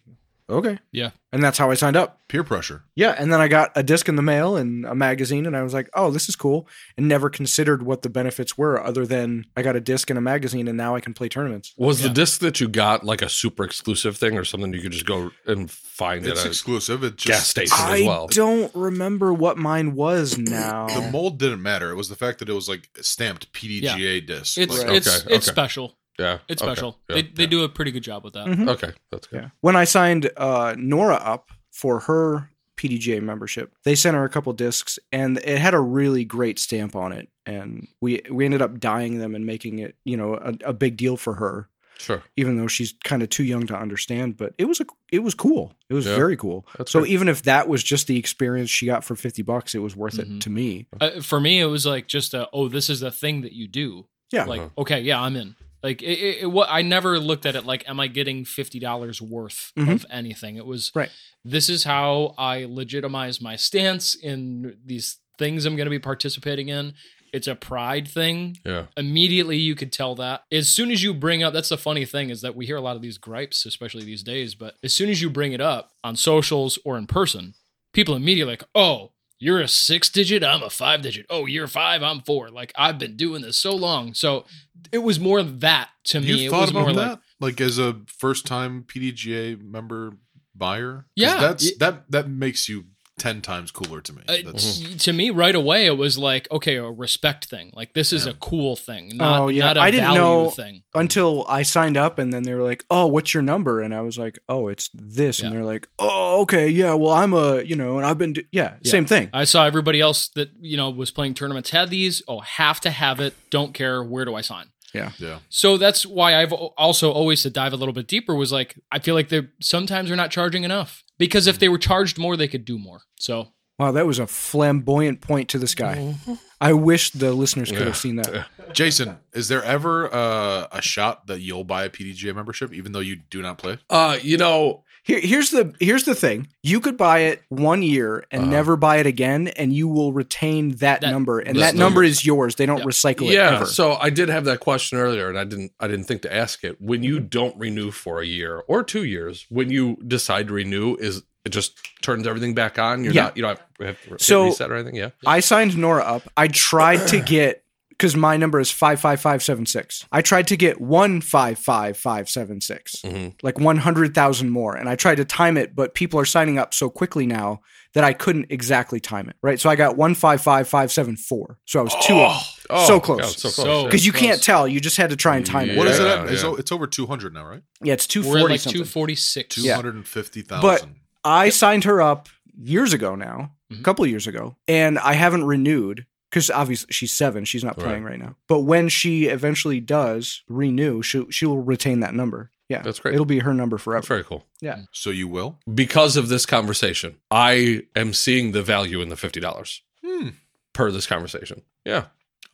Speaker 1: "Okay."
Speaker 3: Yeah.
Speaker 1: And that's how I signed up.
Speaker 2: Peer pressure.
Speaker 1: Yeah, and then I got a disc in the mail and a magazine, and I was like, "Oh, this is cool," and never considered what the benefits were other than I got a disc and a magazine, and now I can play tournaments.
Speaker 4: Was the disc that you got like a super exclusive thing or something you could just go and find
Speaker 2: It's
Speaker 4: at a
Speaker 2: exclusive. It just,
Speaker 4: gas station
Speaker 1: I
Speaker 4: as well?
Speaker 1: don't remember what mine was now.
Speaker 2: The mold didn't matter. It was the fact that it was like stamped PDGA disc.
Speaker 3: It's
Speaker 2: Like,
Speaker 3: it's
Speaker 4: okay,
Speaker 3: it's
Speaker 4: okay.
Speaker 3: special.
Speaker 4: Yeah,
Speaker 3: It's
Speaker 4: okay,
Speaker 3: special.
Speaker 4: yeah,
Speaker 3: they they do a pretty good job with that.
Speaker 1: Mhm.
Speaker 4: Okay, that's good.
Speaker 1: when I signed uh, Nora up for her PDGA membership, they sent her a couple discs, and it had a really great stamp on it, and we we ended up dyeing them and making it you know a, a big deal for her,
Speaker 4: Sure.
Speaker 1: even though she's kind of too young to understand. But it was a it was cool. It was
Speaker 4: Yeah.
Speaker 1: very cool.
Speaker 4: That's
Speaker 1: so
Speaker 4: great.
Speaker 1: even if that was just the experience she got for fifty bucks, it was worth
Speaker 3: Mhm.
Speaker 1: it to me.
Speaker 3: Uh, for me, it was like just a oh, this is the thing that you do.
Speaker 1: Yeah.
Speaker 3: Like okay, yeah, I'm in. Like it, it, it, what I never looked at it like, am I getting fifty dollars worth
Speaker 1: Mhm.
Speaker 3: of anything? It was
Speaker 1: Right.
Speaker 3: This is how I legitimize my stance in these things I'm going to be participating in. It's a pride thing.
Speaker 4: Yeah.
Speaker 3: immediately you could tell that as soon as you bring up that's the funny thing is that we hear a lot of these gripes especially these days but as soon as you bring it up on socials or in person people immediately like oh you're a six digit i'm a five digit oh you're five i'm four like i've been doing this so long so it was more that to me
Speaker 2: you
Speaker 3: it
Speaker 2: thought
Speaker 3: was more
Speaker 2: about that,
Speaker 3: like
Speaker 2: like, as a first time PDGA member buyer. 'Cause
Speaker 3: Yeah.
Speaker 2: that's
Speaker 3: Y-
Speaker 2: that that makes you ten times cooler to me.
Speaker 3: Uh,
Speaker 2: That's-
Speaker 3: t- to me, right away, it was like, okay, a respect thing. Like this is a cool thing, not,
Speaker 1: oh yeah,
Speaker 3: not a
Speaker 1: I didn't
Speaker 3: value
Speaker 1: know
Speaker 3: thing.
Speaker 1: until I signed up, and then they were like, "Oh, what's your number?" And I was like, "Oh, it's this." And they're like, "Oh, okay, yeah. Well, I'm a you know, and I've been do- yeah,
Speaker 3: Yeah.
Speaker 1: same thing."
Speaker 3: I saw everybody else that you know was playing tournaments had these. Oh, have to have it. Don't care. Where do I sign?
Speaker 1: Yeah,
Speaker 2: yeah.
Speaker 3: So that's why I've al- also always to dive a little bit deeper was like I feel like they're sometimes they're not charging enough because if they were charged more, they could do more. So
Speaker 1: Wow, that was a flamboyant point to this guy. I wish the listeners could
Speaker 2: Yeah.
Speaker 1: have seen that.
Speaker 2: Jason, is there ever uh, a shot that you'll buy a PDGA membership even though you do not play?
Speaker 4: Uh, you know,
Speaker 1: Here, here's the here's the thing. You could buy it one year and
Speaker 2: Uh-huh.
Speaker 1: never buy it again, and you will retain that, number. And
Speaker 4: this
Speaker 1: that number
Speaker 4: number.
Speaker 1: is yours. They don't recycle it
Speaker 4: yeah.
Speaker 1: ever.
Speaker 4: So I did have that question earlier, and I didn't I didn't think to ask it. When you don't renew for a year or two years, when you decide to renew, is it just turns everything back on? You're
Speaker 1: Yeah.
Speaker 4: not you don't have, have to hit
Speaker 1: So-
Speaker 4: reset or anything. Yeah.
Speaker 1: I signed Nora up. I tried to get because my number is five five five seven six. I tried to get one five five five seven six,
Speaker 2: Hmm.
Speaker 4: Mm-hmm.
Speaker 1: like one hundred thousand more, and I tried to time it, but people are signing up so quickly now that I couldn't exactly time it. Right, so I got one five five five seven four. So I was two off.
Speaker 2: Oh,
Speaker 1: so
Speaker 2: God,
Speaker 1: close.
Speaker 2: so close, yeah.
Speaker 1: Because you can't
Speaker 2: Close.
Speaker 1: tell. You just had to try and time it.
Speaker 2: What is it? At? It's, o- it's over two hundred now, right?
Speaker 1: Yeah, it's two
Speaker 3: we're at
Speaker 1: forty.
Speaker 3: like two forty six.
Speaker 1: Yeah.
Speaker 2: Two hundred and fifty
Speaker 1: But
Speaker 2: thousand.
Speaker 1: I signed her up years ago now, a couple of years ago, and I haven't renewed because obviously she's seven. She's not playing right. now. But when she eventually does renew, she she will retain that number. Yeah,
Speaker 4: That's great.
Speaker 1: It'll be her number forever.
Speaker 4: That's very cool.
Speaker 1: Yeah.
Speaker 2: So you will?
Speaker 4: Because of this conversation, I am seeing the value in the fifty dollars
Speaker 2: Hmm.
Speaker 4: per this conversation. Yeah.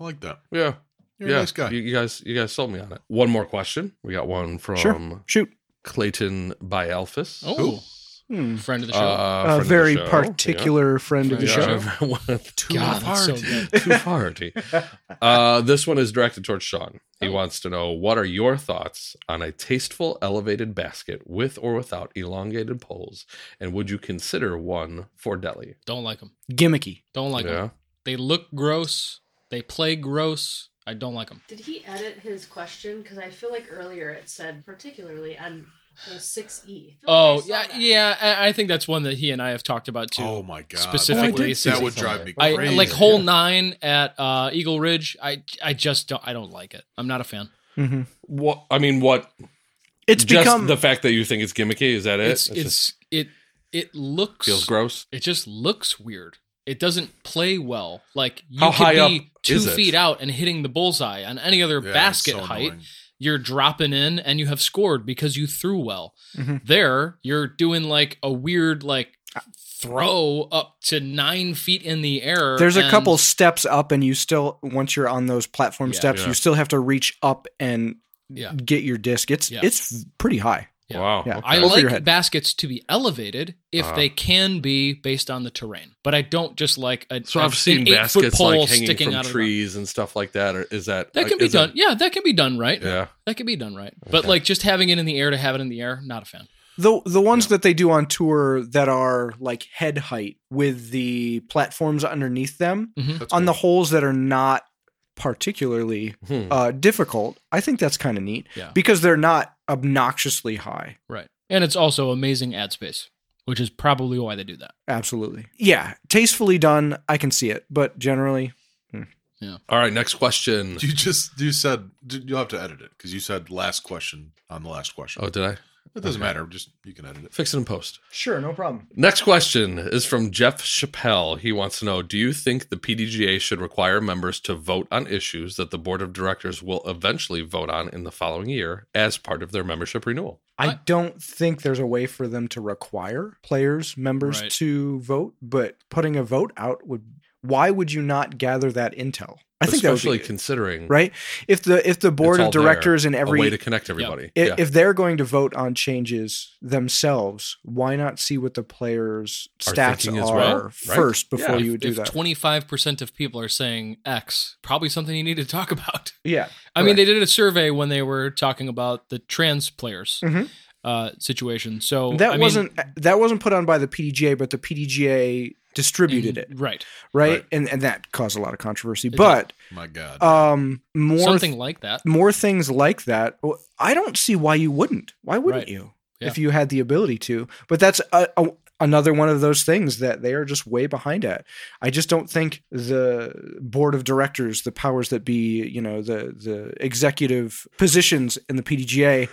Speaker 2: I like that.
Speaker 4: Yeah.
Speaker 2: You're
Speaker 4: yeah.
Speaker 2: a nice guy.
Speaker 4: You, you guys you guys sold me on it. One more question. We got one from
Speaker 1: Sure. Shoot. Hmm.
Speaker 4: Clayton Bialfis.
Speaker 3: Oh, friend of the show.
Speaker 4: Uh,
Speaker 1: a
Speaker 4: friend of the
Speaker 1: very
Speaker 4: show.
Speaker 1: particular
Speaker 4: Yeah.
Speaker 1: friend of the
Speaker 4: [laughs] Yeah.
Speaker 1: show.
Speaker 3: [laughs]
Speaker 4: Too
Speaker 3: God, that's so
Speaker 4: farty.
Speaker 3: good.
Speaker 4: Too
Speaker 3: [laughs]
Speaker 4: farty. Uh, this one is directed towards Sean. He
Speaker 3: Oh.
Speaker 4: wants to know what are your thoughts on a tasteful elevated basket with or without elongated poles, and would you consider one for deli?
Speaker 3: Don't like them.
Speaker 1: Gimmicky.
Speaker 3: Don't like them. They look gross. They play gross. I don't like them.
Speaker 10: Did he edit his question? Because I feel like earlier it said particularly on six E.
Speaker 3: Oh yeah, yeah. I, I think that's one that he and I have talked about too. Oh
Speaker 2: my god,
Speaker 3: specific
Speaker 2: Oh, I did
Speaker 3: races.
Speaker 2: see That would drive me
Speaker 3: I-
Speaker 2: crazy.
Speaker 3: like hole nine at uh, Eagle Ridge. I I just don't. I don't like it. I'm not a fan.
Speaker 1: Mhm.
Speaker 4: What I mean, what?
Speaker 1: It's
Speaker 4: just
Speaker 3: become-
Speaker 4: the fact that you think it's gimmicky. Is that it?
Speaker 3: It's it's,
Speaker 4: just-
Speaker 3: it it looks
Speaker 4: Feels gross?
Speaker 3: It just looks weird. It doesn't play well. Like you
Speaker 4: How
Speaker 3: could
Speaker 4: high
Speaker 3: be
Speaker 4: up
Speaker 3: two
Speaker 4: is it?
Speaker 3: feet out and hitting the bullseye on any other
Speaker 4: Yeah, it's
Speaker 3: basket
Speaker 4: so
Speaker 3: height.
Speaker 4: annoying.
Speaker 3: You're dropping in and you have scored because you threw well.
Speaker 1: Mhm.
Speaker 3: There, you're doing like a weird like
Speaker 1: Uh,
Speaker 3: throw up to nine feet in the air.
Speaker 1: There's a
Speaker 3: and-
Speaker 1: couple steps up, and you still once you're on those platform
Speaker 3: Yeah.
Speaker 1: steps,
Speaker 3: Yeah.
Speaker 1: you still have to reach up and
Speaker 3: Yeah.
Speaker 1: get your disc. It's
Speaker 3: Yeah.
Speaker 1: it's pretty high.
Speaker 4: Wow.
Speaker 1: Yeah.
Speaker 3: I
Speaker 1: Over your
Speaker 3: like
Speaker 1: head.
Speaker 3: baskets to be elevated if
Speaker 4: Uh-huh.
Speaker 3: they can be based on the terrain, but I don't just like a.
Speaker 4: So
Speaker 3: a-
Speaker 4: I've seen
Speaker 3: an eight-foot
Speaker 4: baskets
Speaker 3: pole
Speaker 4: like hanging
Speaker 3: sticking
Speaker 4: from
Speaker 3: out of the ground.
Speaker 4: trees and stuff like that. Or is that
Speaker 3: That
Speaker 4: like,
Speaker 3: can be
Speaker 4: is it-
Speaker 3: done. Yeah, that can be done right.
Speaker 4: Yeah.
Speaker 3: That can be done right. But
Speaker 4: Okay.
Speaker 3: like just having it in the air to have it in the air, not a fan.
Speaker 1: The the ones that they do on tour that are like head height with the platforms underneath them
Speaker 3: Mhm. That's
Speaker 1: on the holes that are not particularly
Speaker 3: Hmm.
Speaker 1: uh, difficult. I think that's kind of neat
Speaker 3: Yeah.
Speaker 1: because they're not obnoxiously high.
Speaker 3: Right. And it's also amazing ad space, which is probably why they do that.
Speaker 1: Absolutely. Yeah, tastefully done. I can see it, but generally,
Speaker 4: All right, next question.
Speaker 2: You just you said you'll have to edit it because you said last question on the last question.
Speaker 4: Oh, did I?
Speaker 2: It doesn't
Speaker 4: Okay.
Speaker 2: matter. Just you can edit it.
Speaker 4: Fix it in post.
Speaker 1: sure, no problem.
Speaker 4: Next question is from Jeff Chappelle. He wants to know Do you think the PDGA should require members to vote on issues that the board of directors will eventually vote on in the following year as part of their membership renewal?
Speaker 1: I don't think there's a way for them to require players, members
Speaker 4: Right.
Speaker 1: to vote, but putting a vote out would why would you not gather that intel? I think that would
Speaker 4: Especially
Speaker 1: be
Speaker 4: considering
Speaker 1: right? If the if the board
Speaker 4: it's
Speaker 1: of
Speaker 4: all there,
Speaker 1: directors in
Speaker 4: a
Speaker 1: every
Speaker 4: way to connect everybody.
Speaker 1: I-
Speaker 4: Yeah.
Speaker 1: if they're going to vote on changes themselves, why not see what the players'
Speaker 4: Are
Speaker 1: stats
Speaker 4: thinking as
Speaker 1: are
Speaker 4: well, right?
Speaker 1: first before
Speaker 3: If-
Speaker 1: you would do
Speaker 3: if
Speaker 1: that?
Speaker 3: 25% of people are saying X, probably something you need to talk [laughs] about.
Speaker 1: yeah,
Speaker 3: I mean, they did a survey when they were talking about the trans players
Speaker 4: Mm-hmm.
Speaker 1: Mhm.
Speaker 3: uh, situation. So
Speaker 1: that
Speaker 3: I mean,
Speaker 1: wasn't that wasn't put on by the PDGA, but the PDGA distributed it,
Speaker 3: right.
Speaker 1: right? And and that caused a lot of controversy. but
Speaker 2: my God,
Speaker 1: um, more
Speaker 3: Something like that.
Speaker 1: more things like that. Well, I don't see why you wouldn't. Why wouldn't
Speaker 3: Right.
Speaker 1: you
Speaker 3: Yeah.
Speaker 1: if you had the ability to? But that's a, a, another one of those things that they are just way behind at. I just don't think the board of directors, the powers that be, you know, the the executive positions in the PDGA, th-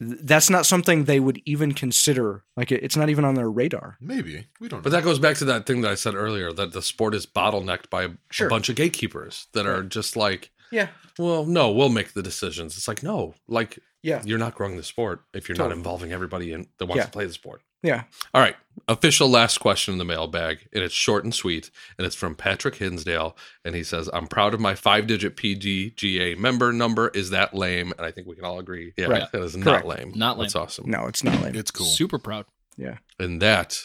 Speaker 1: that's not something they would even consider. Like it- it's not even on their radar.
Speaker 2: Maybe we don't.
Speaker 4: But that goes back to that thing that I said earlier that the sport is bottlenecked by
Speaker 1: Sure.
Speaker 4: a bunch of gatekeepers that are just like,
Speaker 1: Yeah.
Speaker 4: well, no, we'll make the decisions. It's like, no, like,
Speaker 1: Yeah.
Speaker 4: you're not growing the sport if you're
Speaker 1: Totally.
Speaker 4: not involving everybody in, that wants
Speaker 1: Yeah.
Speaker 4: to play the sport.
Speaker 1: Yeah.
Speaker 4: All right. Official last question in the mailbag, and it's short and sweet, and it's from Patrick Hinsdale. And he says, I'm proud of my five digit PDGA member number. Is that lame? And I think we can all agree. Yeah,
Speaker 1: Right.
Speaker 4: that is
Speaker 1: Correct.
Speaker 4: not lame.
Speaker 3: Not lame.
Speaker 4: That's awesome.
Speaker 1: No, it's not lame.
Speaker 2: It's cool.
Speaker 3: Super proud.
Speaker 1: Yeah.
Speaker 4: And that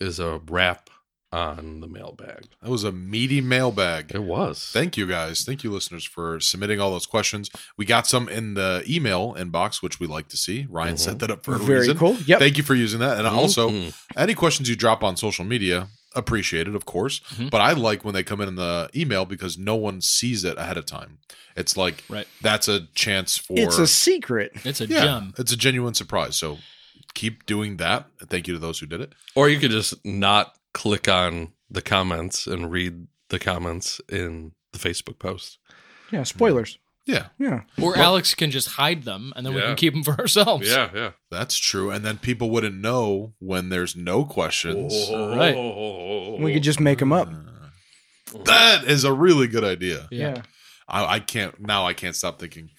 Speaker 4: is a wrap on the mailbag.
Speaker 2: That was a meaty mailbag.
Speaker 4: It was.
Speaker 2: Thank you guys. Thank you, listeners, for submitting all those questions. We got some in the email inbox, which we like to see. Ryan set that up for a
Speaker 1: Very
Speaker 2: reason.
Speaker 1: cool. Yep.
Speaker 2: Thank you for using that. And
Speaker 4: Mhm.
Speaker 2: also, any questions you drop on social media, appreciated, of course. But I like when they come in, in the email because no one sees it ahead of time. It's like
Speaker 3: Right.
Speaker 2: that's a chance for
Speaker 1: it's a secret.
Speaker 3: It's a
Speaker 2: yeah,
Speaker 3: gem.
Speaker 2: It's a genuine surprise. So keep doing that. Thank you to those who did it.
Speaker 4: Or you could just not click on the comments and read the comments in the Facebook post.
Speaker 1: Yeah. Spoilers.
Speaker 2: Yeah.
Speaker 1: Yeah.
Speaker 3: Or Alex can just hide them and then we
Speaker 4: Yeah.
Speaker 3: can keep them for ourselves.
Speaker 4: Yeah, yeah.
Speaker 2: That's true. And then people wouldn't know when there's no questions.
Speaker 3: Right.
Speaker 4: Oh.
Speaker 1: We could just make them up.
Speaker 2: That is a really good idea.
Speaker 1: Yeah.
Speaker 2: I, I can't now. I can't stop thinking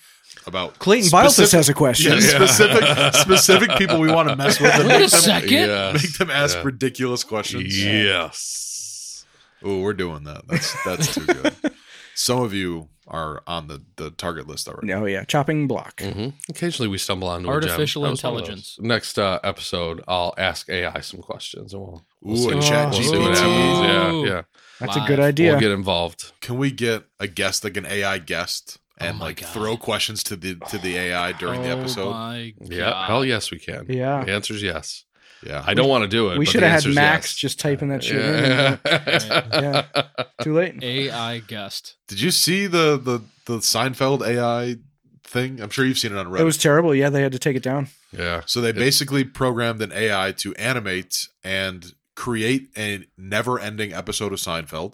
Speaker 2: about
Speaker 1: Clayton
Speaker 2: specific-
Speaker 1: Bialsis has a question.
Speaker 2: Yeah,
Speaker 1: Yeah.
Speaker 2: Specific specific people we want to mess with.
Speaker 3: Wait a
Speaker 2: make them-
Speaker 3: second.
Speaker 4: Yes.
Speaker 2: Make them ask
Speaker 4: Yeah.
Speaker 2: ridiculous questions.
Speaker 4: Yes.
Speaker 2: Oh, we're doing that. That's that's too good.
Speaker 1: [laughs]
Speaker 2: Some of you are on the the target list already.
Speaker 1: No. Oh, Yeah. Chopping block.
Speaker 4: hmm Occasionally we stumble onto
Speaker 3: Artificial
Speaker 4: a gem. That was one of
Speaker 3: intelligence.
Speaker 4: those. Next uh, episode, I'll ask AI some questions and we'll, we'll
Speaker 2: Ooh,
Speaker 4: see
Speaker 2: and
Speaker 4: what-
Speaker 2: chat
Speaker 4: we'll see what
Speaker 2: GPT.
Speaker 4: happens.
Speaker 3: Ooh.
Speaker 4: Yeah, yeah.
Speaker 1: That's a good Oh, idea.
Speaker 4: We'll get involved.
Speaker 2: Can we get a guest like an AI guest and like throw questions to the to the AI during the
Speaker 3: Oh
Speaker 2: episode?
Speaker 3: my
Speaker 4: Yeah.
Speaker 3: God.
Speaker 4: Hell yes, we can.
Speaker 1: Yeah.
Speaker 4: The answer's yes.
Speaker 2: Yeah.
Speaker 4: I don't want to do it.
Speaker 1: we
Speaker 4: but
Speaker 1: should
Speaker 4: the
Speaker 1: have had
Speaker 4: answer's
Speaker 1: Max
Speaker 4: yes.
Speaker 1: just typing that shit
Speaker 4: Yeah.
Speaker 1: in. Yeah. Too late.
Speaker 3: AI guest.
Speaker 2: Did you see the the the Seinfeld AI thing? I'm sure you've seen it on Reddit.
Speaker 1: It was terrible. Yeah, they had to take it down.
Speaker 4: [laughs] Yeah.
Speaker 2: so they basically programmed an AI to animate and create a never-ending episode of Seinfeld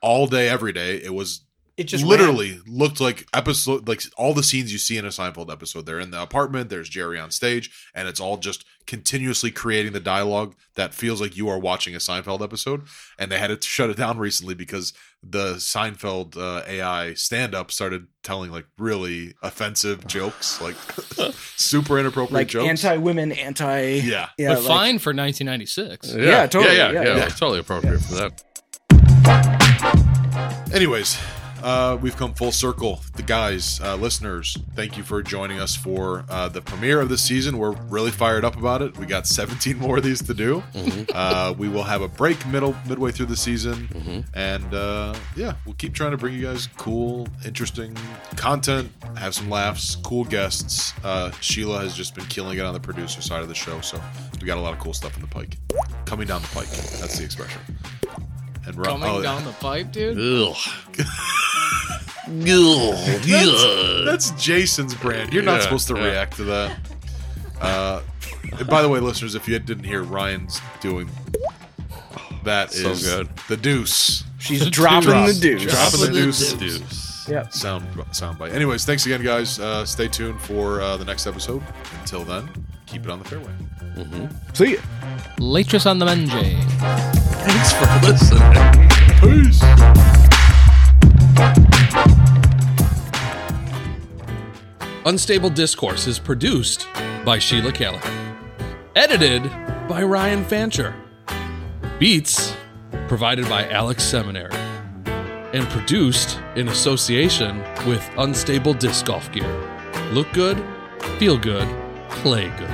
Speaker 2: all day every day. It was
Speaker 1: It just
Speaker 2: literally looked like episode like all the scenes you see in a Seinfeld episode. They're in the apartment, there's Jerry on stage, and it's all just continuously creating the dialogue that feels like you are watching a Seinfeld episode. And they had to shut it down recently because the Seinfeld uh, AI stand up started telling like really offensive jokes, like [laughs] super inappropriate
Speaker 1: like
Speaker 2: jokes.
Speaker 1: anti women, anti.
Speaker 2: Yeah.
Speaker 1: Yeah.
Speaker 3: but
Speaker 1: like-
Speaker 3: fine for 1996.
Speaker 4: Oh,
Speaker 1: Yeah, totally,
Speaker 4: Yeah,
Speaker 1: yeah,
Speaker 4: yeah,
Speaker 1: yeah.
Speaker 4: It's totally appropriate for that.
Speaker 2: Anyways, uh, we've come full circle. The guys, uh, listeners, thank you for joining us for uh, the premiere of this season. We're really fired up about it. We got [laughs] 17 more of these to do. Uh, we will have a break middle midway through the season, and uh, yeah, we'll keep trying to bring you guys cool, interesting content, have some laughs, cool guests. Uh, Sheila has just been killing it on the producer side of the show, so we got a lot of cool stuff in the pike coming down the pike. That's the expression. And we're
Speaker 3: Coming
Speaker 2: oh,
Speaker 3: down the pipe, dude.
Speaker 4: Ugh.
Speaker 2: That's Jason's brand. You're not
Speaker 4: Yeah,
Speaker 2: supposed to
Speaker 4: yeah.
Speaker 2: react to that. Uh, and by the way, listeners, if you didn't hear Ryan's doing that is
Speaker 4: So good.
Speaker 2: the deuce.
Speaker 1: She's dropping the deuce.
Speaker 2: Dropping the deuce.
Speaker 1: Yep.
Speaker 2: Sound soundbite. Anyways, thanks again, guys. Uh, stay tuned for uh, the next episode. Until then, keep it on the fairway.
Speaker 1: See ya.
Speaker 3: Waitress on the Menjay.
Speaker 4: Thanks for listening.
Speaker 2: Peace.
Speaker 4: Unstable Discourse is produced by Sheila Callahan. Edited by Ryan Fancher. Beats provided by Alex Seminary. And produced in association with Unstable Disc Golf Gear. Look good, feel good, play good.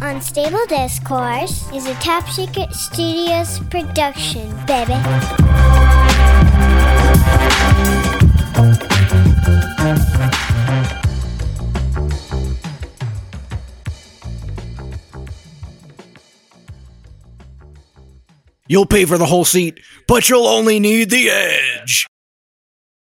Speaker 14: Unstable Discourse is a Top Secret Studios production, baby.
Speaker 1: You'll pay for the whole seat, but you'll only need the edge.